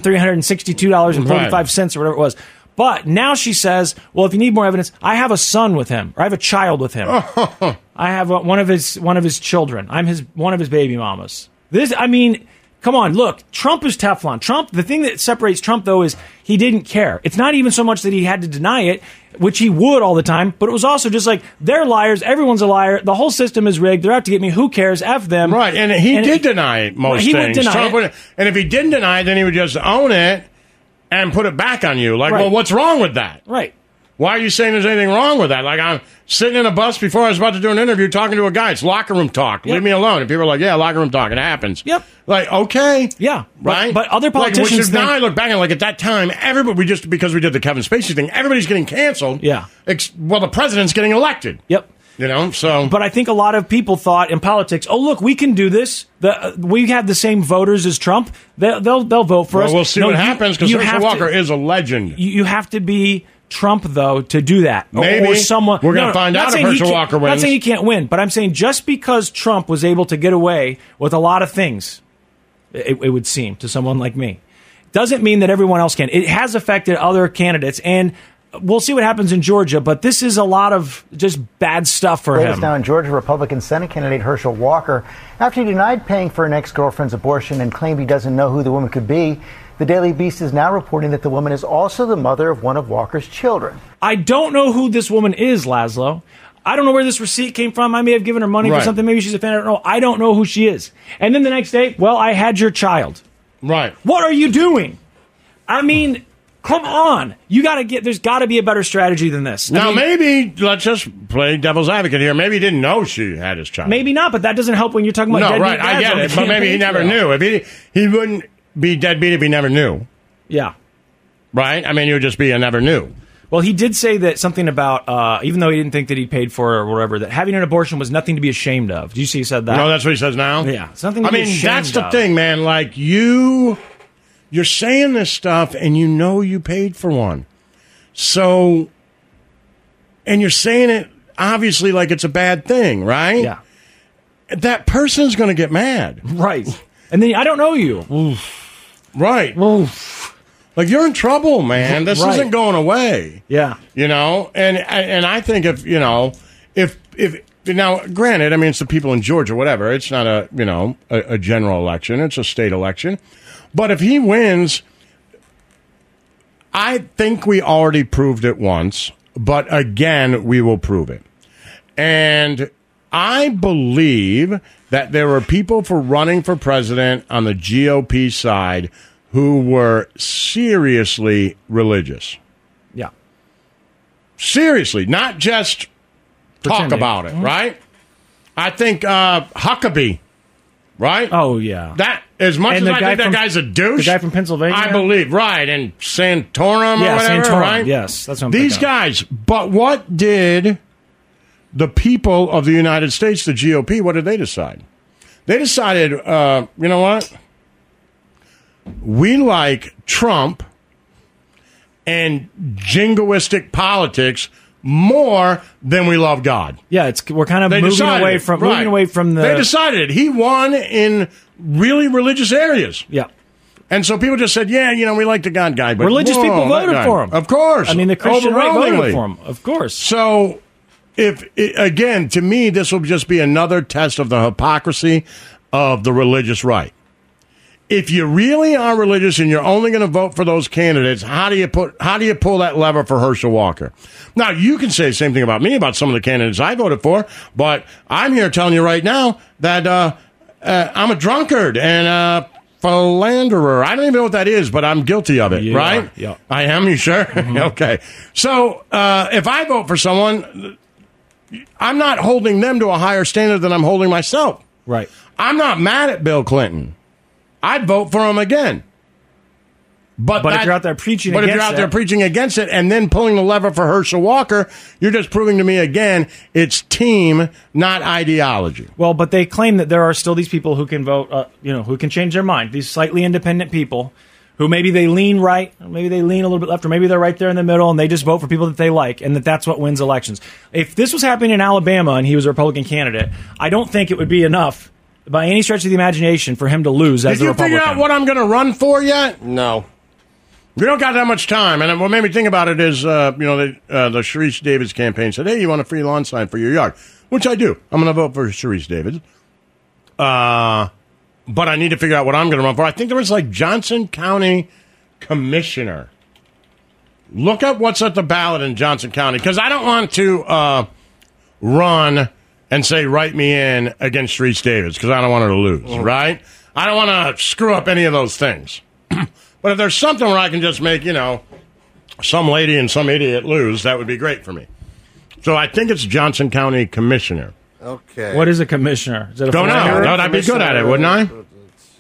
[SPEAKER 3] $362.45 or whatever it was. But now she says, well, if you need more evidence, I have a son with him or I have a child with him. I have uh, one of his, one of his children. I'm his, one of his baby mamas. This, I mean, come on, look, Trump is Teflon. Trump, the thing that separates Trump though is he didn't care. It's not even so much that he had to deny it, which he would all the time, but it was also just like they're liars, everyone's a liar, the whole system is rigged, they're out to get me, who cares? F them.
[SPEAKER 2] Right, and he did deny it most
[SPEAKER 3] he
[SPEAKER 2] things.
[SPEAKER 3] Would deny
[SPEAKER 2] Trump
[SPEAKER 3] it.
[SPEAKER 2] would- and if he didn't deny it, then he would just own it and put it back on you. Like,
[SPEAKER 3] Right.
[SPEAKER 2] well, what's wrong with that?
[SPEAKER 3] Right.
[SPEAKER 2] Why are you saying there's anything wrong with that? Like, I'm sitting in a bus before I was about to do an interview talking to a guy. It's locker room talk. Leave me alone. And people are like, yeah, locker room talk. It happens. Yep. Like, okay.
[SPEAKER 3] Yeah.
[SPEAKER 2] Right?
[SPEAKER 3] But, but other politicians
[SPEAKER 2] Like, which is
[SPEAKER 3] think-
[SPEAKER 2] now I look back and like, at that time, everybody, we just, because we did the Kevin Spacey thing, everybody's getting canceled.
[SPEAKER 3] Yeah.
[SPEAKER 2] Ex- well, the president's getting elected.
[SPEAKER 3] Yep.
[SPEAKER 2] You know, so.
[SPEAKER 3] But I think a lot of people thought in politics, oh look, we can do this. The, uh, we have the same voters as Trump. They'll they'll, they'll vote for
[SPEAKER 2] Well,
[SPEAKER 3] us.
[SPEAKER 2] we'll see
[SPEAKER 3] No,
[SPEAKER 2] what
[SPEAKER 3] you-
[SPEAKER 2] happens because
[SPEAKER 3] you
[SPEAKER 2] Herschel
[SPEAKER 3] have to-
[SPEAKER 2] Walker is a legend.
[SPEAKER 3] you, you have to be Trump though to do that. Or-
[SPEAKER 2] Maybe.
[SPEAKER 3] or someone.
[SPEAKER 2] We're gonna find out
[SPEAKER 3] not
[SPEAKER 2] if
[SPEAKER 3] saying he
[SPEAKER 2] Herschel
[SPEAKER 3] can't-
[SPEAKER 2] Walker
[SPEAKER 3] Not
[SPEAKER 2] wins.
[SPEAKER 3] saying you can't win, but I'm saying just because Trump was able to get away with a lot of things, it, it would seem to someone like me, doesn't mean that everyone else can. It has affected other candidates, and we'll see what happens in Georgia. But this is a lot of just bad stuff for
[SPEAKER 13] Latest
[SPEAKER 3] him.
[SPEAKER 13] now in Georgia, Republican Senate candidate Herschel Walker, after he denied paying for an ex girlfriend's abortion and claimed he doesn't know who the woman could be, the Daily Beast is now reporting that the woman is also the mother of one of Walker's children.
[SPEAKER 3] I don't know who this woman is, Laszlo. I don't know where this receipt came from. I may have given her money
[SPEAKER 2] Right.
[SPEAKER 3] for something. Maybe she's a fan. I don't know. I don't know who she is. And then the next day, well, I had your child.
[SPEAKER 2] Right.
[SPEAKER 3] What are you doing? I mean, come on. You got to get, there's got to be a better strategy than this. I
[SPEAKER 2] Now,
[SPEAKER 3] mean,
[SPEAKER 2] maybe let's just play devil's advocate here. Maybe he didn't know she had his child.
[SPEAKER 3] maybe not, but that doesn't help when you're talking about
[SPEAKER 2] no,
[SPEAKER 3] deadbeat
[SPEAKER 2] right? I
[SPEAKER 3] dads
[SPEAKER 2] get
[SPEAKER 3] on
[SPEAKER 2] it,
[SPEAKER 3] the
[SPEAKER 2] but maybe he
[SPEAKER 3] campaign
[SPEAKER 2] never
[SPEAKER 3] trail.
[SPEAKER 2] knew. If he he wouldn't be deadbeat if he never knew,
[SPEAKER 3] Yeah.
[SPEAKER 2] right? I mean, he would just be a never knew.
[SPEAKER 3] Well, he did say that something about, uh, even though he didn't think that he paid for it or whatever, that having an abortion was nothing to be ashamed of. Do you see he said that?
[SPEAKER 2] no, that's what he says now.
[SPEAKER 3] Yeah, something to
[SPEAKER 2] I
[SPEAKER 3] be
[SPEAKER 2] mean, that's
[SPEAKER 3] ashamed
[SPEAKER 2] the
[SPEAKER 3] of.
[SPEAKER 2] thing, man. Like you, you're saying this stuff, and you know you paid for one. So, and you're saying it obviously like it's a bad thing, right?
[SPEAKER 3] Yeah.
[SPEAKER 2] That person's going to get mad,
[SPEAKER 3] right? And then I don't know you,
[SPEAKER 2] right? Like you're in trouble, man. This
[SPEAKER 3] Right.
[SPEAKER 2] isn't going away.
[SPEAKER 3] Yeah.
[SPEAKER 2] you know and and i think if you know if if now granted i mean it's the people in georgia whatever it's not a you know a, a general election it's a state election but if he wins i think we already proved it once but again we will prove it and I believe that there were people for running for president on the GOP side who were seriously religious
[SPEAKER 3] Yeah.
[SPEAKER 2] seriously, not just talk
[SPEAKER 3] Pretending. Mm-hmm.
[SPEAKER 2] about it, right? I think uh, Huckabee, right?
[SPEAKER 3] Oh yeah,
[SPEAKER 2] that as much
[SPEAKER 3] And
[SPEAKER 2] as
[SPEAKER 3] the
[SPEAKER 2] I
[SPEAKER 3] guy
[SPEAKER 2] think that
[SPEAKER 3] from-
[SPEAKER 2] guy's a douche.
[SPEAKER 3] the guy from Pennsylvania?
[SPEAKER 2] I believe, right? And Santorum,
[SPEAKER 3] Yeah,
[SPEAKER 2] or whatever,
[SPEAKER 3] Santorum,
[SPEAKER 2] right?
[SPEAKER 3] yes, that's what I'm
[SPEAKER 2] These
[SPEAKER 3] thinking of.
[SPEAKER 2] guys, but what did the people of the United States, the GOP, what did they decide? They decided, uh, you know what? We like Trump and jingoistic politics more than we love God.
[SPEAKER 3] yeah. It's we're kind of
[SPEAKER 2] They
[SPEAKER 3] moving
[SPEAKER 2] decided
[SPEAKER 3] away
[SPEAKER 2] it,
[SPEAKER 3] from
[SPEAKER 2] right.
[SPEAKER 3] moving away from the
[SPEAKER 2] They decided it. he won in really religious areas.
[SPEAKER 3] yeah.
[SPEAKER 2] And so people just said, "Yeah, you know, we like the God guy." But
[SPEAKER 3] Religious
[SPEAKER 2] whoa,
[SPEAKER 3] people
[SPEAKER 2] that
[SPEAKER 3] voted
[SPEAKER 2] guy.
[SPEAKER 3] for him.
[SPEAKER 2] of course.
[SPEAKER 3] I mean, the Christian right
[SPEAKER 2] Overwhelmingly.
[SPEAKER 3] voted for him, of course.
[SPEAKER 2] So, if i again, to me, this will just be another test of the hypocrisy of the religious right. If you really are religious and you're only going to vote for those candidates, how do you put how do you pull that lever for Herschel Walker? Now you can say the same thing about me about some of the candidates I voted for, but I'm here telling you right now that uh, uh, I'm a drunkard and a philanderer. I don't even know what that is, but I'm guilty of it,
[SPEAKER 3] Yeah,
[SPEAKER 2] right?
[SPEAKER 3] yeah.
[SPEAKER 2] I am. You sure? okay. So uh, if I vote for someone, I'm not holding them to a higher standard than I'm holding myself.
[SPEAKER 3] Right.
[SPEAKER 2] I'm not mad at Bill Clinton. I'd vote for him again. But,
[SPEAKER 3] But if
[SPEAKER 2] that-
[SPEAKER 3] you're out there preaching
[SPEAKER 2] but if you're
[SPEAKER 3] against
[SPEAKER 2] out there
[SPEAKER 3] it-
[SPEAKER 2] preaching against it and then pulling the lever for Herschel Walker, you're just proving to me again it's team, not ideology.
[SPEAKER 3] Well, but they claim that there are still these people who can vote, uh, you know, who can change their mind. These slightly independent people who maybe they lean right, or maybe they lean a little bit left, or maybe they're right there in the middle, and they just vote for people that they like, and that that's what wins elections. If this was happening in Alabama and he was a Republican candidate, I don't think it would be enough by any stretch of the imagination for him to lose as
[SPEAKER 2] Did
[SPEAKER 3] a
[SPEAKER 2] you
[SPEAKER 3] Republican.
[SPEAKER 2] figure out what I'm going to run for yet?
[SPEAKER 4] No.
[SPEAKER 2] We don't got that much time, and what made me think about it is, uh, you know, the, uh, the Sharice Davids campaign said, "Hey, you want a free lawn sign for your yard?" Which I do. I'm going to vote for Sharice Davids. Uh, but I need to figure out what I'm going to run for. I think there was like Johnson County Commissioner. Look up what's at the ballot in Johnson County because I don't want to uh, run and say write me in against Sharice Davids because I don't want her to lose. Right? I don't want to screw up any of those things. But if there's something where I can just make, you know, some lady and some idiot lose, that would be great for me. So I think it's Johnson County Commissioner.
[SPEAKER 4] Okay.
[SPEAKER 3] What is a commissioner? Is it a
[SPEAKER 2] Don't know.
[SPEAKER 3] full-time
[SPEAKER 2] No, I'd be good at it, wouldn't I?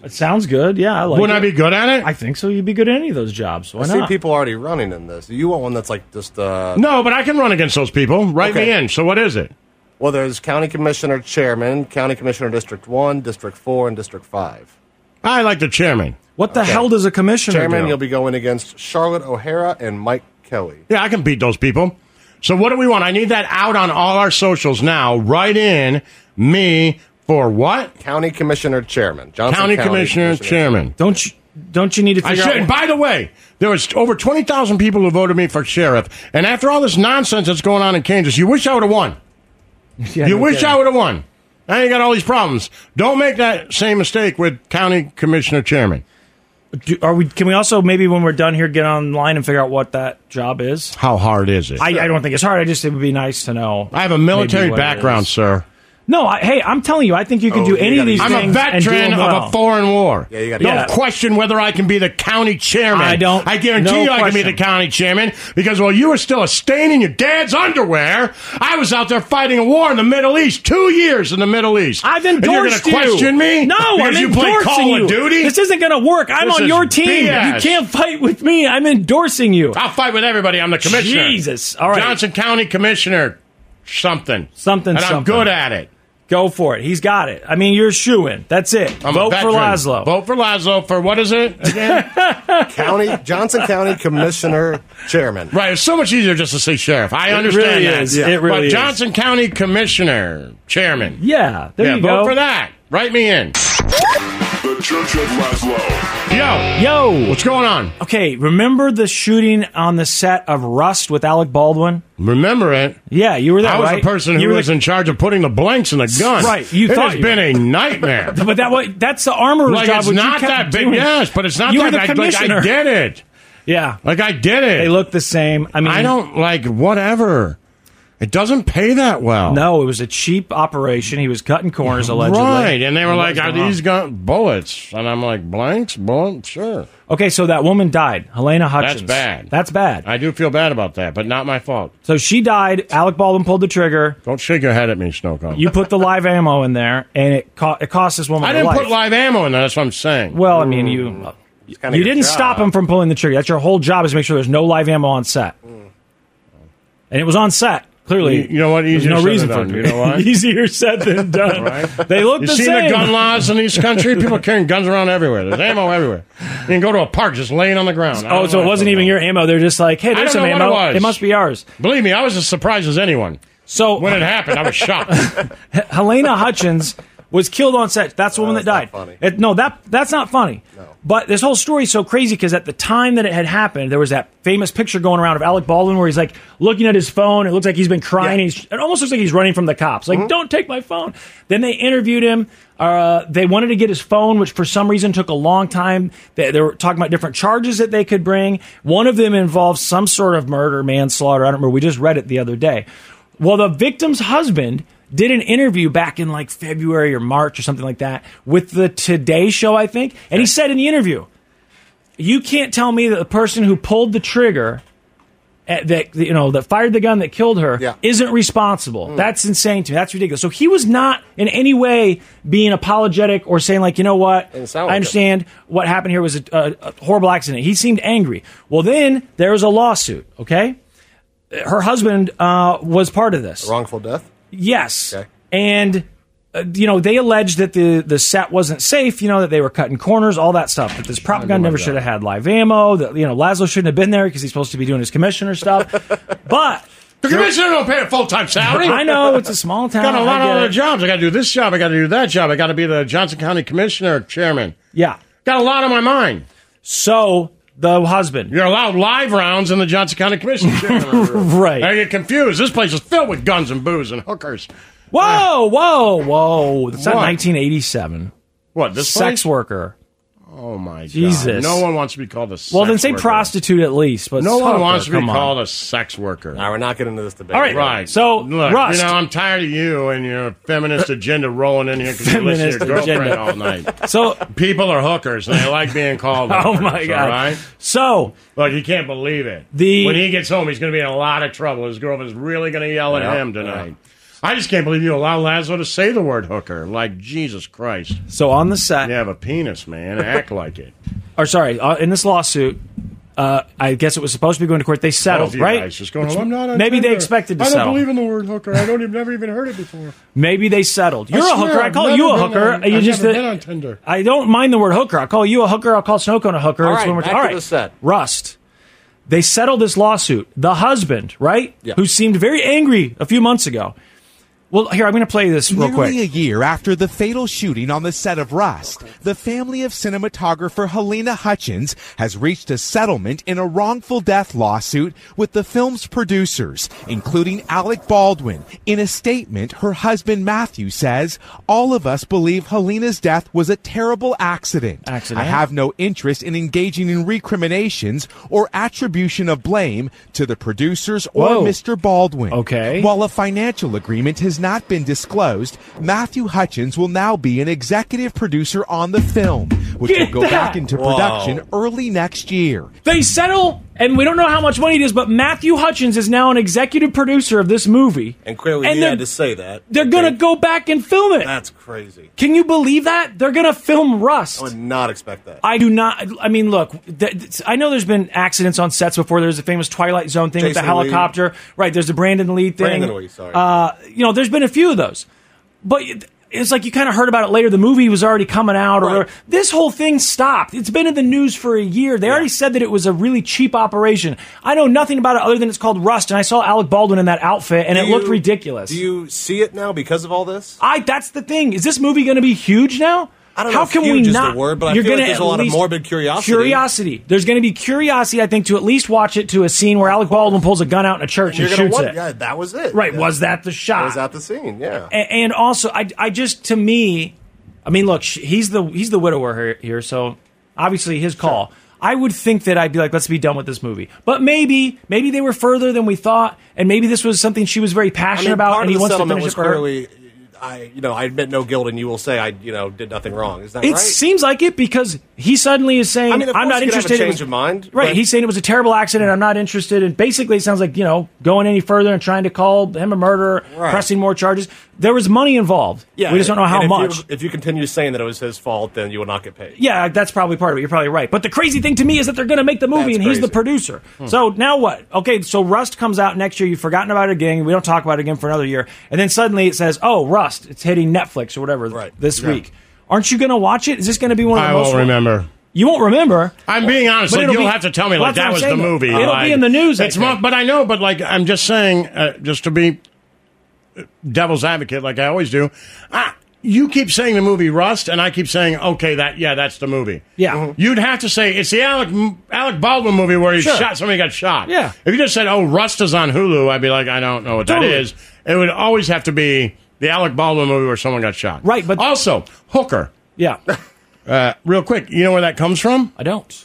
[SPEAKER 3] It sounds good. Yeah, I like
[SPEAKER 2] Wouldn't
[SPEAKER 3] it.
[SPEAKER 2] I be good at it?
[SPEAKER 3] I think so. You'd be good at any of those jobs. Why
[SPEAKER 4] I see
[SPEAKER 3] not?
[SPEAKER 4] people already running in this. You want one that's like just uh
[SPEAKER 2] No, but I can run against those people. Write me
[SPEAKER 4] Okay.
[SPEAKER 2] in. So what is it?
[SPEAKER 4] Well, there's county commissioner, chairman, county commissioner, district one, district four, and district five.
[SPEAKER 2] I like the chairman.
[SPEAKER 3] What the hell does a commissioner
[SPEAKER 4] Chairman,
[SPEAKER 3] do?
[SPEAKER 4] you'll be going against Charlotte O'Hara and Mike Kelly.
[SPEAKER 2] Yeah, I can beat those people. So what do we want? I need that out on all our socials now. Write in me for what?
[SPEAKER 4] County commissioner, chairman. Johnson
[SPEAKER 2] County, Commissioner, Chairman.
[SPEAKER 3] Don't you, don't you need to
[SPEAKER 2] I
[SPEAKER 3] figure
[SPEAKER 2] should.
[SPEAKER 3] out?
[SPEAKER 2] By the way, there was over twenty thousand people who voted me for sheriff, and after all this nonsense that's going on in Kansas, you wish I would have won.
[SPEAKER 3] Yeah,
[SPEAKER 2] you
[SPEAKER 3] no
[SPEAKER 2] wish
[SPEAKER 3] kidding.
[SPEAKER 2] I would have won. Now you got all these problems. Don't make that same mistake with county commissioner chairman.
[SPEAKER 3] Do, are we? Can we also maybe when we're done here get online and figure out what that job is?
[SPEAKER 2] How hard is it?
[SPEAKER 3] I, I don't think it's hard. I just it would be nice to know.
[SPEAKER 2] I have a military
[SPEAKER 3] maybe what it
[SPEAKER 2] background,
[SPEAKER 3] is.
[SPEAKER 2] sir.
[SPEAKER 3] No, I, hey, I'm telling you, I think you can
[SPEAKER 4] Oh,
[SPEAKER 3] do
[SPEAKER 4] you
[SPEAKER 3] any of
[SPEAKER 4] gotta
[SPEAKER 3] these.
[SPEAKER 4] use
[SPEAKER 2] I'm a
[SPEAKER 3] things and do
[SPEAKER 2] veteran
[SPEAKER 3] them
[SPEAKER 2] of
[SPEAKER 3] well.
[SPEAKER 2] a foreign war.
[SPEAKER 4] Yeah, you gotta
[SPEAKER 2] no
[SPEAKER 4] get it.
[SPEAKER 2] question whether I can be the county chairman.
[SPEAKER 3] I don't-
[SPEAKER 2] I guarantee
[SPEAKER 3] no
[SPEAKER 2] you I can be
[SPEAKER 3] question.
[SPEAKER 2] the county chairman because while you were still a stain in your dad's underwear, I was out there fighting a war in the Middle East. Two years in the Middle East.
[SPEAKER 3] I've
[SPEAKER 2] And you're gonna
[SPEAKER 3] endorsed you.
[SPEAKER 2] question me?
[SPEAKER 3] No,
[SPEAKER 2] because
[SPEAKER 3] I'm
[SPEAKER 2] you play
[SPEAKER 3] endorsing
[SPEAKER 2] Call
[SPEAKER 3] you.
[SPEAKER 2] of Duty.
[SPEAKER 3] This isn't going to work. I'm
[SPEAKER 2] This
[SPEAKER 3] on
[SPEAKER 2] is
[SPEAKER 3] your team. You
[SPEAKER 2] BS.
[SPEAKER 3] can't fight with me. I'm endorsing you.
[SPEAKER 2] I'll fight with everybody. I'm the commissioner.
[SPEAKER 3] Jesus. All right.
[SPEAKER 2] Johnson County Commissioner, something,
[SPEAKER 3] Something,
[SPEAKER 2] and I'm
[SPEAKER 3] something.
[SPEAKER 2] good at it.
[SPEAKER 3] Go for it. He's got it. I mean, you're shooing. That's it.
[SPEAKER 2] I'm a
[SPEAKER 3] Vote for
[SPEAKER 2] veteran.
[SPEAKER 3] Laszlo.
[SPEAKER 2] Vote for Laszlo for what is it again?
[SPEAKER 4] County Johnson County Commissioner Chairman.
[SPEAKER 2] Right, it's so much easier just to say sheriff. I understand
[SPEAKER 3] really
[SPEAKER 2] that.
[SPEAKER 3] is. It really
[SPEAKER 2] but
[SPEAKER 3] is.
[SPEAKER 2] Johnson County Commissioner, Chairman.
[SPEAKER 3] Yeah, there
[SPEAKER 2] yeah,
[SPEAKER 3] you
[SPEAKER 2] vote
[SPEAKER 3] go.
[SPEAKER 2] for that. Write me in.
[SPEAKER 5] The Church of Laszlo.
[SPEAKER 2] Yo,
[SPEAKER 3] Yo.
[SPEAKER 2] what's going on?
[SPEAKER 3] Okay, remember the shooting on the set of Rust with Alec Baldwin?
[SPEAKER 2] Remember it.
[SPEAKER 3] Yeah, you were there.
[SPEAKER 2] I was
[SPEAKER 3] right?
[SPEAKER 2] the person
[SPEAKER 3] You
[SPEAKER 2] who
[SPEAKER 3] were
[SPEAKER 2] was
[SPEAKER 3] the-
[SPEAKER 2] in charge of putting the blanks in the gun.
[SPEAKER 3] Right, you
[SPEAKER 2] it
[SPEAKER 3] thought
[SPEAKER 2] has
[SPEAKER 3] you
[SPEAKER 2] been a nightmare.
[SPEAKER 3] But that was, that's the armorer's
[SPEAKER 2] like
[SPEAKER 3] job.
[SPEAKER 2] it's
[SPEAKER 3] what you
[SPEAKER 2] not
[SPEAKER 3] kept
[SPEAKER 2] that big.
[SPEAKER 3] doing.
[SPEAKER 2] Yes, but it's not
[SPEAKER 3] You
[SPEAKER 2] that
[SPEAKER 3] were the
[SPEAKER 2] bad. Like,
[SPEAKER 3] commissioner.
[SPEAKER 2] I did it.
[SPEAKER 3] Yeah,
[SPEAKER 2] Like I did it.
[SPEAKER 3] they look the same. I mean,
[SPEAKER 2] I don't like whatever. It doesn't pay that well.
[SPEAKER 3] No, it was a cheap operation. He was cutting corners allegedly.
[SPEAKER 2] Right, and they were
[SPEAKER 3] What
[SPEAKER 2] like,
[SPEAKER 3] was
[SPEAKER 2] "Are
[SPEAKER 3] going on?
[SPEAKER 2] these gun bullets?" And I'm like, "Blanks, bullets, sure."
[SPEAKER 3] Okay, so that woman died, Helena Hutchins.
[SPEAKER 2] bad.
[SPEAKER 3] That's bad.
[SPEAKER 2] I do feel bad about that, but not my fault.
[SPEAKER 3] so she died. Alec Baldwin pulled the trigger.
[SPEAKER 2] Don't shake your head at me, Snowcone.
[SPEAKER 3] You put the live ammo in there, and it co- it cost this woman.
[SPEAKER 2] I
[SPEAKER 3] her
[SPEAKER 2] didn't
[SPEAKER 3] life.
[SPEAKER 2] put live ammo in there. That's what I'm saying.
[SPEAKER 3] Well, I mean, you
[SPEAKER 4] kinda
[SPEAKER 3] you
[SPEAKER 4] your
[SPEAKER 3] didn't
[SPEAKER 4] job.
[SPEAKER 3] stop him from pulling the trigger. That's your whole job is to make sure there's no live ammo on set.
[SPEAKER 4] Mm.
[SPEAKER 3] And it was on set. Clearly,
[SPEAKER 2] You- you know what?
[SPEAKER 3] There's
[SPEAKER 2] Easier
[SPEAKER 3] no
[SPEAKER 2] said
[SPEAKER 3] reason
[SPEAKER 2] than
[SPEAKER 3] for
[SPEAKER 2] done.
[SPEAKER 3] it.
[SPEAKER 2] You know why?
[SPEAKER 3] Easier said than done. They look
[SPEAKER 2] you
[SPEAKER 3] the
[SPEAKER 2] see
[SPEAKER 3] same.
[SPEAKER 2] the gun laws in this country? People are carrying guns around everywhere. There's ammo everywhere. You can go to a park just laying on the ground. I
[SPEAKER 3] oh,
[SPEAKER 2] don't
[SPEAKER 3] so it
[SPEAKER 2] like
[SPEAKER 3] wasn't
[SPEAKER 2] those
[SPEAKER 3] even
[SPEAKER 2] laws.
[SPEAKER 3] your ammo. They're just like, hey, there's
[SPEAKER 2] don't
[SPEAKER 3] some
[SPEAKER 2] know what
[SPEAKER 3] ammo.
[SPEAKER 2] it was.
[SPEAKER 3] must be ours.
[SPEAKER 2] Believe me, I was as surprised as anyone
[SPEAKER 3] So
[SPEAKER 2] when it happened. I was shocked.
[SPEAKER 3] Helena Hutchins was killed on set. That's the woman that died.
[SPEAKER 4] Oh, that's not funny.
[SPEAKER 3] It- no, that that's not funny. But this whole story is so crazy because at the time that it had happened, there was that famous picture going around of Alec Baldwin where he's like looking at his phone. It looks like he's been crying.
[SPEAKER 4] Yeah. Mm-hmm.
[SPEAKER 3] He's, it almost looks like he's running from the cops. Like, don't take my phone. Then they interviewed him. Uh, they wanted to get his phone, which for some reason took a long time. They, they were talking about different charges that they could bring. One of them involved some sort of murder, manslaughter. I don't remember. We just read it the other day. Well, the victim's husband did an interview back in like February or March or something like that with the Today Show, I think. And he said in the interview, You can't tell me that the person who pulled the trigger eh, that you know that fired the gun that killed her isn't responsible.
[SPEAKER 14] Mm.
[SPEAKER 3] That's insane to me. That's ridiculous. So he was not in any way being apologetic or saying like, you know what,
[SPEAKER 4] Didn't
[SPEAKER 3] I
[SPEAKER 4] sound like it.
[SPEAKER 3] understand what happened here was a, a, a horrible accident. He seemed angry. Well, then there was a lawsuit. Okay, her husband uh, was part of this.
[SPEAKER 4] Wrongful death.
[SPEAKER 3] Yes. And uh, you know they alleged that the the set wasn't safe. You know that they were cutting corners, all that stuff. That this prop gun never should have had live ammo. That you know Laszlo shouldn't have been there because he's supposed to be doing his commissioner stuff. but
[SPEAKER 2] The commissioner don't pay a full time salary.
[SPEAKER 3] I know it's a small town.
[SPEAKER 2] Got a lot
[SPEAKER 3] I
[SPEAKER 2] of
[SPEAKER 3] get
[SPEAKER 2] other
[SPEAKER 3] it.
[SPEAKER 2] jobs. I got to do this job. I got to do that job. I got to be the Johnson County Commissioner Chairman.
[SPEAKER 3] Yeah,
[SPEAKER 2] got a lot on my mind.
[SPEAKER 3] So the husband,
[SPEAKER 2] you're allowed live rounds in the Johnson County Commissioner Chairman room.
[SPEAKER 3] right?
[SPEAKER 2] I get confused. This place is filled with guns and booze and hookers.
[SPEAKER 3] Whoa, whoa, whoa! It's not
[SPEAKER 2] What?
[SPEAKER 3] 1987.
[SPEAKER 2] What this
[SPEAKER 3] sex
[SPEAKER 2] place?
[SPEAKER 3] worker?
[SPEAKER 2] Oh my God.
[SPEAKER 3] Jesus.
[SPEAKER 2] No one wants to be called a. Sex
[SPEAKER 3] well, then say
[SPEAKER 2] worker.
[SPEAKER 3] prostitute at least. But
[SPEAKER 2] No one
[SPEAKER 3] sucker,
[SPEAKER 2] wants to be
[SPEAKER 3] come on.
[SPEAKER 2] called a sex worker.
[SPEAKER 4] Now we're not getting into this debate.
[SPEAKER 3] All right.
[SPEAKER 2] right.
[SPEAKER 3] So,
[SPEAKER 2] Look,
[SPEAKER 3] Rust.
[SPEAKER 2] you know, I'm tired of you and your feminist agenda rolling in here because you listen to
[SPEAKER 3] Feminist
[SPEAKER 2] your girlfriend
[SPEAKER 3] agenda.
[SPEAKER 2] all night.
[SPEAKER 3] So
[SPEAKER 2] people are hookers. They like being called.
[SPEAKER 3] Oh,
[SPEAKER 2] hookers,
[SPEAKER 3] my God.
[SPEAKER 2] All right?
[SPEAKER 3] So
[SPEAKER 2] look, you can't believe it.
[SPEAKER 3] The-
[SPEAKER 2] when he gets home, he's going to be in a lot of trouble. His girlfriend's really going to yell
[SPEAKER 3] Yeah,
[SPEAKER 2] at him tonight. I just can't believe you allow Lazlo to say the word hooker. Like Jesus Christ.
[SPEAKER 3] So on the set,
[SPEAKER 2] you have a penis, man. Act like it.
[SPEAKER 3] or sorry, uh, in this lawsuit, uh, I guess it was supposed to be going to court. They settled,
[SPEAKER 2] Both of Oh, you
[SPEAKER 3] right?
[SPEAKER 2] guys just going,
[SPEAKER 3] Which-
[SPEAKER 2] "I'm not a
[SPEAKER 3] maybe they
[SPEAKER 2] hooker.
[SPEAKER 3] expected to
[SPEAKER 2] I don't
[SPEAKER 3] settle.
[SPEAKER 2] believe in the word hooker. I don't even never even heard it before.
[SPEAKER 3] maybe they settled.
[SPEAKER 2] I
[SPEAKER 3] You're a
[SPEAKER 2] swear,
[SPEAKER 3] hooker. I
[SPEAKER 2] I've
[SPEAKER 3] call
[SPEAKER 2] never
[SPEAKER 3] you a
[SPEAKER 2] been
[SPEAKER 3] hooker.
[SPEAKER 2] on-
[SPEAKER 3] you
[SPEAKER 2] I've
[SPEAKER 3] just
[SPEAKER 2] never been on Tinder.
[SPEAKER 3] I don't mind the word hooker. I'll call you a hooker. I'll call Snowcone a hooker.
[SPEAKER 4] All
[SPEAKER 3] That's
[SPEAKER 4] right,
[SPEAKER 3] when we're
[SPEAKER 4] back
[SPEAKER 3] all
[SPEAKER 4] to
[SPEAKER 3] right.
[SPEAKER 4] the set.
[SPEAKER 3] Rust. They settled this lawsuit. The husband, right, who seemed very angry a few months ago. Well, here I'm going to play this real
[SPEAKER 15] Nearly
[SPEAKER 3] quick.
[SPEAKER 15] a year after the fatal shooting on the set of Rust, the family of cinematographer Helena Hutchins has reached a settlement in a wrongful death lawsuit with the film's producers, including Alec Baldwin. In a statement, her husband Matthew says, All of us believe Helena's death was a terrible accident.
[SPEAKER 3] accident.
[SPEAKER 15] I have no interest in engaging in recriminations or attribution of blame to the producers or
[SPEAKER 3] Whoa.
[SPEAKER 15] Mr. Baldwin.
[SPEAKER 3] Okay.
[SPEAKER 15] While a financial agreement has not been disclosed, Matthew Hutchins will now be an executive producer on the film, which
[SPEAKER 3] Get
[SPEAKER 15] will go
[SPEAKER 3] that!
[SPEAKER 15] back into
[SPEAKER 3] Whoa.
[SPEAKER 15] production early next year.
[SPEAKER 3] They settle, and we don't know how much money it is, but Matthew Hutchins is now an executive producer of this movie.
[SPEAKER 4] And clearly,
[SPEAKER 3] And
[SPEAKER 4] he
[SPEAKER 3] they're-
[SPEAKER 4] had to say that.
[SPEAKER 3] They're going to go back and film it.
[SPEAKER 4] That's Oh, crazy.
[SPEAKER 3] Can you believe that? They're going to film Rust.
[SPEAKER 4] I would not expect that.
[SPEAKER 3] I do not. I mean, look. Th- th- I know there's been accidents on sets before. There's a famous Twilight Zone thing with the
[SPEAKER 4] Jason Lee.
[SPEAKER 3] helicopter, right? There's the Brandon Lee thing.
[SPEAKER 4] Brandon Lee, sorry.
[SPEAKER 3] Uh, you know, there's been a few of those, but it- it's like you kind of heard about it later. The movie was already coming out, or whatever. this whole thing stopped. It's been in the news for a year. They already said that it was a really cheap operation. I know nothing about it other than it's called Rust, and I saw Alec Baldwin in that outfit, and
[SPEAKER 4] Do
[SPEAKER 3] it looked
[SPEAKER 4] you-
[SPEAKER 3] ridiculous.
[SPEAKER 4] Do you see it now because of all this?
[SPEAKER 3] I. That's the thing. Is this movie going to be huge now?
[SPEAKER 4] I don't
[SPEAKER 3] How
[SPEAKER 4] know if
[SPEAKER 3] can
[SPEAKER 4] huge
[SPEAKER 3] we
[SPEAKER 4] is
[SPEAKER 3] not?
[SPEAKER 4] the word, but I
[SPEAKER 3] You're
[SPEAKER 4] feel like
[SPEAKER 3] gonna
[SPEAKER 4] there's a
[SPEAKER 3] at
[SPEAKER 4] lot of
[SPEAKER 3] least-
[SPEAKER 4] morbid curiosity.
[SPEAKER 3] Curiosity. There's going to be curiosity, I think, to at least watch it to a scene where Alec Baldwin pulls a gun out in a church
[SPEAKER 4] You're
[SPEAKER 3] and,
[SPEAKER 4] gonna
[SPEAKER 3] shoots
[SPEAKER 4] wonder-
[SPEAKER 3] it.
[SPEAKER 4] Yeah, that was it.
[SPEAKER 3] Right,
[SPEAKER 4] Yeah.
[SPEAKER 3] was that the shot?
[SPEAKER 4] Was that the scene? Yeah.
[SPEAKER 3] A- and also, I, I just to me, I mean, look, sh- he's the he's the widower here, here so obviously his call. I would think that I'd be like, let's be done with this movie. But maybe, maybe they were further than we thought, and maybe this was something she was very
[SPEAKER 4] I
[SPEAKER 3] passionate
[SPEAKER 4] mean,
[SPEAKER 3] about,
[SPEAKER 4] part
[SPEAKER 3] and
[SPEAKER 4] of
[SPEAKER 3] he
[SPEAKER 4] the
[SPEAKER 3] wants to
[SPEAKER 4] settlement
[SPEAKER 3] finish
[SPEAKER 4] was
[SPEAKER 3] it for her.
[SPEAKER 4] clearly, I, you know, I admit no guilt, and you will say I, you know, did nothing wrong. Is that
[SPEAKER 3] It
[SPEAKER 4] right?
[SPEAKER 3] seems like it because he suddenly is saying,
[SPEAKER 4] I mean, of
[SPEAKER 3] "I'm
[SPEAKER 4] course
[SPEAKER 3] not
[SPEAKER 4] you could have a
[SPEAKER 3] interested." It
[SPEAKER 4] change
[SPEAKER 3] was-
[SPEAKER 4] of mind,
[SPEAKER 3] right?
[SPEAKER 4] but-
[SPEAKER 3] He's saying it was a terrible accident. I'm not interested. And basically, it sounds like you know, going any further and trying to call him a murderer,
[SPEAKER 4] Right.
[SPEAKER 3] pressing more charges. There was money involved.
[SPEAKER 4] Yeah.
[SPEAKER 3] we just don't know how
[SPEAKER 4] and if you-
[SPEAKER 3] much.
[SPEAKER 4] if you continue saying that it was his fault, then you will not get paid.
[SPEAKER 3] yeah, that's probably part of it. You're probably right. But the crazy thing to me is that they're going to make the movie,
[SPEAKER 4] That's
[SPEAKER 3] and he's the
[SPEAKER 4] crazy.
[SPEAKER 3] producer.
[SPEAKER 4] Hmm.
[SPEAKER 3] So now what? Okay, so Rust comes out next year. You've forgotten about it again. We don't talk about it again for another year. And then suddenly it says, "Oh, Rust, it's hitting Netflix or whatever this
[SPEAKER 2] Yeah.
[SPEAKER 3] week." Aren't you going to watch it? Is this going to be one of the
[SPEAKER 2] I
[SPEAKER 3] most?
[SPEAKER 2] won't remember.
[SPEAKER 3] You won't remember.
[SPEAKER 2] I'm being honest.
[SPEAKER 3] But
[SPEAKER 2] Like,
[SPEAKER 3] it'll
[SPEAKER 2] you'll
[SPEAKER 3] be-
[SPEAKER 2] have to tell me
[SPEAKER 3] Well,
[SPEAKER 2] like
[SPEAKER 3] that's
[SPEAKER 2] that was
[SPEAKER 3] what I'm
[SPEAKER 2] the
[SPEAKER 3] saying.
[SPEAKER 2] movie.
[SPEAKER 3] It'll
[SPEAKER 2] like-
[SPEAKER 3] be in the news. I
[SPEAKER 2] It's
[SPEAKER 3] think.
[SPEAKER 2] mo- but I know. But like I'm just saying, uh, just to be devil's advocate, like I always do. I, you keep saying the movie Rust, and I keep saying, okay, that yeah, that's the movie. Mm-hmm.
[SPEAKER 3] Yeah.
[SPEAKER 2] You'd have to say it's the Alec Alec Baldwin movie where he
[SPEAKER 3] Sure.
[SPEAKER 2] shot somebody got shot.
[SPEAKER 3] Yeah.
[SPEAKER 2] If you just said, oh, Rust is on Hulu, I'd be like, I don't know what
[SPEAKER 3] Totally.
[SPEAKER 2] that is. It would always have to be the Alec Baldwin movie where someone got shot. Right. But also Hooker.
[SPEAKER 3] Yeah.
[SPEAKER 2] Uh, real quick, you know where that comes from?
[SPEAKER 3] I don't.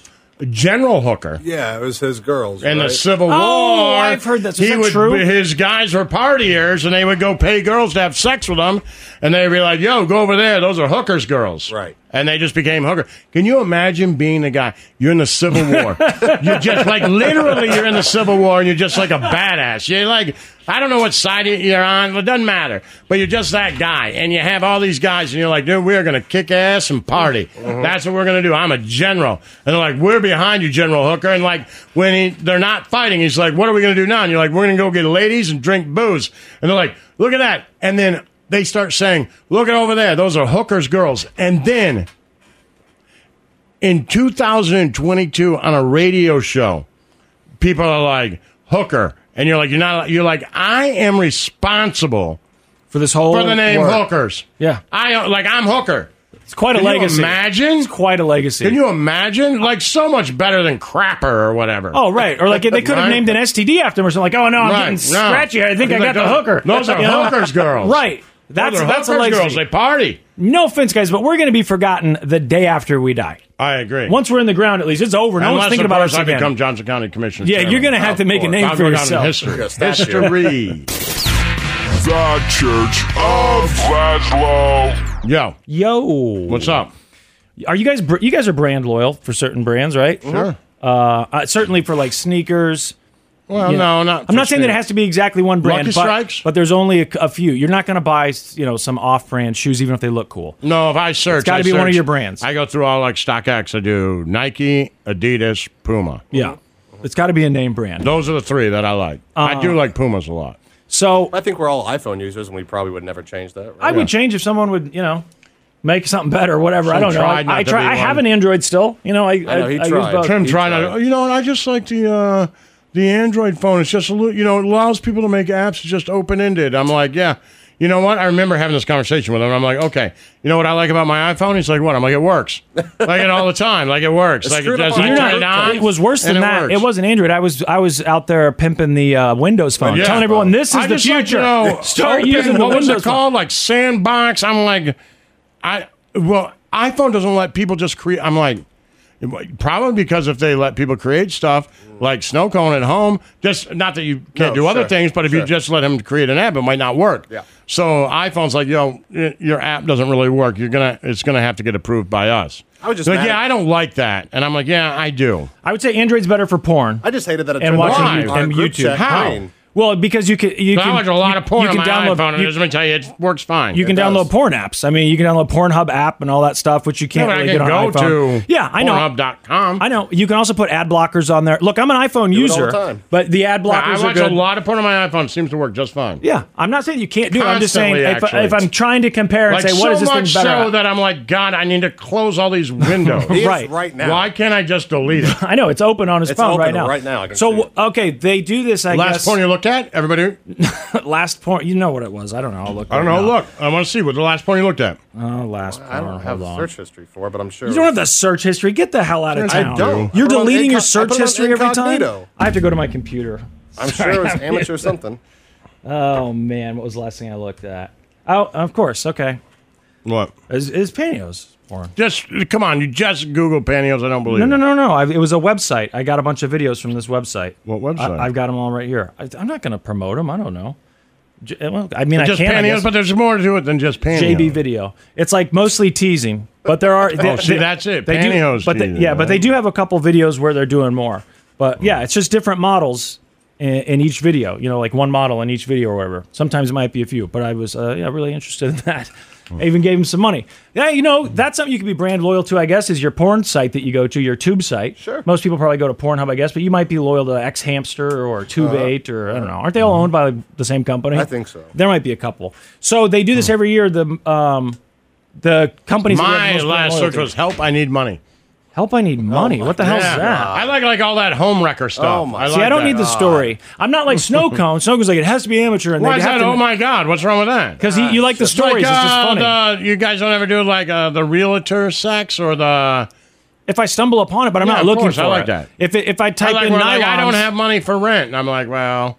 [SPEAKER 2] General Hooker.
[SPEAKER 4] Yeah, it was his girls.
[SPEAKER 2] In
[SPEAKER 4] right?
[SPEAKER 2] the Civil War,
[SPEAKER 3] Oh, I've heard this. Is
[SPEAKER 2] he
[SPEAKER 3] that
[SPEAKER 2] would,
[SPEAKER 3] true?
[SPEAKER 2] His guys were partiers, and they would go pay girls to have sex with them, and they'd be like, "Yo, go over there; those are hookers' girls." Right. and they just became hooker. Can you imagine being the guy? You're in the Civil War. you're just like literally you're in the Civil War, and you're just like a badass. You're like I don't know what side you're on. Well, it doesn't matter. But you're just that guy, and you have all these guys, and you're like, dude, we're gonna kick ass and party. That's what we're gonna do. I'm a general, and they're like, we're behind you, General Hooker. And like when he, they're not fighting, he's like, what are we gonna do now? And you're like, we're gonna go get ladies and drink booze. And they're like, look at that. And then they start saying, look at over there. Those are hookers' girls. And then in 2022 on a radio show, people are like hooker, and you're like you're not you're like I am responsible
[SPEAKER 3] for this whole
[SPEAKER 2] for the name
[SPEAKER 3] work.
[SPEAKER 2] hookers.
[SPEAKER 3] Yeah,
[SPEAKER 2] I like I'm hooker.
[SPEAKER 3] It's quite a
[SPEAKER 2] Can you
[SPEAKER 3] legacy.
[SPEAKER 2] imagine?
[SPEAKER 3] It's quite a legacy.
[SPEAKER 2] Can you imagine? Like so much better than crapper or whatever.
[SPEAKER 3] Oh right, or like they could have
[SPEAKER 2] Right?
[SPEAKER 3] named an STD after him or something. Like, oh no, I'm
[SPEAKER 2] Right,
[SPEAKER 3] getting
[SPEAKER 2] no.
[SPEAKER 3] scratchy. I think I
[SPEAKER 2] Like,
[SPEAKER 3] got the
[SPEAKER 2] those-
[SPEAKER 3] hooker.
[SPEAKER 2] those are
[SPEAKER 3] You know?
[SPEAKER 2] hookers girls.
[SPEAKER 3] right? That's
[SPEAKER 2] Those are
[SPEAKER 3] that's a
[SPEAKER 2] hookers
[SPEAKER 3] legacy.
[SPEAKER 2] girls. They party.
[SPEAKER 3] No offense, guys, but we're going to be forgotten the day after we die.
[SPEAKER 2] I agree.
[SPEAKER 3] Once we're in the ground, at least it's over. No
[SPEAKER 2] Unless,
[SPEAKER 3] one's thinking
[SPEAKER 2] of
[SPEAKER 3] about
[SPEAKER 2] course,
[SPEAKER 3] us
[SPEAKER 2] I
[SPEAKER 3] again.
[SPEAKER 2] become Johnson County Commissioner.
[SPEAKER 3] Yeah, you're gonna have to make a name
[SPEAKER 2] I'll go down
[SPEAKER 3] for
[SPEAKER 2] in
[SPEAKER 3] yourself.
[SPEAKER 2] History.
[SPEAKER 3] Yes, that's it.
[SPEAKER 2] History.
[SPEAKER 5] The Church of Laszlo.
[SPEAKER 2] Yo,
[SPEAKER 3] yo,
[SPEAKER 2] what's up?
[SPEAKER 3] Are you guys br- you guys are brand loyal for certain brands, right?
[SPEAKER 2] Sure.
[SPEAKER 3] Uh, uh, certainly for like sneakers.
[SPEAKER 2] Well,
[SPEAKER 3] You know,
[SPEAKER 2] no, not.
[SPEAKER 3] I'm not saying that it
[SPEAKER 2] has.
[SPEAKER 3] has to be exactly one brand,
[SPEAKER 2] Lucky
[SPEAKER 3] but,
[SPEAKER 2] Strikes?
[SPEAKER 3] but there's only a, a few. You're not going to buy, you know, some off-brand shoes, even if they look cool.
[SPEAKER 2] No, if I search,
[SPEAKER 3] gotta
[SPEAKER 2] I
[SPEAKER 3] be one of
[SPEAKER 2] search-
[SPEAKER 3] your brands.
[SPEAKER 2] I go through all like StockX. I do Nike, Adidas, Puma.
[SPEAKER 3] Yeah, it's got to be a name brand.
[SPEAKER 2] Those are the three that I like. I
[SPEAKER 3] Uh-huh.
[SPEAKER 2] do like Pumas a lot.
[SPEAKER 3] So
[SPEAKER 4] I think we're all iPhone users, and we probably would never change that.
[SPEAKER 3] I would change if someone would, you know, make something better, or whatever. I
[SPEAKER 4] Some
[SPEAKER 3] don't know.
[SPEAKER 4] tried not
[SPEAKER 3] I, I
[SPEAKER 4] to
[SPEAKER 3] try.
[SPEAKER 4] be
[SPEAKER 3] I have an
[SPEAKER 4] one.
[SPEAKER 3] Android still. You know, I I,
[SPEAKER 4] know, he
[SPEAKER 3] I use
[SPEAKER 4] tried.
[SPEAKER 3] both.
[SPEAKER 2] Trim try not. Oh, You know what? I just like the uh, the Android phone. It's just a little. You know, it allows people to make apps just open ended. I'm like, yeah. You know what? I remember having this conversation with him. I'm like, okay. You know what I like about my iPhone? He's like, what? I'm like, it works. like it all the time. Like it works. like it
[SPEAKER 3] You're
[SPEAKER 2] just. I turn it
[SPEAKER 3] not,
[SPEAKER 2] on.
[SPEAKER 3] it was worse
[SPEAKER 2] and
[SPEAKER 3] than
[SPEAKER 2] it
[SPEAKER 3] that.
[SPEAKER 2] works.
[SPEAKER 3] It wasn't Android. I was I was out there pimping the uh, Windows phone,
[SPEAKER 2] Yeah.
[SPEAKER 3] telling everyone this is
[SPEAKER 2] I
[SPEAKER 3] the
[SPEAKER 2] just like to
[SPEAKER 3] future.
[SPEAKER 2] know,
[SPEAKER 3] Start
[SPEAKER 2] open-
[SPEAKER 3] using the
[SPEAKER 2] what was
[SPEAKER 3] Windows
[SPEAKER 2] it called? Like sandbox. I'm like, I well, iPhone doesn't let people just create. I'm like. Probably because if they let people create stuff like snow cone at home, just not that you can't
[SPEAKER 4] No,
[SPEAKER 2] do other
[SPEAKER 4] sure,
[SPEAKER 2] things, but if you
[SPEAKER 4] sure.
[SPEAKER 2] just let them create an app, it might not work.
[SPEAKER 4] Yeah.
[SPEAKER 2] So iPhone's like, yo, y- your app doesn't really work. You're gonna, it's gonna have to get approved by us.
[SPEAKER 4] I was just
[SPEAKER 2] like,
[SPEAKER 4] mad
[SPEAKER 2] yeah,
[SPEAKER 4] at-
[SPEAKER 2] I don't like that, and I'm like, yeah, I do.
[SPEAKER 3] I would say Android's better for porn
[SPEAKER 4] I just hated that. It
[SPEAKER 3] and
[SPEAKER 4] turned
[SPEAKER 3] watching
[SPEAKER 4] on
[SPEAKER 3] you-
[SPEAKER 4] our
[SPEAKER 3] and
[SPEAKER 4] group
[SPEAKER 3] YouTube.
[SPEAKER 4] chat
[SPEAKER 2] How?
[SPEAKER 4] screen.
[SPEAKER 3] Well, because you can you
[SPEAKER 2] So
[SPEAKER 3] can
[SPEAKER 2] I watch a lot
[SPEAKER 3] you-
[SPEAKER 2] of porn
[SPEAKER 3] you
[SPEAKER 2] on
[SPEAKER 3] can
[SPEAKER 2] my
[SPEAKER 3] download,
[SPEAKER 2] iPhone, and
[SPEAKER 3] you-
[SPEAKER 2] let me tell you, it works fine.
[SPEAKER 3] You can download porn apps. I mean, you can download Pornhub app and all that stuff, which you can't
[SPEAKER 2] Yeah, but
[SPEAKER 3] really
[SPEAKER 2] I can
[SPEAKER 3] get on
[SPEAKER 2] go to
[SPEAKER 3] iPhone. yeah, I know.
[SPEAKER 2] Pornhub.com.
[SPEAKER 3] I know. You can also put ad blockers on there. Look, I'm an iPhone
[SPEAKER 4] it all
[SPEAKER 3] user,
[SPEAKER 4] the time.
[SPEAKER 3] but the ad
[SPEAKER 2] Yeah,
[SPEAKER 3] blockers
[SPEAKER 2] I
[SPEAKER 3] are
[SPEAKER 2] watch
[SPEAKER 3] good.
[SPEAKER 2] a lot of porn on my iPhone. It seems to work just fine.
[SPEAKER 3] Yeah, I'm not saying you can't do it. I'm just saying
[SPEAKER 2] Constantly,
[SPEAKER 3] if,
[SPEAKER 2] actually.
[SPEAKER 3] if I'm trying to compare and
[SPEAKER 2] Like
[SPEAKER 3] say what
[SPEAKER 2] so
[SPEAKER 3] is this
[SPEAKER 2] much
[SPEAKER 3] thing better
[SPEAKER 2] so
[SPEAKER 3] at?
[SPEAKER 2] that I'm like, God, I need to close all these windows.
[SPEAKER 4] It is
[SPEAKER 3] Right.
[SPEAKER 4] right now.
[SPEAKER 2] Why can't I just delete it?
[SPEAKER 3] I know it's open on his
[SPEAKER 4] It's
[SPEAKER 3] phone
[SPEAKER 4] open
[SPEAKER 3] right now.
[SPEAKER 4] right now, I can
[SPEAKER 3] so
[SPEAKER 4] see it.
[SPEAKER 3] okay, they do this. I
[SPEAKER 2] Last
[SPEAKER 3] guess
[SPEAKER 2] porn you looked at, everybody.
[SPEAKER 3] last porn. You know what it was? I don't know. I'll look.
[SPEAKER 2] I don't
[SPEAKER 3] right
[SPEAKER 2] know.
[SPEAKER 3] now.
[SPEAKER 2] Look, I want to see what the last porn you looked at.
[SPEAKER 3] Oh, last porn.
[SPEAKER 4] I don't have
[SPEAKER 3] Hold on.
[SPEAKER 4] search history for, but I'm sure.
[SPEAKER 3] You don't have the search history. Get the hell out of
[SPEAKER 4] I
[SPEAKER 3] town.
[SPEAKER 4] don't.
[SPEAKER 3] You're
[SPEAKER 4] I put it on
[SPEAKER 3] deleting your
[SPEAKER 4] incog- I
[SPEAKER 3] search
[SPEAKER 4] put it on
[SPEAKER 3] history every time.
[SPEAKER 4] incognito.
[SPEAKER 3] I have to go to my computer.
[SPEAKER 4] I'm sure it was amateur something.
[SPEAKER 3] Oh man, what was the last thing I looked at? Oh, of course. Okay,
[SPEAKER 2] What?
[SPEAKER 3] is is pantyhose porn?
[SPEAKER 2] Just come on. You just Google pantyhose. I don't believe.
[SPEAKER 3] No, no,
[SPEAKER 2] it.
[SPEAKER 3] no, no. I, it was a website. I got a bunch of videos from this website.
[SPEAKER 2] What website?
[SPEAKER 3] I, have got them all right here. I, I'm not going to promote them. I don't know. J- eh, well, I mean,
[SPEAKER 2] just
[SPEAKER 3] I can. I
[SPEAKER 2] pantyhose,
[SPEAKER 3] guess.
[SPEAKER 2] but there's more to it than just pantyhose.
[SPEAKER 3] JB Video. It's like mostly teasing, but there are.
[SPEAKER 2] Oh, see, that's it.
[SPEAKER 3] They do,
[SPEAKER 2] Pantyhose
[SPEAKER 3] but they,
[SPEAKER 2] teasing,
[SPEAKER 3] yeah, but they
[SPEAKER 2] right? Hmm.
[SPEAKER 3] do have a couple videos where they're doing more. But yeah, it's just different models in, in each video. You know, like one model in each video or whatever. Sometimes it might be a few, but I was uh, yeah really interested in that. I even gave him some money. Yeah, you know that's something you can be brand loyal to. I guess is your porn site that you go to, your Tube site. Sure. Most people probably go to Pornhub, I guess, but you might be loyal to X Hamster or Tube Eight or I don't know. Aren't they all owned by the same company?
[SPEAKER 4] I think so. Hmm.
[SPEAKER 3] There might be a couple. So they do this every year. The um, the companies. that we have the
[SPEAKER 2] My
[SPEAKER 3] most brand
[SPEAKER 2] last
[SPEAKER 3] loyalty.
[SPEAKER 2] search was help. I need money.
[SPEAKER 3] help. I need money. what the hell is
[SPEAKER 2] Yeah.
[SPEAKER 3] that?
[SPEAKER 2] I like like all that home wrecker stuff.
[SPEAKER 4] Oh, my-
[SPEAKER 2] I
[SPEAKER 3] See,
[SPEAKER 2] like
[SPEAKER 3] I don't
[SPEAKER 2] that. Ah.
[SPEAKER 3] need the story. I'm not like Snow Cone. Snow Cone's like it has to be amateur, and
[SPEAKER 2] Why
[SPEAKER 3] they
[SPEAKER 2] is
[SPEAKER 3] have
[SPEAKER 2] that?
[SPEAKER 3] to.
[SPEAKER 2] Oh my God! What's wrong with that?
[SPEAKER 3] because you like the
[SPEAKER 2] It's like,
[SPEAKER 3] stories, it's just
[SPEAKER 2] uh,
[SPEAKER 3] funny.
[SPEAKER 2] the- you guys don't ever do like uh, the realtor sex or the.
[SPEAKER 3] if I stumble upon it, but I'm
[SPEAKER 2] Yeah,
[SPEAKER 3] not
[SPEAKER 2] of
[SPEAKER 3] looking
[SPEAKER 2] course,
[SPEAKER 3] for
[SPEAKER 2] I like
[SPEAKER 3] it.
[SPEAKER 2] that.
[SPEAKER 3] If it, if I
[SPEAKER 2] I
[SPEAKER 3] type
[SPEAKER 2] like
[SPEAKER 3] in
[SPEAKER 2] we're like, I
[SPEAKER 3] nylons-
[SPEAKER 2] don't have money for rent, and I'm like, well,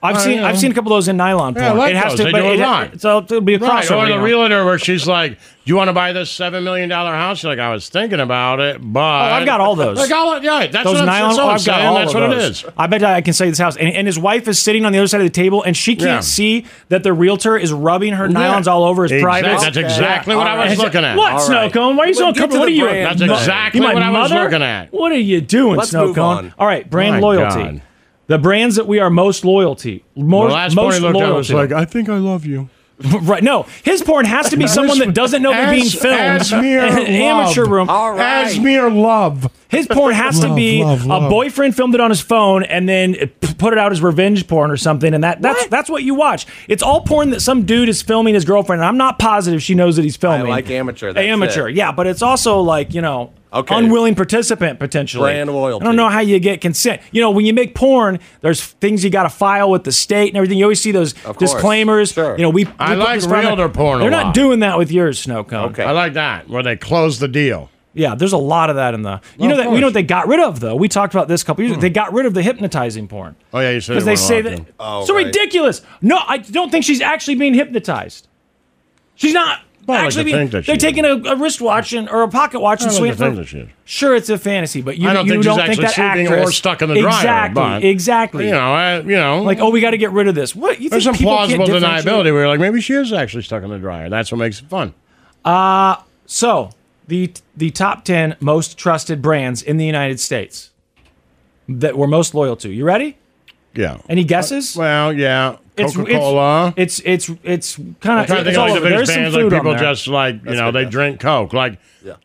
[SPEAKER 3] I've
[SPEAKER 2] Well,
[SPEAKER 3] seen
[SPEAKER 2] you know.
[SPEAKER 3] I've seen a couple of those in nylon porn.
[SPEAKER 2] Yeah, I like
[SPEAKER 3] it has
[SPEAKER 2] those.
[SPEAKER 3] to,
[SPEAKER 2] They
[SPEAKER 3] but
[SPEAKER 2] do
[SPEAKER 3] it,
[SPEAKER 2] it right.
[SPEAKER 3] So it'll be a
[SPEAKER 2] Right,
[SPEAKER 3] crossover.
[SPEAKER 2] or the
[SPEAKER 3] you know.
[SPEAKER 2] realtor where she's like, "Do you want to buy this seven million dollar house?" You're like, "I was thinking about it, but
[SPEAKER 3] Oh, I've got all those.
[SPEAKER 2] Like all, yeah, that's what
[SPEAKER 3] those
[SPEAKER 2] I'm,
[SPEAKER 3] nylon.
[SPEAKER 2] that's what I'm
[SPEAKER 3] I've got
[SPEAKER 2] saying.
[SPEAKER 3] all
[SPEAKER 2] That's
[SPEAKER 3] of
[SPEAKER 2] what it
[SPEAKER 3] those.
[SPEAKER 2] is.
[SPEAKER 3] I bet I can say this house. And, and his wife is sitting on the other side of the table, and she can't
[SPEAKER 2] Yeah.
[SPEAKER 3] see that the realtor is rubbing her
[SPEAKER 2] Yeah.
[SPEAKER 3] nylons all over his
[SPEAKER 2] Exactly.
[SPEAKER 3] private.
[SPEAKER 2] That's exactly what I was
[SPEAKER 3] And she-
[SPEAKER 2] looking at.
[SPEAKER 3] What,
[SPEAKER 2] All
[SPEAKER 3] Snow
[SPEAKER 2] right.
[SPEAKER 3] Cone? Why are you so
[SPEAKER 2] Well, get to
[SPEAKER 3] uncomfortable? What are
[SPEAKER 2] the
[SPEAKER 3] you?
[SPEAKER 2] brand. That's
[SPEAKER 3] you my
[SPEAKER 2] exactly what I was
[SPEAKER 3] mother?
[SPEAKER 2] looking at.
[SPEAKER 3] What are you doing,
[SPEAKER 2] Let's
[SPEAKER 3] Snow
[SPEAKER 2] move
[SPEAKER 3] Cone?
[SPEAKER 2] on.
[SPEAKER 3] All right, brand
[SPEAKER 2] My
[SPEAKER 3] loyalty.
[SPEAKER 2] God.
[SPEAKER 3] The brands that we are most loyalty, more,
[SPEAKER 2] the last porn
[SPEAKER 3] most
[SPEAKER 2] he looked
[SPEAKER 3] loyal
[SPEAKER 2] at was
[SPEAKER 3] to.
[SPEAKER 2] like, "I think I love you."
[SPEAKER 3] right? No, his porn has to be someone that doesn't know they're being
[SPEAKER 2] As-
[SPEAKER 3] filmed.
[SPEAKER 2] as mere
[SPEAKER 3] in an amateur
[SPEAKER 2] love.
[SPEAKER 3] room.
[SPEAKER 2] All right. As mere love.
[SPEAKER 3] His porn has to
[SPEAKER 2] Love,
[SPEAKER 3] be
[SPEAKER 2] love,
[SPEAKER 3] a
[SPEAKER 2] love.
[SPEAKER 3] boyfriend filmed it on his phone and then p- put it out as revenge porn or something. And that that's that's what you watch. It's all porn that some dude is filming his girlfriend. And I'm not positive she knows that he's filming.
[SPEAKER 4] like amateur, that's
[SPEAKER 3] amateur.
[SPEAKER 4] it.
[SPEAKER 3] Yeah, but it's also like you know.
[SPEAKER 4] Okay.
[SPEAKER 3] Unwilling participant potentially.
[SPEAKER 4] Brand loyalty.
[SPEAKER 3] I don't know how you get consent. You know, when you make porn, there's things you got to file with the state and everything. You always see those
[SPEAKER 2] course.
[SPEAKER 3] disclaimers. You know, we.
[SPEAKER 2] I
[SPEAKER 3] we put
[SPEAKER 2] like
[SPEAKER 3] this on there.
[SPEAKER 2] realtor porn a
[SPEAKER 3] They're not
[SPEAKER 2] lot.
[SPEAKER 3] doing that with yours, Snow Cone.
[SPEAKER 2] I like that where they close the deal.
[SPEAKER 3] Yeah, there's a lot of that in the.
[SPEAKER 2] Well,
[SPEAKER 3] You know
[SPEAKER 2] of
[SPEAKER 3] that you know
[SPEAKER 2] course. Hmm.
[SPEAKER 3] what they got rid of though. We talked about this a couple years. ago. They got rid of the hypnotizing porn
[SPEAKER 2] Oh yeah, you said
[SPEAKER 3] because they
[SPEAKER 2] weren't
[SPEAKER 3] say
[SPEAKER 2] allowed to.
[SPEAKER 3] that so ridiculous. No, I don't think she's actually being hypnotized. She's not
[SPEAKER 2] like to
[SPEAKER 3] actually being.
[SPEAKER 2] think that
[SPEAKER 3] They're
[SPEAKER 2] she
[SPEAKER 3] taking a, a wristwatch and or a pocket watch
[SPEAKER 2] I
[SPEAKER 3] and
[SPEAKER 2] like
[SPEAKER 3] swinging.
[SPEAKER 2] to think
[SPEAKER 3] from-
[SPEAKER 2] that she is.
[SPEAKER 3] Sure, it's a fantasy, but you,
[SPEAKER 2] I don't
[SPEAKER 3] you
[SPEAKER 2] think
[SPEAKER 3] don't
[SPEAKER 2] she's
[SPEAKER 3] think that
[SPEAKER 2] actually sleeping
[SPEAKER 3] actress
[SPEAKER 2] or stuck in the dryer,
[SPEAKER 3] Exactly,
[SPEAKER 2] but,
[SPEAKER 3] exactly.
[SPEAKER 2] you know, I- you know,
[SPEAKER 3] like oh, we got to get rid of this. What you
[SPEAKER 2] There's some
[SPEAKER 3] think people can't
[SPEAKER 2] plausible
[SPEAKER 3] differentiate?
[SPEAKER 2] deniability where you're like, maybe she is actually stuck in the dryer. That's what makes it fun.
[SPEAKER 3] Uh so the the top 10 most trusted brands in the United States that we're most loyal to. You ready?
[SPEAKER 2] Yeah.
[SPEAKER 3] Any guesses?
[SPEAKER 2] Uh, well, yeah.
[SPEAKER 3] It's-
[SPEAKER 2] Coca Cola.
[SPEAKER 3] It's it's it's kind
[SPEAKER 2] I'm trying to
[SPEAKER 3] of
[SPEAKER 2] think
[SPEAKER 3] it's
[SPEAKER 2] of
[SPEAKER 3] all
[SPEAKER 2] like the
[SPEAKER 3] over.
[SPEAKER 2] biggest
[SPEAKER 3] There's some
[SPEAKER 2] bands like
[SPEAKER 3] food on
[SPEAKER 2] people
[SPEAKER 3] there.
[SPEAKER 2] just like you know they drink Coke like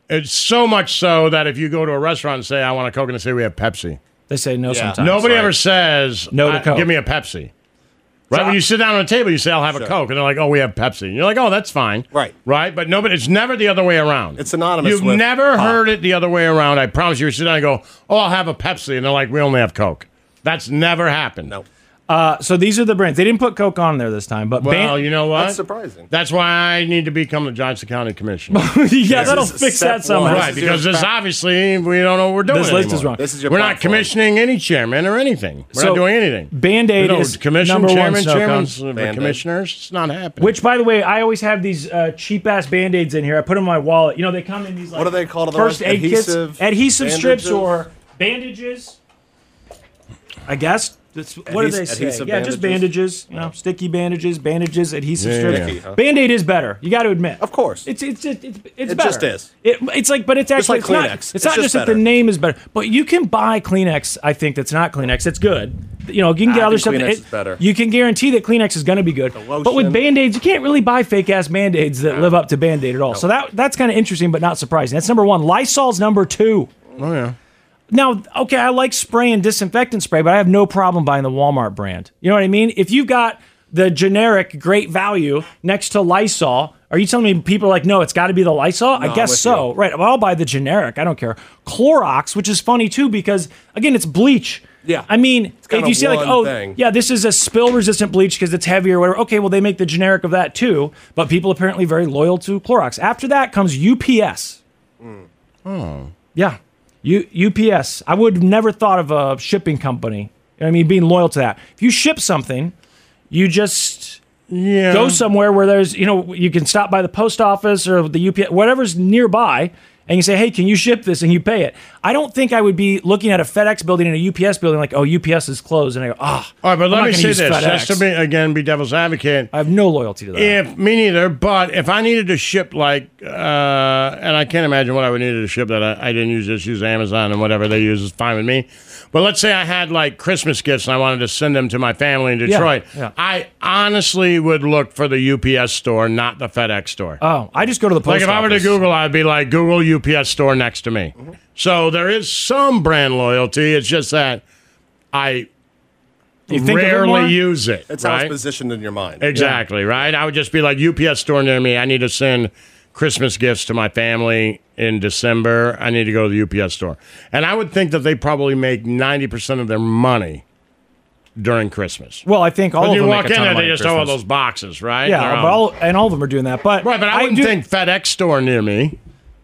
[SPEAKER 2] it's so much so that if you go to a restaurant and say I want a Coke and they say we have Pepsi
[SPEAKER 3] They say no sometimes.
[SPEAKER 2] nobody ever says
[SPEAKER 3] No to
[SPEAKER 2] "I-
[SPEAKER 3] Coke."
[SPEAKER 2] give me a Pepsi right
[SPEAKER 3] So
[SPEAKER 2] when
[SPEAKER 3] I-
[SPEAKER 2] you sit down at a table you say I'll have a
[SPEAKER 3] Sure.
[SPEAKER 2] Coke and they're like oh we have Pepsi and you're like oh that's fine
[SPEAKER 4] Right.
[SPEAKER 2] right but nobody it's never the other way around
[SPEAKER 4] It's synonymous.
[SPEAKER 2] you've
[SPEAKER 4] with
[SPEAKER 2] never
[SPEAKER 4] pop.
[SPEAKER 2] heard it the other way around I promise you you sit down and go oh I'll have a Pepsi and they're like we only have Coke that's never happened no
[SPEAKER 3] Uh, so these are the brands. They didn't put Coke on there this time, but
[SPEAKER 2] well
[SPEAKER 3] ban-
[SPEAKER 2] you know what
[SPEAKER 4] That's surprising.
[SPEAKER 2] that's why I need to become the Johnson County Commissioner.
[SPEAKER 3] yeah,
[SPEAKER 2] This
[SPEAKER 3] that'll
[SPEAKER 2] is
[SPEAKER 3] fix
[SPEAKER 2] step
[SPEAKER 3] that somehow.
[SPEAKER 2] one. Right, because this obviously we don't know what we're doing.
[SPEAKER 3] This list is
[SPEAKER 2] anymore.
[SPEAKER 3] wrong. This is your
[SPEAKER 2] we're not
[SPEAKER 3] platform.
[SPEAKER 2] commissioning any chairman or anything. We're
[SPEAKER 3] So,
[SPEAKER 2] not doing anything.
[SPEAKER 3] Band-Aid
[SPEAKER 2] We don't
[SPEAKER 3] is
[SPEAKER 2] commission
[SPEAKER 3] number one
[SPEAKER 2] chairman,
[SPEAKER 3] snow cone.
[SPEAKER 2] chairman's uh,
[SPEAKER 3] Band-Aid.
[SPEAKER 2] commissioners. It's not happening.
[SPEAKER 3] Which, by the way, I always have these uh, cheap ass band aids in here. I put them in my wallet. You know, they come in these like
[SPEAKER 4] What are they called?
[SPEAKER 3] First aid kits,
[SPEAKER 4] Adhesive
[SPEAKER 3] adhesive strips,
[SPEAKER 4] bandages?
[SPEAKER 3] or bandages. I guess. That's, what do they
[SPEAKER 4] Adhes-
[SPEAKER 3] say?
[SPEAKER 4] adhesive
[SPEAKER 3] yeah, just bandages. You know, sticky bandages, bandages, adhesive
[SPEAKER 4] Yeah.
[SPEAKER 3] strips.
[SPEAKER 4] Sticky, huh?
[SPEAKER 3] Band aid is better. You got to admit. Of course. It's it's it's it's, it's
[SPEAKER 4] It
[SPEAKER 3] better.
[SPEAKER 4] just is.
[SPEAKER 3] It, it's like, but it's
[SPEAKER 4] Just
[SPEAKER 3] actually
[SPEAKER 4] like
[SPEAKER 3] it's not-
[SPEAKER 4] Kleenex.
[SPEAKER 3] It's not,
[SPEAKER 4] It's just
[SPEAKER 3] just that the
[SPEAKER 4] better.
[SPEAKER 3] name is better, but you can buy Kleenex. I think that's not Kleenex. It's good. You know, you can
[SPEAKER 4] I
[SPEAKER 3] get other stuff.
[SPEAKER 4] think Kleenex
[SPEAKER 3] It-
[SPEAKER 4] is better.
[SPEAKER 3] You can guarantee that Kleenex is going to be good. But with
[SPEAKER 4] lotion.
[SPEAKER 3] band aids, you can't really buy fake ass band aids that live up to band aid at all. So that that's kind of interesting, but not surprising. That's number one. Lysol's number two.
[SPEAKER 2] Oh yeah.
[SPEAKER 3] Now, okay, I like spray and disinfectant spray, but I have no problem buying the Walmart brand. You know what I mean? If you've got the generic great value next to Lysol, are you telling me people are like, no, it's got to be the Lysol?
[SPEAKER 4] No,
[SPEAKER 3] I
[SPEAKER 4] I'm
[SPEAKER 3] guess
[SPEAKER 4] with
[SPEAKER 3] so. Right. Well, I'll buy the generic. I don't care. Clorox, which is funny too, because again, it's bleach.
[SPEAKER 4] Yeah.
[SPEAKER 3] I mean, if
[SPEAKER 4] kinda
[SPEAKER 3] you see like,
[SPEAKER 4] one
[SPEAKER 3] oh,
[SPEAKER 4] thing.
[SPEAKER 3] yeah, this is a spill resistant bleach because it's heavier or whatever. Okay, well, they make the generic of that too, but people apparently very loyal to Clorox. After that comes UPS.
[SPEAKER 2] Oh.
[SPEAKER 3] Yeah. U- UPS. I would have never thought of a shipping company. I mean, being loyal to that. If you ship something, you just
[SPEAKER 2] yeah.
[SPEAKER 3] go somewhere where there's, you know, you can stop by the post office or the UPS, whatever's nearby, and you say, hey, can you ship this? And you pay it. I don't think I would be looking at a FedEx building and a UPS building like, oh, UPS is closed. And I go, ah.
[SPEAKER 2] All right, but
[SPEAKER 3] I'm
[SPEAKER 2] let
[SPEAKER 3] not
[SPEAKER 2] me
[SPEAKER 3] gonna
[SPEAKER 2] say
[SPEAKER 3] use
[SPEAKER 2] this
[SPEAKER 3] FedEx.
[SPEAKER 2] just to be again be devil's advocate.
[SPEAKER 3] I have no loyalty to that.
[SPEAKER 2] If me neither, but if I needed to ship like, uh, and I can't imagine what I would need to ship that I, I didn't use. Just use Amazon and whatever they use is fine with me. But let's say I had like Christmas gifts and I wanted to send them to my family in
[SPEAKER 3] Yeah,
[SPEAKER 2] Detroit.
[SPEAKER 3] yeah.
[SPEAKER 2] I honestly would look for the UPS store, not the FedEx store.
[SPEAKER 3] Oh, I just go to the post
[SPEAKER 2] Like if I were to
[SPEAKER 3] office. Mm-hmm.
[SPEAKER 2] Google, I'd be like Google UPS store next to me. So there is some brand loyalty. It's just that I
[SPEAKER 4] You think of it more?
[SPEAKER 2] rarely use it.
[SPEAKER 4] That's how
[SPEAKER 2] right?
[SPEAKER 4] it's positioned in your mind.
[SPEAKER 2] Exactly, right? I would just be like, UPS store near me. I need to send Christmas gifts to my family in December. I need to go to the UPS store. And I would think that they probably make 90% of their money during Christmas.
[SPEAKER 3] Well, I think all
[SPEAKER 2] when
[SPEAKER 3] of
[SPEAKER 2] you
[SPEAKER 3] them
[SPEAKER 2] walk
[SPEAKER 3] make a
[SPEAKER 2] in
[SPEAKER 3] ton
[SPEAKER 2] there,
[SPEAKER 3] of money
[SPEAKER 2] they
[SPEAKER 3] at
[SPEAKER 2] just have all
[SPEAKER 3] Christmas.
[SPEAKER 2] those boxes, right?
[SPEAKER 3] Yeah,
[SPEAKER 2] They're
[SPEAKER 3] but
[SPEAKER 2] all-
[SPEAKER 3] all, and all of them are doing that. But
[SPEAKER 2] right, but I, wouldn't
[SPEAKER 3] do-
[SPEAKER 2] think FedEx store near me.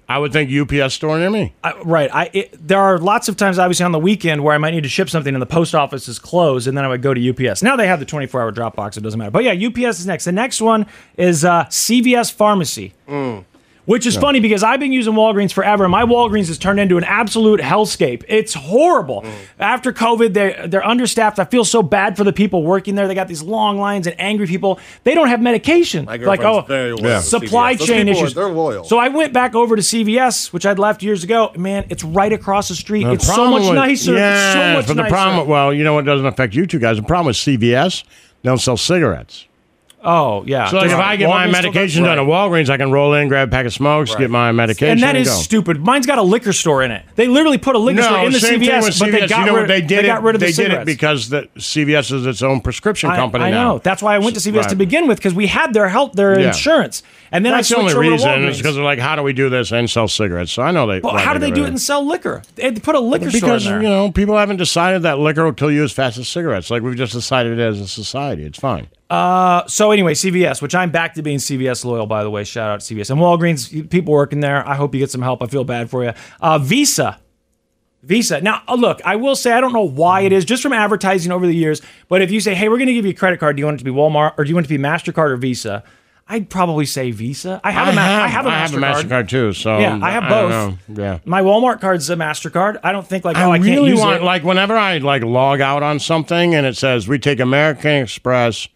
[SPEAKER 2] I would think UPS store near me.
[SPEAKER 3] I, right. I it, there are lots of times, obviously, on the weekend where I might need to ship something, and the post office is closed, and then I would go to UPS. Now they have the 24 hour drop box; it doesn't matter. But yeah, UPS is next. The next one is uh, CVS Pharmacy.
[SPEAKER 4] Mm.
[SPEAKER 3] Which is
[SPEAKER 14] Yeah.
[SPEAKER 3] funny because I've been using Walgreens forever, and my Walgreens has turned into an absolute hellscape. It's horrible.
[SPEAKER 4] Mm.
[SPEAKER 3] After COVID, they they're understaffed. I feel so bad for the people working there. They got these long lines and angry people. They don't have medication.
[SPEAKER 4] My
[SPEAKER 3] like
[SPEAKER 4] girlfriend's
[SPEAKER 3] oh,
[SPEAKER 4] very loyal to
[SPEAKER 3] supply
[SPEAKER 4] CVS. Those
[SPEAKER 3] chain
[SPEAKER 4] people are-
[SPEAKER 3] issues.
[SPEAKER 4] they're loyal.
[SPEAKER 3] So I went back over to CVS, which I'd left years ago. Man, it's right across the street.
[SPEAKER 2] The
[SPEAKER 3] it's so
[SPEAKER 2] problem
[SPEAKER 3] much
[SPEAKER 2] with-
[SPEAKER 3] nicer. it's so
[SPEAKER 2] Yeah,
[SPEAKER 3] much
[SPEAKER 2] but the
[SPEAKER 3] nicer.
[SPEAKER 2] problem, well, you know what doesn't affect you two guys? The problem with CVS, they don't sell cigarettes.
[SPEAKER 3] oh yeah.
[SPEAKER 2] so like
[SPEAKER 3] Does
[SPEAKER 2] if I get my
[SPEAKER 3] Walgreens still
[SPEAKER 2] medication
[SPEAKER 3] does-
[SPEAKER 2] done at
[SPEAKER 3] Right.
[SPEAKER 2] Walgreens, I can roll in, grab a pack of smokes, get my medication,
[SPEAKER 3] and that is
[SPEAKER 2] go.
[SPEAKER 3] stupid. Mine's got a liquor store in it. They literally put a liquor store in the
[SPEAKER 2] same thing
[SPEAKER 3] CVS,
[SPEAKER 2] with
[SPEAKER 3] but they
[SPEAKER 2] CVS.
[SPEAKER 3] got
[SPEAKER 2] you know
[SPEAKER 3] rid,
[SPEAKER 2] what they did.
[SPEAKER 3] they
[SPEAKER 2] it,
[SPEAKER 3] got rid of
[SPEAKER 2] they
[SPEAKER 3] the
[SPEAKER 2] did
[SPEAKER 3] cigarettes.
[SPEAKER 2] it because the CVS is its own prescription
[SPEAKER 3] I-
[SPEAKER 2] company
[SPEAKER 3] I,
[SPEAKER 2] now.
[SPEAKER 3] know. That's why I went to CVS to
[SPEAKER 2] Right.
[SPEAKER 3] begin with because we had their help, their
[SPEAKER 2] Yeah.
[SPEAKER 3] insurance, and then
[SPEAKER 2] That's
[SPEAKER 3] I
[SPEAKER 2] the
[SPEAKER 3] switched
[SPEAKER 2] only
[SPEAKER 3] over
[SPEAKER 2] reason is
[SPEAKER 3] to Walgreens.
[SPEAKER 2] because they're like, how do we do this and sell cigarettes? So I know they.
[SPEAKER 3] Well,
[SPEAKER 2] why
[SPEAKER 3] how do they do it
[SPEAKER 2] it.
[SPEAKER 3] and sell liquor? They put a liquor store in
[SPEAKER 2] because
[SPEAKER 3] there.
[SPEAKER 2] you know people haven't decided that liquor will kill you as fast as cigarettes. Like we've just decided it as a society. It's fine.
[SPEAKER 3] Uh, so anyway, CVS, which I'm back to being CVS loyal, by the way. Shout out to CVS and Walgreens. People working there. I hope you get some help. I feel bad for you. Uh, Visa. Visa. Now, uh, look, I will say I don't know why it is, just from advertising over the years. But if you say, "Hey, we're going to give you a credit card. Do you want it to be Walmart or do you want it to be Mastercard or Visa?" I'd probably say Visa. I have a Ma- I have a Mastercard.
[SPEAKER 2] Mastercard too. So
[SPEAKER 3] Yeah, I
[SPEAKER 2] don't
[SPEAKER 3] have both.
[SPEAKER 2] know. Yeah.
[SPEAKER 3] My Walmart card's a Mastercard. I don't think like oh, I,
[SPEAKER 2] I
[SPEAKER 3] can't
[SPEAKER 2] really
[SPEAKER 3] use
[SPEAKER 2] want
[SPEAKER 3] it.
[SPEAKER 2] like whenever I like log out on something and it says we take American Express,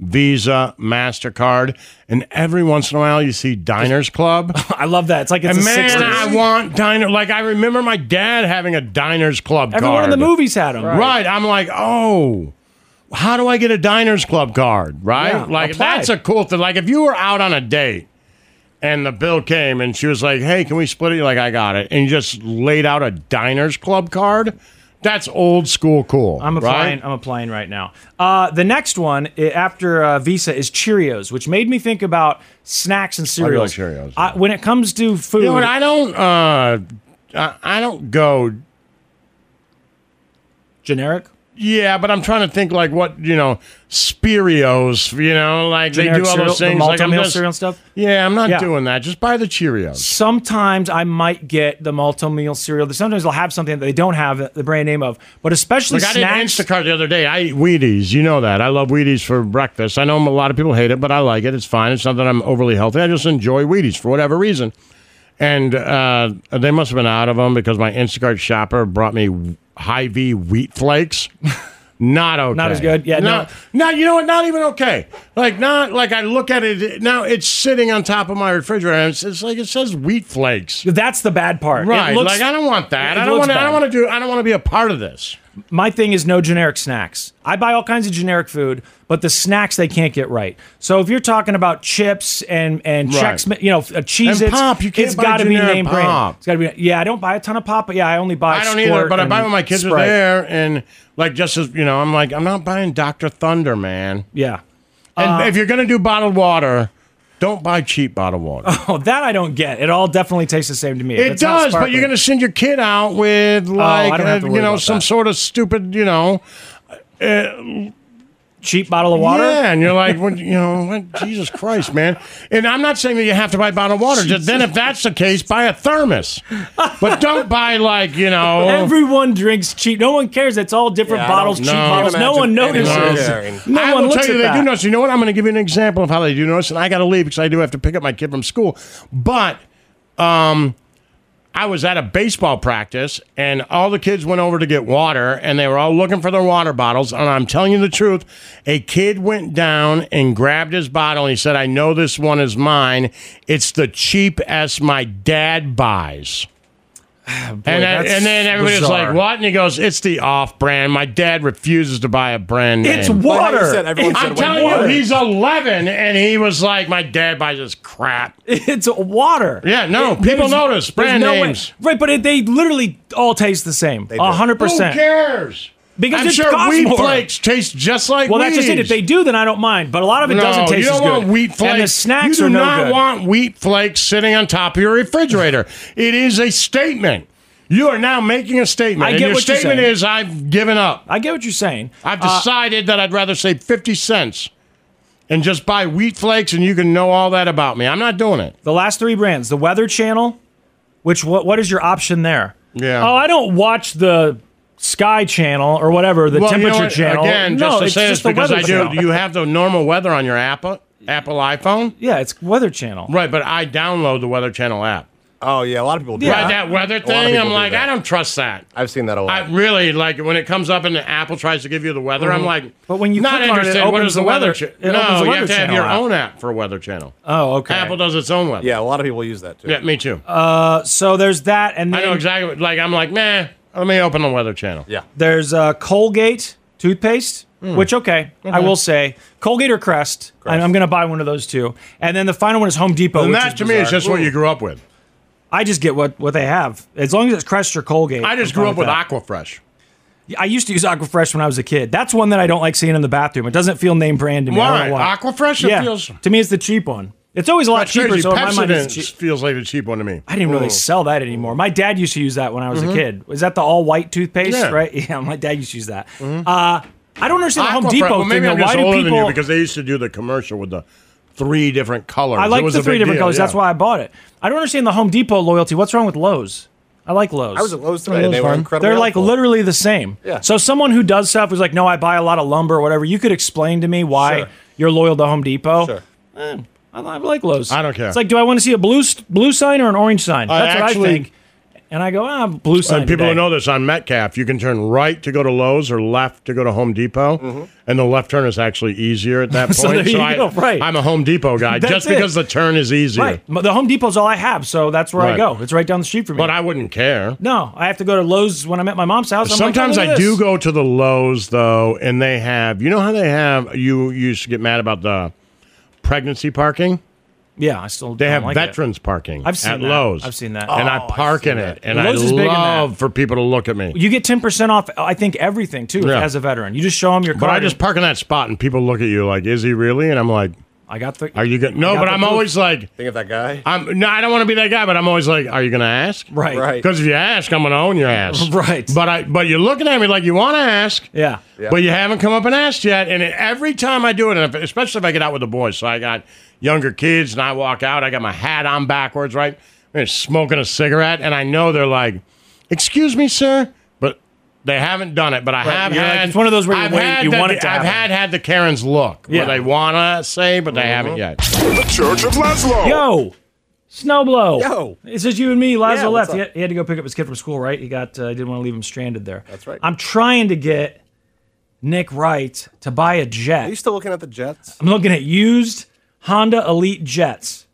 [SPEAKER 2] Visa, Mastercard, and every once in a while you see Diners Club.
[SPEAKER 3] I love that. It's like it's
[SPEAKER 2] and
[SPEAKER 3] the
[SPEAKER 2] man,
[SPEAKER 3] 60s.
[SPEAKER 2] I want diner. Like I remember my dad having a Diners Club
[SPEAKER 3] Everyone
[SPEAKER 2] card.
[SPEAKER 3] in the movies had 'em.
[SPEAKER 2] Right. I'm like, oh. How do I get a Diners Club card? Right?
[SPEAKER 3] Yeah,
[SPEAKER 2] like
[SPEAKER 3] apply.
[SPEAKER 2] that's a cool thing. Like if you were out on a date and the bill came and she was like, "Hey, can we split it?" You're like, "I got it." And you just laid out a Diners Club card. That's old school cool.
[SPEAKER 3] I'm applying.
[SPEAKER 2] right?
[SPEAKER 3] I'm applying right now. Uh, the next one i- after uh, Visa is Cheerios, which made me think about snacks and cereals.
[SPEAKER 2] Cheerios.
[SPEAKER 3] I- when it comes to food,
[SPEAKER 2] You know what? I don't. Uh, I- I don't go
[SPEAKER 3] generic.
[SPEAKER 2] Yeah, but I'm trying to think like what you know, Spirios. You know, like they
[SPEAKER 3] Generic
[SPEAKER 2] do all
[SPEAKER 3] cereal-
[SPEAKER 2] those
[SPEAKER 3] the
[SPEAKER 2] things. like I'm
[SPEAKER 3] multi-meal
[SPEAKER 2] just-
[SPEAKER 3] cereal and stuff?
[SPEAKER 2] Yeah, I'm not
[SPEAKER 3] Yeah.
[SPEAKER 2] doing that. Just buy the Cheerios.
[SPEAKER 3] Sometimes I might get the multi meal cereal. Sometimes they'll have something that they don't have the brand name of, but especially
[SPEAKER 2] Like I did
[SPEAKER 3] snacks.
[SPEAKER 2] Instacart the other day. I eat Wheaties. You know that. I love Wheaties for breakfast. I know a lot of people hate it, but I like it. It's fine. It's not that I'm overly healthy. I just enjoy Wheaties for whatever reason. And uh, they must have been out of them because my Instacart shopper brought me high V wheat flakes. Not okay.
[SPEAKER 3] Not as good. Yeah, no.
[SPEAKER 2] Not, not you know what? Not even okay. Like not like I look at it now. It's sitting on top of my refrigerator. And it's, it's like it says wheat flakes.
[SPEAKER 3] That's the bad part. It
[SPEAKER 2] Right.
[SPEAKER 3] looks-
[SPEAKER 2] like I don't want that.
[SPEAKER 3] it
[SPEAKER 2] I don't
[SPEAKER 3] looks
[SPEAKER 2] want. I
[SPEAKER 3] bad.
[SPEAKER 2] don't want to do. I don't want to be a part of this.
[SPEAKER 3] My thing is no generic snacks. I buy all kinds of generic food, but the snacks they can't get right. So if you're talking about chips and and
[SPEAKER 2] Right.
[SPEAKER 3] checks, you know, a cheese,
[SPEAKER 2] And pop, you can't
[SPEAKER 3] it's
[SPEAKER 2] buy
[SPEAKER 3] got to be
[SPEAKER 2] generic
[SPEAKER 3] name
[SPEAKER 2] pop.
[SPEAKER 3] brand. It's got to be. Yeah, I don't buy a ton of pop, but yeah, I only
[SPEAKER 2] I
[SPEAKER 3] buy.
[SPEAKER 2] don't
[SPEAKER 3] Squirt
[SPEAKER 2] either, but I buy
[SPEAKER 3] and
[SPEAKER 2] when my kids are
[SPEAKER 3] Sprite.
[SPEAKER 2] there, and like just as you know, I'm like, I'm not buying Dr. Thunder, man.
[SPEAKER 3] Yeah.
[SPEAKER 2] And
[SPEAKER 3] Uh,
[SPEAKER 2] if you're gonna do bottled water, don't buy cheap bottled water.
[SPEAKER 3] Oh, that I don't get. It all definitely tastes the same to me.
[SPEAKER 2] it does, but you're gonna send your kid out with
[SPEAKER 3] Oh, I
[SPEAKER 2] like
[SPEAKER 3] don't
[SPEAKER 2] uh,
[SPEAKER 3] have to worry
[SPEAKER 2] you know
[SPEAKER 3] about
[SPEAKER 2] some
[SPEAKER 3] that.
[SPEAKER 2] sort of stupid you know.
[SPEAKER 3] cheap bottle of water.
[SPEAKER 2] Yeah, and you're like, what, you know, what, Jesus Christ, man. And I'm not saying that you have to buy bottled water. Just then, if that's the case, buy a thermos, but don't buy like you know.
[SPEAKER 3] Everyone drinks cheap. No one cares. It's all different
[SPEAKER 2] Yeah, I
[SPEAKER 3] bottles,
[SPEAKER 2] don't-
[SPEAKER 3] cheap
[SPEAKER 2] no.
[SPEAKER 3] bottles. No
[SPEAKER 4] Imagine
[SPEAKER 3] one
[SPEAKER 4] anyone
[SPEAKER 3] notices.
[SPEAKER 4] caring.
[SPEAKER 3] No
[SPEAKER 2] I
[SPEAKER 3] one
[SPEAKER 2] will
[SPEAKER 3] looks
[SPEAKER 2] tell you they
[SPEAKER 3] at that.
[SPEAKER 2] do notice. You know what? I'm going to give you an example of how they do notice, and I got to leave because I do have to pick up my kid from school. But um, I was at a baseball practice, and all the kids went over to get water, and they were all looking for their water bottles. And I'm telling you the truth, a kid went down and grabbed his bottle, and he said, "I know this one is mine. It's the cheap as my dad buys." and, then,
[SPEAKER 3] Ah, that's
[SPEAKER 2] and then everybody's
[SPEAKER 3] bizarre.
[SPEAKER 2] like, "What?" And he goes, "It's the off-brand. My dad refuses to buy a brand name.
[SPEAKER 3] It's
[SPEAKER 4] But like you
[SPEAKER 3] water.
[SPEAKER 4] said, everyone
[SPEAKER 3] It's
[SPEAKER 4] said
[SPEAKER 2] I'm telling
[SPEAKER 3] water.
[SPEAKER 2] you, he's 11, and he was like, "My dad buys this crap."
[SPEAKER 3] It's water.
[SPEAKER 2] Yeah, no,
[SPEAKER 3] It-
[SPEAKER 2] people
[SPEAKER 3] there's-
[SPEAKER 2] notice
[SPEAKER 3] there's
[SPEAKER 2] brand
[SPEAKER 3] no way-
[SPEAKER 2] names.
[SPEAKER 3] Right, but it, they literally all taste the same. A hundred percent.
[SPEAKER 2] Who cares?
[SPEAKER 3] Because
[SPEAKER 2] I'm
[SPEAKER 3] it
[SPEAKER 2] sure
[SPEAKER 3] costs
[SPEAKER 2] wheat
[SPEAKER 3] more.
[SPEAKER 2] flakes taste just like
[SPEAKER 3] Well, that's just it.
[SPEAKER 2] Wheaties.
[SPEAKER 3] If they do, then I don't mind. But a lot of it
[SPEAKER 2] no,
[SPEAKER 3] doesn't taste
[SPEAKER 2] you don't
[SPEAKER 3] as
[SPEAKER 2] want
[SPEAKER 3] good.
[SPEAKER 2] wheat flakes.
[SPEAKER 3] And the snacks
[SPEAKER 2] you do
[SPEAKER 3] are no
[SPEAKER 2] not
[SPEAKER 3] good.
[SPEAKER 2] want wheat flakes sitting on top of your refrigerator. it is a statement. You are now making a statement.
[SPEAKER 3] I
[SPEAKER 2] and
[SPEAKER 3] get
[SPEAKER 2] your
[SPEAKER 3] what you're
[SPEAKER 2] statement
[SPEAKER 3] saying.
[SPEAKER 2] is, "I've given up.
[SPEAKER 3] I get what you're saying.
[SPEAKER 2] I've
[SPEAKER 3] Uh,
[SPEAKER 2] decided that I'd rather save fifty cents." And just buy wheat flakes, and you can know all that about me. I'm not doing it.
[SPEAKER 3] the last three brands: the Weather Channel, Which what what is your option there?
[SPEAKER 2] Yeah.
[SPEAKER 3] Oh, I don't watch the Sky Channel or whatever the
[SPEAKER 2] Well, you know
[SPEAKER 3] temperature
[SPEAKER 2] what?
[SPEAKER 3] channel.
[SPEAKER 2] Again,
[SPEAKER 3] no,
[SPEAKER 2] just to
[SPEAKER 3] it's
[SPEAKER 2] say
[SPEAKER 3] just
[SPEAKER 2] this because
[SPEAKER 3] the
[SPEAKER 2] I
[SPEAKER 3] weather
[SPEAKER 2] do.
[SPEAKER 3] channel.
[SPEAKER 2] You have the normal weather on your Apple Apple iPhone.
[SPEAKER 3] Yeah, it's Weather Channel.
[SPEAKER 2] Right, but I download the Weather Channel app.
[SPEAKER 4] Oh yeah, a lot of people
[SPEAKER 2] do Right, that weather thing. I'm like, I don't trust that.
[SPEAKER 4] I've seen that a lot.
[SPEAKER 2] I really like when it comes up and the Apple tries to give you the weather. I'm
[SPEAKER 3] Mhm.
[SPEAKER 2] like,
[SPEAKER 3] But when you
[SPEAKER 2] not
[SPEAKER 3] click on it, it
[SPEAKER 2] interested. what
[SPEAKER 3] opens
[SPEAKER 2] is
[SPEAKER 3] the
[SPEAKER 2] the weather?
[SPEAKER 3] weather
[SPEAKER 2] cha-
[SPEAKER 3] ch- it opens
[SPEAKER 2] no,
[SPEAKER 3] the
[SPEAKER 2] you
[SPEAKER 3] Weather
[SPEAKER 2] have to have
[SPEAKER 3] Channel
[SPEAKER 2] your
[SPEAKER 3] app.
[SPEAKER 2] own app for Weather Channel.
[SPEAKER 3] Oh, okay.
[SPEAKER 2] Apple does its own weather.
[SPEAKER 4] Yeah, a lot of people use that too.
[SPEAKER 2] Yeah, me too.
[SPEAKER 3] Uh, so there's that, and then
[SPEAKER 2] I know exactly. what- Like I'm like, man, let me open the Weather Channel.
[SPEAKER 4] Yeah.
[SPEAKER 3] There's uh, Colgate toothpaste,
[SPEAKER 2] Hmm.
[SPEAKER 3] which okay, I
[SPEAKER 2] Okay.
[SPEAKER 3] will say Colgate or Crest. And I'm going to buy one of those two. And then the final one is Home Depot.
[SPEAKER 2] And
[SPEAKER 3] which
[SPEAKER 2] that
[SPEAKER 3] is
[SPEAKER 2] to me is
[SPEAKER 3] bizarre.
[SPEAKER 2] just what you grew up with.
[SPEAKER 3] I just get what what they have. As long as it's Crest or Colgate.
[SPEAKER 2] I just
[SPEAKER 3] I'm
[SPEAKER 2] grew
[SPEAKER 3] fine
[SPEAKER 2] up with
[SPEAKER 3] that.
[SPEAKER 2] Aquafresh.
[SPEAKER 3] I used to use Aquafresh when I was a kid. That's one that I don't like seeing in the bathroom. It doesn't feel name brand to me. I don't know
[SPEAKER 2] Why?
[SPEAKER 3] why.
[SPEAKER 2] Aquafresh? It
[SPEAKER 3] yeah.
[SPEAKER 2] feels-
[SPEAKER 3] to me, it's the cheap one. It's always a lot
[SPEAKER 2] That's
[SPEAKER 3] cheaper.
[SPEAKER 2] crazy.
[SPEAKER 3] So in my mind,
[SPEAKER 2] Pepsodent
[SPEAKER 3] it's cheap.
[SPEAKER 2] feels like a cheap one to me.
[SPEAKER 3] I didn't really
[SPEAKER 2] Mm.
[SPEAKER 3] sell that anymore. My dad used to use that when I was
[SPEAKER 2] Mhm.
[SPEAKER 3] a kid. Was that the all white toothpaste,
[SPEAKER 2] Yeah. Mm-hmm.
[SPEAKER 3] right? Yeah, my dad used to use that. Uh, I don't understand the Home
[SPEAKER 2] Aquafresh-
[SPEAKER 3] Depot
[SPEAKER 2] well,
[SPEAKER 3] thing.
[SPEAKER 2] maybe
[SPEAKER 3] Though.
[SPEAKER 2] I'm just
[SPEAKER 3] Why do
[SPEAKER 2] older
[SPEAKER 3] people?
[SPEAKER 2] than you because they used to do the commercial with the three different colors.
[SPEAKER 3] I
[SPEAKER 2] It
[SPEAKER 3] like
[SPEAKER 2] was
[SPEAKER 3] the
[SPEAKER 2] a
[SPEAKER 3] three
[SPEAKER 2] big
[SPEAKER 3] different
[SPEAKER 2] deal,
[SPEAKER 3] colors.
[SPEAKER 2] yeah.
[SPEAKER 3] That's why I bought it. I don't understand the Home Depot loyalty. What's wrong with Lowe's? I like Lowe's.
[SPEAKER 4] I was at Lowe's today. They were incredibly
[SPEAKER 3] They're like literally the same.
[SPEAKER 4] Yeah.
[SPEAKER 3] So someone who does stuff who's like, no, I buy a lot of lumber or whatever. You could explain to me why
[SPEAKER 4] Sure.
[SPEAKER 3] you're loyal to Home Depot. Sure. I, I like Lowe's.
[SPEAKER 2] I don't care.
[SPEAKER 3] It's like, do I want to see a blue s- blue sign or an orange sign?
[SPEAKER 2] I
[SPEAKER 3] That's what I
[SPEAKER 2] actually-
[SPEAKER 3] think. And I go, ah, blue sign.
[SPEAKER 2] And people
[SPEAKER 3] today.
[SPEAKER 2] who know this on Metcalf, you can turn right to go to Lowe's or left to go to Home Depot, and the left turn is actually easier at that point.
[SPEAKER 3] Mm-hmm. So there you
[SPEAKER 2] I,
[SPEAKER 3] go, right.
[SPEAKER 2] I'm a Home Depot guy
[SPEAKER 3] That's
[SPEAKER 2] just because
[SPEAKER 3] it.
[SPEAKER 2] the turn is easier.
[SPEAKER 3] Right. But The Home Depot's all I have, so that's where I
[SPEAKER 2] Right.
[SPEAKER 3] go. It's right down the street from me.
[SPEAKER 2] But I wouldn't care.
[SPEAKER 3] no, I have to go to Lowe's when I'm at my mom's house. I'm like,
[SPEAKER 2] Sometimes
[SPEAKER 3] oh, look
[SPEAKER 2] I
[SPEAKER 3] at
[SPEAKER 2] do
[SPEAKER 3] this.
[SPEAKER 2] go to the Lowe's though, and they have you know how they have you you used to get mad about the pregnancy parking.
[SPEAKER 3] Yeah, I still
[SPEAKER 2] they
[SPEAKER 3] don't
[SPEAKER 2] have
[SPEAKER 3] like it.
[SPEAKER 2] veterans parking.
[SPEAKER 3] I've seen
[SPEAKER 2] at
[SPEAKER 3] that.
[SPEAKER 2] Lowe's.
[SPEAKER 3] I've seen that.
[SPEAKER 2] and
[SPEAKER 3] Oh,
[SPEAKER 2] I
[SPEAKER 3] I've
[SPEAKER 2] park
[SPEAKER 3] seen
[SPEAKER 2] in
[SPEAKER 3] that.
[SPEAKER 2] it, and
[SPEAKER 3] Lowe's
[SPEAKER 2] I
[SPEAKER 3] is big in that.
[SPEAKER 2] love for people to look at me.
[SPEAKER 3] You get ten percent off. uh, I think everything too
[SPEAKER 2] Yeah.
[SPEAKER 3] as a veteran. You just show them your card.
[SPEAKER 2] But I just park in that spot, and people look at you like, "Is he really?" And I'm like,
[SPEAKER 3] "I got the."
[SPEAKER 2] Are you going?
[SPEAKER 4] I
[SPEAKER 2] No,
[SPEAKER 4] got
[SPEAKER 2] but
[SPEAKER 4] the
[SPEAKER 2] I'm
[SPEAKER 4] proof.
[SPEAKER 2] always like,
[SPEAKER 4] Think of that guy.
[SPEAKER 2] I'm no, I don't want to be that guy, but I'm always like, "Are you going to ask?"
[SPEAKER 3] Right. Right.
[SPEAKER 2] Because if you ask, I'm going to own your ass.
[SPEAKER 3] Right.
[SPEAKER 2] But I, but you're looking at me like you want to ask.
[SPEAKER 3] Yeah.
[SPEAKER 2] But you haven't come up and asked yet. And every time I do it, and if, especially if I get out with the boys, so I got younger kids, and I walk out, I got my hat on backwards, right? They're smoking a cigarette, and I know they're like, "Excuse me, sir," but they haven't done it. But I
[SPEAKER 3] Right.
[SPEAKER 2] have
[SPEAKER 3] You're like,
[SPEAKER 2] had.
[SPEAKER 3] it's one of those where you
[SPEAKER 2] I've
[SPEAKER 3] wait,
[SPEAKER 2] had
[SPEAKER 3] you
[SPEAKER 2] the-
[SPEAKER 3] want it to
[SPEAKER 2] I've had
[SPEAKER 3] happen.
[SPEAKER 2] had the Karens look
[SPEAKER 3] Yeah. Mm-hmm.
[SPEAKER 2] where they wanna say, but they haven't yet.
[SPEAKER 5] The Church of Laszlo.
[SPEAKER 3] Yo, Snowblow.
[SPEAKER 5] Yo.
[SPEAKER 3] It's just you and me. Lazo
[SPEAKER 5] Yeah, what's
[SPEAKER 3] left.
[SPEAKER 5] up?
[SPEAKER 3] He had, he had to go pick up his kid from school, right? He got. Uh, he didn't want to leave him stranded there. That's
[SPEAKER 4] right.
[SPEAKER 3] I'm trying to get Nick Wright to buy a
[SPEAKER 4] Are you
[SPEAKER 3] jet.
[SPEAKER 4] still looking at the Jets?
[SPEAKER 3] I'm looking at used Honda Elite jets.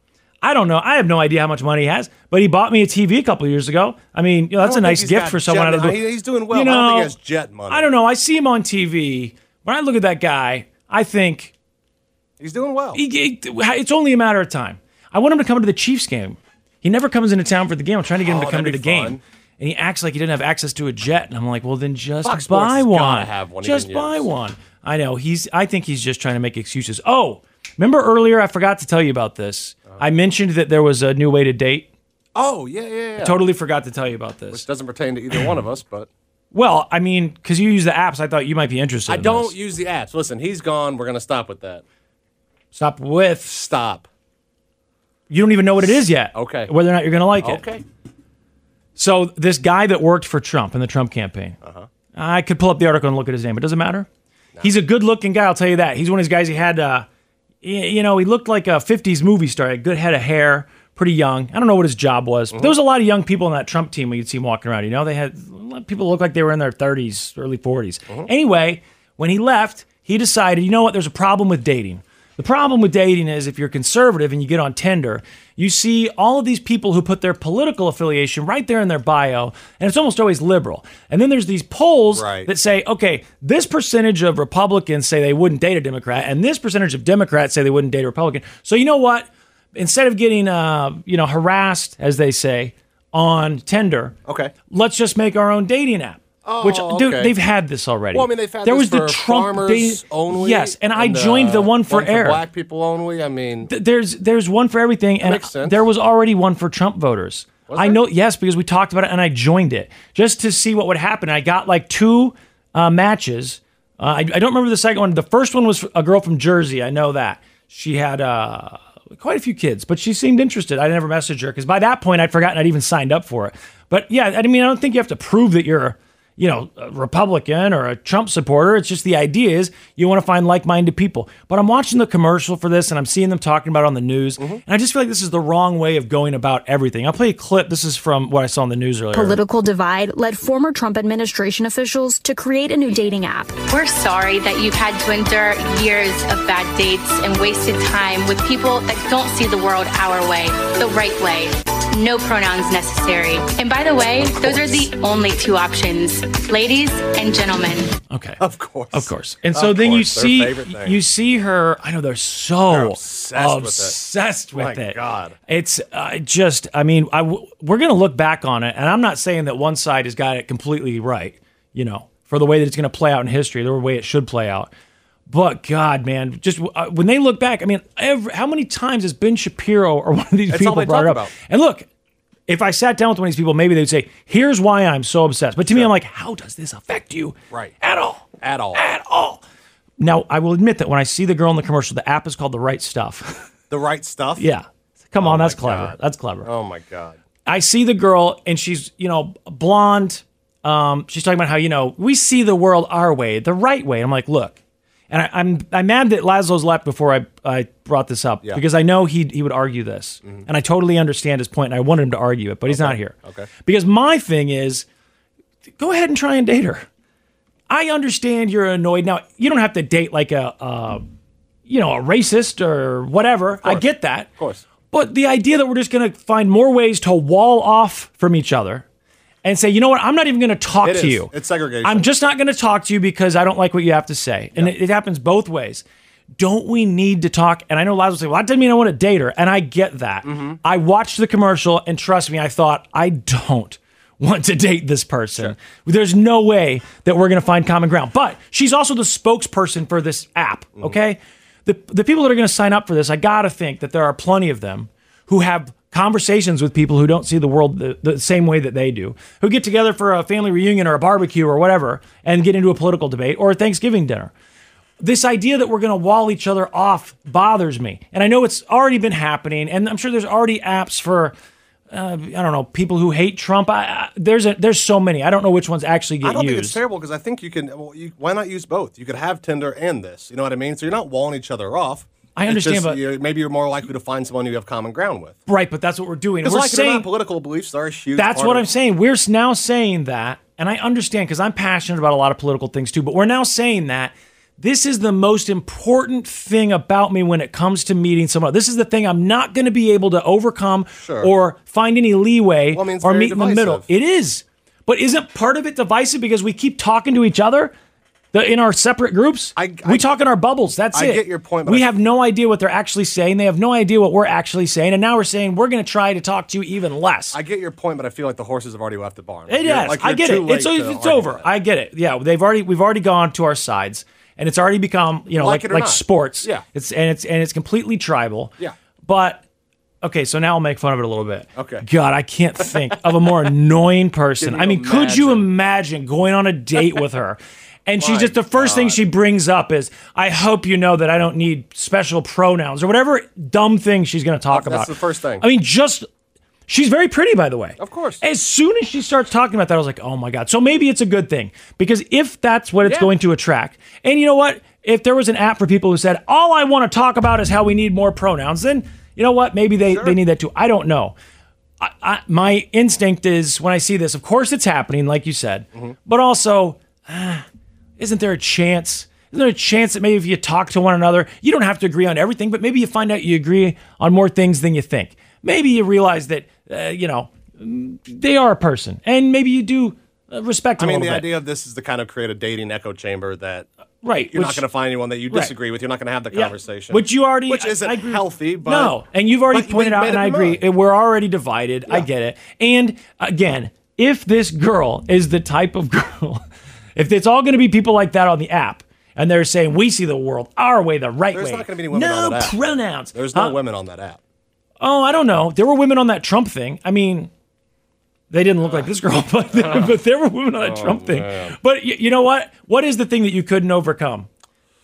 [SPEAKER 3] I don't know. I have no idea how much money he has, but he bought me a TV a couple years ago. I mean, you know,
[SPEAKER 4] I
[SPEAKER 3] that's a
[SPEAKER 4] don't think
[SPEAKER 3] nice
[SPEAKER 4] he's
[SPEAKER 3] gift
[SPEAKER 4] got
[SPEAKER 3] for someone.
[SPEAKER 4] jet
[SPEAKER 3] out of the
[SPEAKER 4] money.
[SPEAKER 3] blue.
[SPEAKER 4] He's doing well.
[SPEAKER 3] You
[SPEAKER 4] I don't think he
[SPEAKER 3] know,
[SPEAKER 4] has jet money.
[SPEAKER 3] I don't know. I see him on TV. When I look at that guy, I think
[SPEAKER 4] He's doing well.
[SPEAKER 3] he, he- it's only a matter of time. I want him to come to the Chiefs game. He never comes into town for the game. I'm trying to get him
[SPEAKER 4] Oh,
[SPEAKER 3] to come to
[SPEAKER 4] that'd
[SPEAKER 3] the
[SPEAKER 4] be fun.
[SPEAKER 3] game. And he acts like he didn't have access to a jet. And I'm like, well, then just
[SPEAKER 4] Fox Sports
[SPEAKER 3] buy
[SPEAKER 4] has gotta
[SPEAKER 3] one.
[SPEAKER 4] have one he
[SPEAKER 3] just
[SPEAKER 4] can
[SPEAKER 3] buy
[SPEAKER 4] use.
[SPEAKER 3] one. I know. He's. I think he's just trying to make excuses. Oh, remember earlier I forgot to tell you about this.
[SPEAKER 4] Uh-huh.
[SPEAKER 3] I mentioned that there was a new way to date.
[SPEAKER 4] Oh yeah, yeah, yeah.
[SPEAKER 3] I totally forgot to tell you about this.
[SPEAKER 4] Which doesn't pertain to either one of us, but
[SPEAKER 3] Well, I mean, because you use the apps, I thought you might be interested.
[SPEAKER 4] I
[SPEAKER 3] in
[SPEAKER 4] don't
[SPEAKER 3] this.
[SPEAKER 4] use the apps. Listen, he's gone. We're gonna stop with that.
[SPEAKER 3] stop with.
[SPEAKER 4] Stop.
[SPEAKER 3] You don't even know what it is yet.
[SPEAKER 4] Okay.
[SPEAKER 3] Whether or not you're going to like it.
[SPEAKER 4] Okay.
[SPEAKER 3] So this guy that worked for Trump in the Trump campaign,
[SPEAKER 4] Uh-huh.
[SPEAKER 3] I could pull up the article and look at his name. It doesn't matter. He's a good-looking guy. I'll tell you that. He's one of these guys. He had, uh, y- you know, he looked like a '50s movie star. He had good head of hair, pretty young. I don't know what his job was, but there was a lot of young people in that Trump team. When you'd see him walking around, you know, they had a lot of people looked like they were in their 30s, early 40s. Anyway, when he left, he decided, you know what? There's a problem with dating. The problem with dating is if you're conservative and you get on Tinder, you see all of these people who put their political affiliation right there in their bio, and it's almost always liberal. And then there's these polls
[SPEAKER 4] Right.
[SPEAKER 3] that say, okay, this percentage of Republicans say they wouldn't date a Democrat, and this percentage of Democrats say they wouldn't date a Republican. So you know what? Instead of getting, uh, you know, harassed as they say on Tinder,
[SPEAKER 4] Okay.
[SPEAKER 3] let's just make our own dating app.
[SPEAKER 4] Oh,
[SPEAKER 3] Which dude,
[SPEAKER 4] okay.
[SPEAKER 3] they've had this already.
[SPEAKER 4] Well, I mean, they've had
[SPEAKER 3] there was
[SPEAKER 4] this
[SPEAKER 3] the
[SPEAKER 4] for
[SPEAKER 3] Trump
[SPEAKER 4] farmers
[SPEAKER 3] dating-
[SPEAKER 4] only.
[SPEAKER 3] Yes, and, I joined the
[SPEAKER 4] uh,
[SPEAKER 3] one for air.
[SPEAKER 4] black people only. I mean,
[SPEAKER 3] Th- there's there's one for everything, and
[SPEAKER 4] makes sense.
[SPEAKER 3] there was already one for Trump voters. I know, yes, because we talked about it, and I joined it just to see what would happen. I got like two uh, matches. Uh, I, I don't remember the second one. The first one was a girl from Jersey. I know that she had uh, quite a few kids, but she seemed interested. I never messaged her because by that point I'd forgotten I'd even signed up for it. But yeah, I mean, I don't think you have to prove that you're, you know, a Republican or a Trump supporter. It's just the idea is you want to find like minded people. But I'm watching the commercial for this and I'm seeing them talking about it on the news. And I just feel like this is the wrong way of going about everything. I'll play a clip. This is from what I saw on the news earlier.
[SPEAKER 14] Political divide led former Trump administration officials to create a new dating app.
[SPEAKER 16] We're sorry that you've had to endure years of bad dates and wasted time with people that don't see the world our way, the right way. No pronouns necessary. And by the way, those are the only two options, ladies and gentlemen.
[SPEAKER 3] Okay.
[SPEAKER 4] Of course.
[SPEAKER 3] Of course. And so then you see you see her. I know they're so
[SPEAKER 4] obsessed with it.
[SPEAKER 3] obsessed with it.
[SPEAKER 4] My God.
[SPEAKER 3] it's uh, just. I mean, I w- we're going to look back on it, and I'm not saying that one side has got it completely right. You know, for the way that it's going to play out in history, the way it should play out. But God, man, just uh, when they look back, I mean, every, how many times has Ben Shapiro or one of these
[SPEAKER 4] That's all
[SPEAKER 3] people
[SPEAKER 4] they
[SPEAKER 3] brought
[SPEAKER 4] talk
[SPEAKER 3] it up?
[SPEAKER 4] about.
[SPEAKER 3] And look, if I sat down with one of these people, maybe they'd say, "Here's why I'm so obsessed." But to me, I'm like, "How does this affect you?"
[SPEAKER 4] Right.
[SPEAKER 3] At all.
[SPEAKER 4] At all.
[SPEAKER 3] At all. Now, I will admit that when I see the girl in the commercial, the app is called The Right Stuff.
[SPEAKER 4] The right stuff.
[SPEAKER 3] yeah. Come on, that's clever. That's clever.
[SPEAKER 4] Oh my God.
[SPEAKER 3] I see the girl and she's, you know, blonde. Um, she's talking about how, you know, we see the world our way, the right way. I'm like, look. And I, I'm I'm mad that Laszlo's left before I, I brought this up
[SPEAKER 17] Yeah.
[SPEAKER 3] because I know he he would argue this.
[SPEAKER 17] Mhm.
[SPEAKER 3] And I totally understand his point and I wanted him to argue it, but he's not here.
[SPEAKER 17] Okay.
[SPEAKER 3] Because my thing is go ahead and try and date her. I understand you're annoyed. Now, you don't have to date like a, uh, you know, a racist or whatever. I get that. Of
[SPEAKER 4] course.
[SPEAKER 3] But the idea that we're just going to find more ways to wall off from each other and say, you know what, I'm not even going to talk
[SPEAKER 4] It
[SPEAKER 3] to
[SPEAKER 4] is.
[SPEAKER 3] you.
[SPEAKER 4] It's segregation.
[SPEAKER 3] I'm just not going to talk to you because I don't like what you have to say. And it, it happens both ways. Don't we need to talk? And I know Lazarus say, well, that doesn't mean I want to date her. And I get that.
[SPEAKER 4] Mm-hmm.
[SPEAKER 3] I watched the commercial and trust me, I thought, I don't want to date this person. There's no way that we're going to find common ground. But she's also the spokesperson for this app,
[SPEAKER 4] Mm-hmm.
[SPEAKER 3] okay? The, the people that are going to sign up for this, I got to think that there are plenty of them who have conversations with people who don't see the world the, the same way that they do, who get together for a family reunion or a barbecue or whatever and get into a political debate or a Thanksgiving dinner. This idea that we're going to wall each other off bothers me. And I know it's already been happening, and I'm sure there's already apps for. Uh, I don't know people who hate Trump. I, I, there's a, there's so many. I don't know which ones actually get
[SPEAKER 4] I don't
[SPEAKER 3] used.
[SPEAKER 4] think it's terrible because I think you can. Well, you, why not use both? You could have Tinder and this. You know what I mean? So you're not walling each other off.
[SPEAKER 3] I
[SPEAKER 4] It's
[SPEAKER 3] understand,
[SPEAKER 4] just
[SPEAKER 3] but-
[SPEAKER 4] you're, maybe you're more likely to find someone you have common ground with.
[SPEAKER 3] right, but that's what we're doing.
[SPEAKER 4] Because
[SPEAKER 3] We're
[SPEAKER 4] like it or not,
[SPEAKER 3] saying
[SPEAKER 4] political beliefs are a huge.
[SPEAKER 3] That's
[SPEAKER 4] part
[SPEAKER 3] what
[SPEAKER 4] of-
[SPEAKER 3] I'm saying. We're s- now saying that, and I understand because I'm passionate about a lot of political things too, but we're now saying that this is the most important thing about me when it comes to meeting someone. This is the thing I'm not going to be able to overcome
[SPEAKER 4] Sure.
[SPEAKER 3] or find any leeway
[SPEAKER 4] it's
[SPEAKER 3] or
[SPEAKER 4] very
[SPEAKER 3] meet in the middle. It is. But isn't part of it divisive because we keep talking to each other? The, in our separate groups, we talk in our bubbles. That's
[SPEAKER 4] I
[SPEAKER 3] it.
[SPEAKER 4] get your point, but
[SPEAKER 3] We
[SPEAKER 4] I-
[SPEAKER 3] have no idea what they're actually saying. They have no idea what we're actually saying, and now we're saying we're going to try to talk to you even less.
[SPEAKER 4] I get your point, but I feel like the horses have already left the barn.
[SPEAKER 3] It
[SPEAKER 4] You're-
[SPEAKER 3] is.
[SPEAKER 4] like,
[SPEAKER 3] I
[SPEAKER 4] you're
[SPEAKER 3] get
[SPEAKER 4] too
[SPEAKER 3] it. It's,
[SPEAKER 4] late
[SPEAKER 3] it's,
[SPEAKER 4] to
[SPEAKER 3] it's
[SPEAKER 4] argue.
[SPEAKER 3] over. I get it. Yeah, they've already we've already gone to our sides, and it's already become you know
[SPEAKER 4] Like
[SPEAKER 3] like
[SPEAKER 4] it or
[SPEAKER 3] like
[SPEAKER 4] not.
[SPEAKER 3] sports.
[SPEAKER 4] Yeah.
[SPEAKER 3] it's and it's and it's completely tribal.
[SPEAKER 4] Yeah.
[SPEAKER 3] but okay, so now I'll make fun of it a little bit.
[SPEAKER 4] Okay.
[SPEAKER 3] God, I can't think of a more annoying person.
[SPEAKER 4] Can
[SPEAKER 3] I
[SPEAKER 4] you
[SPEAKER 3] mean, could you imagine going on a date with her? And she's just the first thing she brings up is, I hope you know that I don't need special pronouns or whatever dumb thing she's going to talk about.
[SPEAKER 4] That's the first thing.
[SPEAKER 3] I mean, just she's very pretty, by the way.
[SPEAKER 4] Of course.
[SPEAKER 3] As soon as she starts talking about that, I was like, oh my God. So maybe it's a good thing because if that's what it's
[SPEAKER 4] Yeah.
[SPEAKER 3] going to attract, and you know what? If there was an app for people who said, all I want to talk about is how we need more pronouns, then you know what? Maybe they, they need that too. I don't know. I, I, my instinct is when I see this, of course it's happening, like you said,
[SPEAKER 4] Mm-hmm.
[SPEAKER 3] but also, ah, isn't there a chance? Isn't there a chance that maybe if you talk to one another, you don't have to agree on everything, but maybe you find out you agree on more things than you think. Maybe you realize that, uh, you know, they are a person, and maybe you do uh, respect
[SPEAKER 4] I
[SPEAKER 3] them
[SPEAKER 4] mean,
[SPEAKER 3] a
[SPEAKER 4] the
[SPEAKER 3] little bit.
[SPEAKER 4] idea of this is to kind of create a dating echo chamber that
[SPEAKER 3] Right,
[SPEAKER 4] You're not
[SPEAKER 3] which-
[SPEAKER 4] going to find anyone that you
[SPEAKER 3] right.
[SPEAKER 4] disagree with. You're not going to have the
[SPEAKER 3] Yeah,
[SPEAKER 4] conversation.
[SPEAKER 3] which you already,
[SPEAKER 4] which
[SPEAKER 3] I-
[SPEAKER 4] isn't
[SPEAKER 3] I agree.
[SPEAKER 4] healthy. But
[SPEAKER 3] no, and you've already
[SPEAKER 4] but you
[SPEAKER 3] pointed out,
[SPEAKER 4] made
[SPEAKER 3] and
[SPEAKER 4] up
[SPEAKER 3] I
[SPEAKER 4] your
[SPEAKER 3] agree.
[SPEAKER 4] mind.
[SPEAKER 3] it- We're already divided. I get it. And again, if this girl is the type of girl, if it's all going to be people like that on the app, and they're saying we see the world our way, the right
[SPEAKER 4] There's
[SPEAKER 3] way,
[SPEAKER 4] not going to be any women
[SPEAKER 3] no
[SPEAKER 4] on that app.
[SPEAKER 3] pronouns.
[SPEAKER 4] There's no
[SPEAKER 3] Huh?
[SPEAKER 4] women on that app.
[SPEAKER 3] Oh, I don't know. There were women on that Trump thing. I mean, they didn't look like this girl, but there, but there were women on
[SPEAKER 4] Oh,
[SPEAKER 3] that Trump thing. But y- you know what? What is the thing that you couldn't overcome?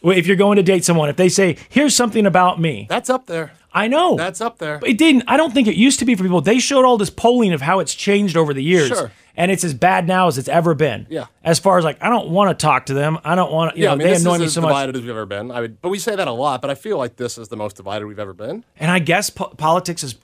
[SPEAKER 3] Well, If you're going to date someone, if they say, "Here's something about me,"
[SPEAKER 4] that's up there.
[SPEAKER 3] I know. That's
[SPEAKER 4] up there.
[SPEAKER 3] It didn't. I don't think it used to be for people. They showed all this polling of how it's changed over the years.
[SPEAKER 4] Sure.
[SPEAKER 3] And it's as bad now as it's ever been.
[SPEAKER 4] Yeah.
[SPEAKER 3] As far as like, I don't want to talk to them. I don't want to, you
[SPEAKER 4] yeah,
[SPEAKER 3] know,
[SPEAKER 4] I mean,
[SPEAKER 3] they
[SPEAKER 4] this
[SPEAKER 3] annoy
[SPEAKER 4] is
[SPEAKER 3] me
[SPEAKER 4] as
[SPEAKER 3] so much.
[SPEAKER 4] divided as we've ever been. I would, but we say that a lot. But I feel like this is the most divided we've ever been.
[SPEAKER 3] And I guess po- politics is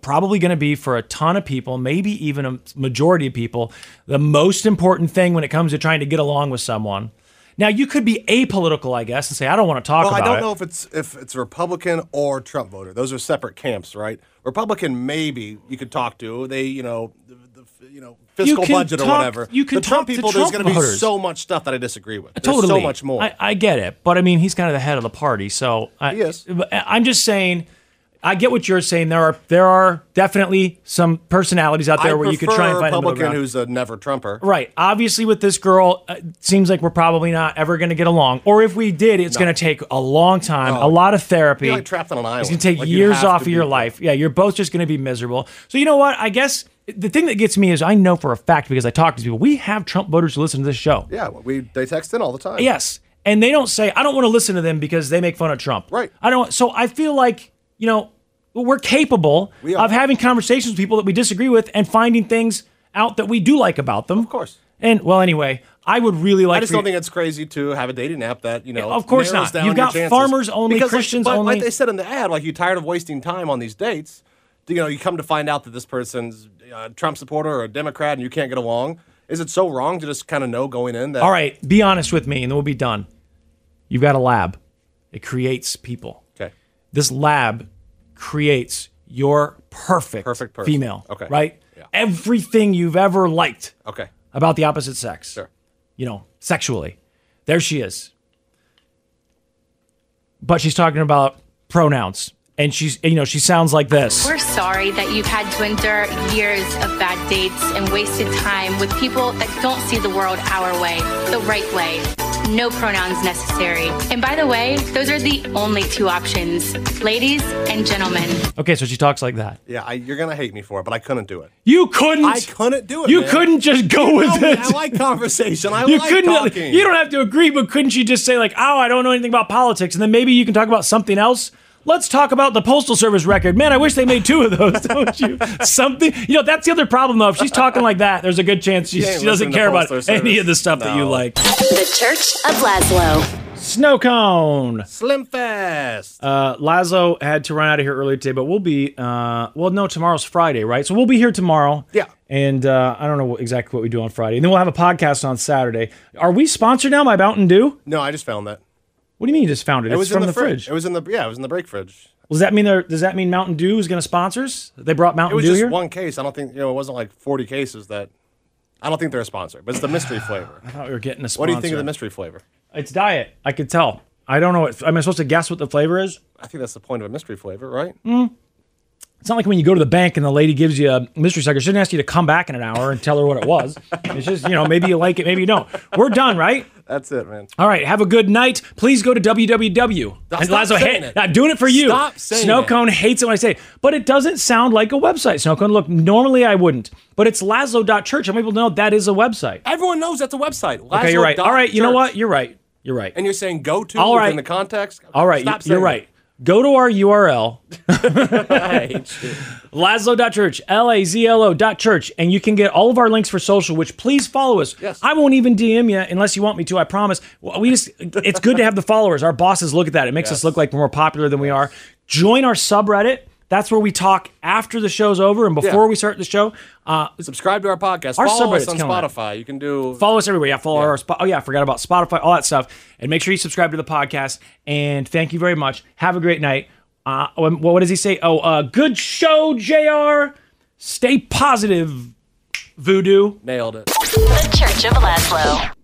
[SPEAKER 3] probably going to be for a ton of people, maybe even a majority of people, the most important thing when it comes to trying to get along with someone. Now, you could be apolitical, I guess, and say, I don't want to talk
[SPEAKER 4] well,
[SPEAKER 3] about
[SPEAKER 4] I don't
[SPEAKER 3] it.
[SPEAKER 4] know if it's if it's Republican or Trump voter. Those are separate camps, right? Republican, maybe you could talk to. They, you know, the, the you know fiscal
[SPEAKER 3] can
[SPEAKER 4] budget or
[SPEAKER 3] talk-
[SPEAKER 4] whatever.
[SPEAKER 3] you can
[SPEAKER 4] the
[SPEAKER 3] talk
[SPEAKER 4] Trump
[SPEAKER 3] to
[SPEAKER 4] people.
[SPEAKER 3] Trump
[SPEAKER 4] there's going to be
[SPEAKER 3] voters.
[SPEAKER 4] so much stuff that I disagree with. There's
[SPEAKER 3] Uh, totally.
[SPEAKER 4] so much more.
[SPEAKER 3] I, I get it, but I mean, he's kind of the head of the party, so I,
[SPEAKER 4] He is.
[SPEAKER 3] but I- I'm just saying. I get what you're saying. There are there are definitely some personalities out there
[SPEAKER 4] I
[SPEAKER 3] where you could
[SPEAKER 4] prefer
[SPEAKER 3] try and
[SPEAKER 4] a
[SPEAKER 3] find a middle
[SPEAKER 4] Republican
[SPEAKER 3] ground.
[SPEAKER 4] who's a never Trumper.
[SPEAKER 3] Right. Obviously, with this girl, uh, it seems like we're probably not ever going to get along. Or if we did, it's
[SPEAKER 4] No. Oh.
[SPEAKER 3] going to take a long time, a lot of therapy.
[SPEAKER 4] You're like trapped on an island.
[SPEAKER 3] It's going to take
[SPEAKER 4] Like, you
[SPEAKER 3] years
[SPEAKER 4] have
[SPEAKER 3] off
[SPEAKER 4] to
[SPEAKER 3] of
[SPEAKER 4] be-
[SPEAKER 3] your life. Yeah, you're both just going to be miserable. So you know what? I guess the thing that gets me is I know for a fact because I talk to people. We have Trump voters who listen to this show.
[SPEAKER 4] Yeah, well, we they text in all the time.
[SPEAKER 3] Yes, and they don't say I don't want to listen to them because they make fun of Trump. Right. I don't. So I feel like you know we're capable of having conversations with people that we disagree with and finding things out that we do like about them. Of course. And well, anyway, I would really like.
[SPEAKER 4] I just
[SPEAKER 3] for you-
[SPEAKER 4] don't think it's crazy to have a dating app that you know.
[SPEAKER 3] Of course
[SPEAKER 4] narrows
[SPEAKER 3] not.
[SPEAKER 4] down
[SPEAKER 3] You've
[SPEAKER 4] your
[SPEAKER 3] got
[SPEAKER 4] chances.
[SPEAKER 3] farmers only,
[SPEAKER 4] Because, like,
[SPEAKER 3] Christians
[SPEAKER 4] but
[SPEAKER 3] only.
[SPEAKER 4] Like they said in the ad, like you tired of wasting time on these dates. You know, you come to find out that this person's uh, a Trump supporter or a Democrat, and you can't get along. Is it so wrong to just kind of know going in that?
[SPEAKER 3] All right, be honest with me, and then we'll be done. You've got a lab. It creates people.
[SPEAKER 4] Okay.
[SPEAKER 3] This lab creates your perfect,
[SPEAKER 4] Perfect person.
[SPEAKER 3] female.
[SPEAKER 4] Okay.
[SPEAKER 3] Right? Everything you've ever liked
[SPEAKER 4] Okay.
[SPEAKER 3] about the opposite sex. Sure. You know, sexually. There she is. But she's talking about pronouns. And she's you know, she sounds like this.
[SPEAKER 16] We're sorry that you've had to endure years of bad dates and wasted time with people that don't see the world our way, the right way. No pronouns necessary. And by the way, those are the only two options, ladies and gentlemen.
[SPEAKER 3] Okay, so she talks like that.
[SPEAKER 4] Yeah, I, you're gonna hate me for it, but I couldn't do it.
[SPEAKER 3] You couldn't.
[SPEAKER 4] I couldn't do it.
[SPEAKER 3] You
[SPEAKER 4] man.
[SPEAKER 3] couldn't just go
[SPEAKER 4] You
[SPEAKER 3] with
[SPEAKER 4] know me,
[SPEAKER 3] it.
[SPEAKER 4] I like conversation. I like
[SPEAKER 3] couldn't.
[SPEAKER 4] talking.
[SPEAKER 3] You don't have to agree, but couldn't you just say like, "Oh, I don't know anything about politics," and then maybe you can talk about something else. Let's talk about the postal service record. Man, I wish they made two of those, don't you? Something, you know, that's the other problem though. If she's talking like that, there's a good chance she,
[SPEAKER 17] She ain't
[SPEAKER 3] she doesn't
[SPEAKER 17] listening to
[SPEAKER 3] care about
[SPEAKER 17] Postal
[SPEAKER 3] any
[SPEAKER 17] Service.
[SPEAKER 3] of the stuff that you like.
[SPEAKER 17] The Church of Laszlo.
[SPEAKER 3] Snow cone.
[SPEAKER 4] Slim fast.
[SPEAKER 3] Uh, Lazo had to run out of here early today, but we'll be uh, well. No, tomorrow's Friday, right? So we'll be here tomorrow. Yeah. And uh, I don't know what, exactly what we do on Friday, and then we'll have a podcast on Saturday. Are we sponsored now by Mountain Dew?
[SPEAKER 4] No, I just found that.
[SPEAKER 3] What do you mean you just found it?
[SPEAKER 4] It
[SPEAKER 3] it's
[SPEAKER 4] was
[SPEAKER 3] from
[SPEAKER 4] in the,
[SPEAKER 3] the fridge.
[SPEAKER 4] It was in the yeah. It was in the break fridge.
[SPEAKER 3] Well, Does that mean there? Does that mean Mountain Dew is going to sponsor us? They brought
[SPEAKER 4] It
[SPEAKER 3] Mountain
[SPEAKER 4] was
[SPEAKER 3] Dew
[SPEAKER 4] just
[SPEAKER 3] here.
[SPEAKER 4] one case. I don't think you know. It wasn't like forty cases that. I don't think they're a sponsor, but it's the mystery flavor. I
[SPEAKER 3] thought we were getting a
[SPEAKER 4] What do you think
[SPEAKER 3] sponsor.
[SPEAKER 4] of the mystery flavor?
[SPEAKER 3] It's diet. I could tell. I don't know. What, am I supposed to guess what the flavor is?
[SPEAKER 4] I think that's the point of a mystery flavor, right?
[SPEAKER 3] Mm. It's not like when you go to the bank and the lady gives you a mystery sucker. She doesn't ask you to come back in an hour and tell her what it was. It's just you know maybe you like it, maybe you don't. We're done, right?
[SPEAKER 4] That's it, man.
[SPEAKER 3] All right. Have a good night. Please go to www.
[SPEAKER 4] Stop
[SPEAKER 3] And Lazo,
[SPEAKER 4] saying
[SPEAKER 3] hey,
[SPEAKER 4] it.
[SPEAKER 3] I'm doing it for you.
[SPEAKER 4] Stop saying
[SPEAKER 3] Snow
[SPEAKER 4] it.
[SPEAKER 3] Cone hates it when I say it, but it doesn't sound like a website. Snow Cone, look, normally I wouldn't, but it's Lazo.church. I'm able to know that is a website.
[SPEAKER 4] Everyone knows that's a website.
[SPEAKER 3] okay, you're right.
[SPEAKER 4] Laszlo
[SPEAKER 3] All right, you know
[SPEAKER 4] Church.
[SPEAKER 3] what? You're right. You're right.
[SPEAKER 4] And you're saying go to
[SPEAKER 3] All
[SPEAKER 4] within
[SPEAKER 3] right.
[SPEAKER 4] the context.
[SPEAKER 3] All right,
[SPEAKER 4] Stop
[SPEAKER 3] you- you're
[SPEAKER 4] saying
[SPEAKER 3] right. Go to our URL, lazlo.church, L-A-Z-L-O dot church, and you can get all of our links for social, which please follow us. Yes. I won't even DM you unless you want me to, I promise. We just, it's good to have the followers. Our bosses look at that. It makes us
[SPEAKER 4] Yes.
[SPEAKER 3] look like we're more popular than we are. Join our subreddit. That's where we talk after the show's over and before we start the show. Uh,
[SPEAKER 4] Subscribe to our podcast.
[SPEAKER 3] Our
[SPEAKER 4] Follow us
[SPEAKER 3] subreddit's
[SPEAKER 4] on
[SPEAKER 3] killing it.
[SPEAKER 4] Spotify. You can do.
[SPEAKER 3] Follow us everywhere. Yeah, follow our spot. Oh yeah, I forgot about Spotify, all that stuff. And make sure you subscribe to the podcast. And thank you very much. Have a great night. Uh, what what does he say? Oh, uh, good show, Jr. Stay positive, Voodoo.
[SPEAKER 4] Nailed it.
[SPEAKER 17] The Church of Laszlo.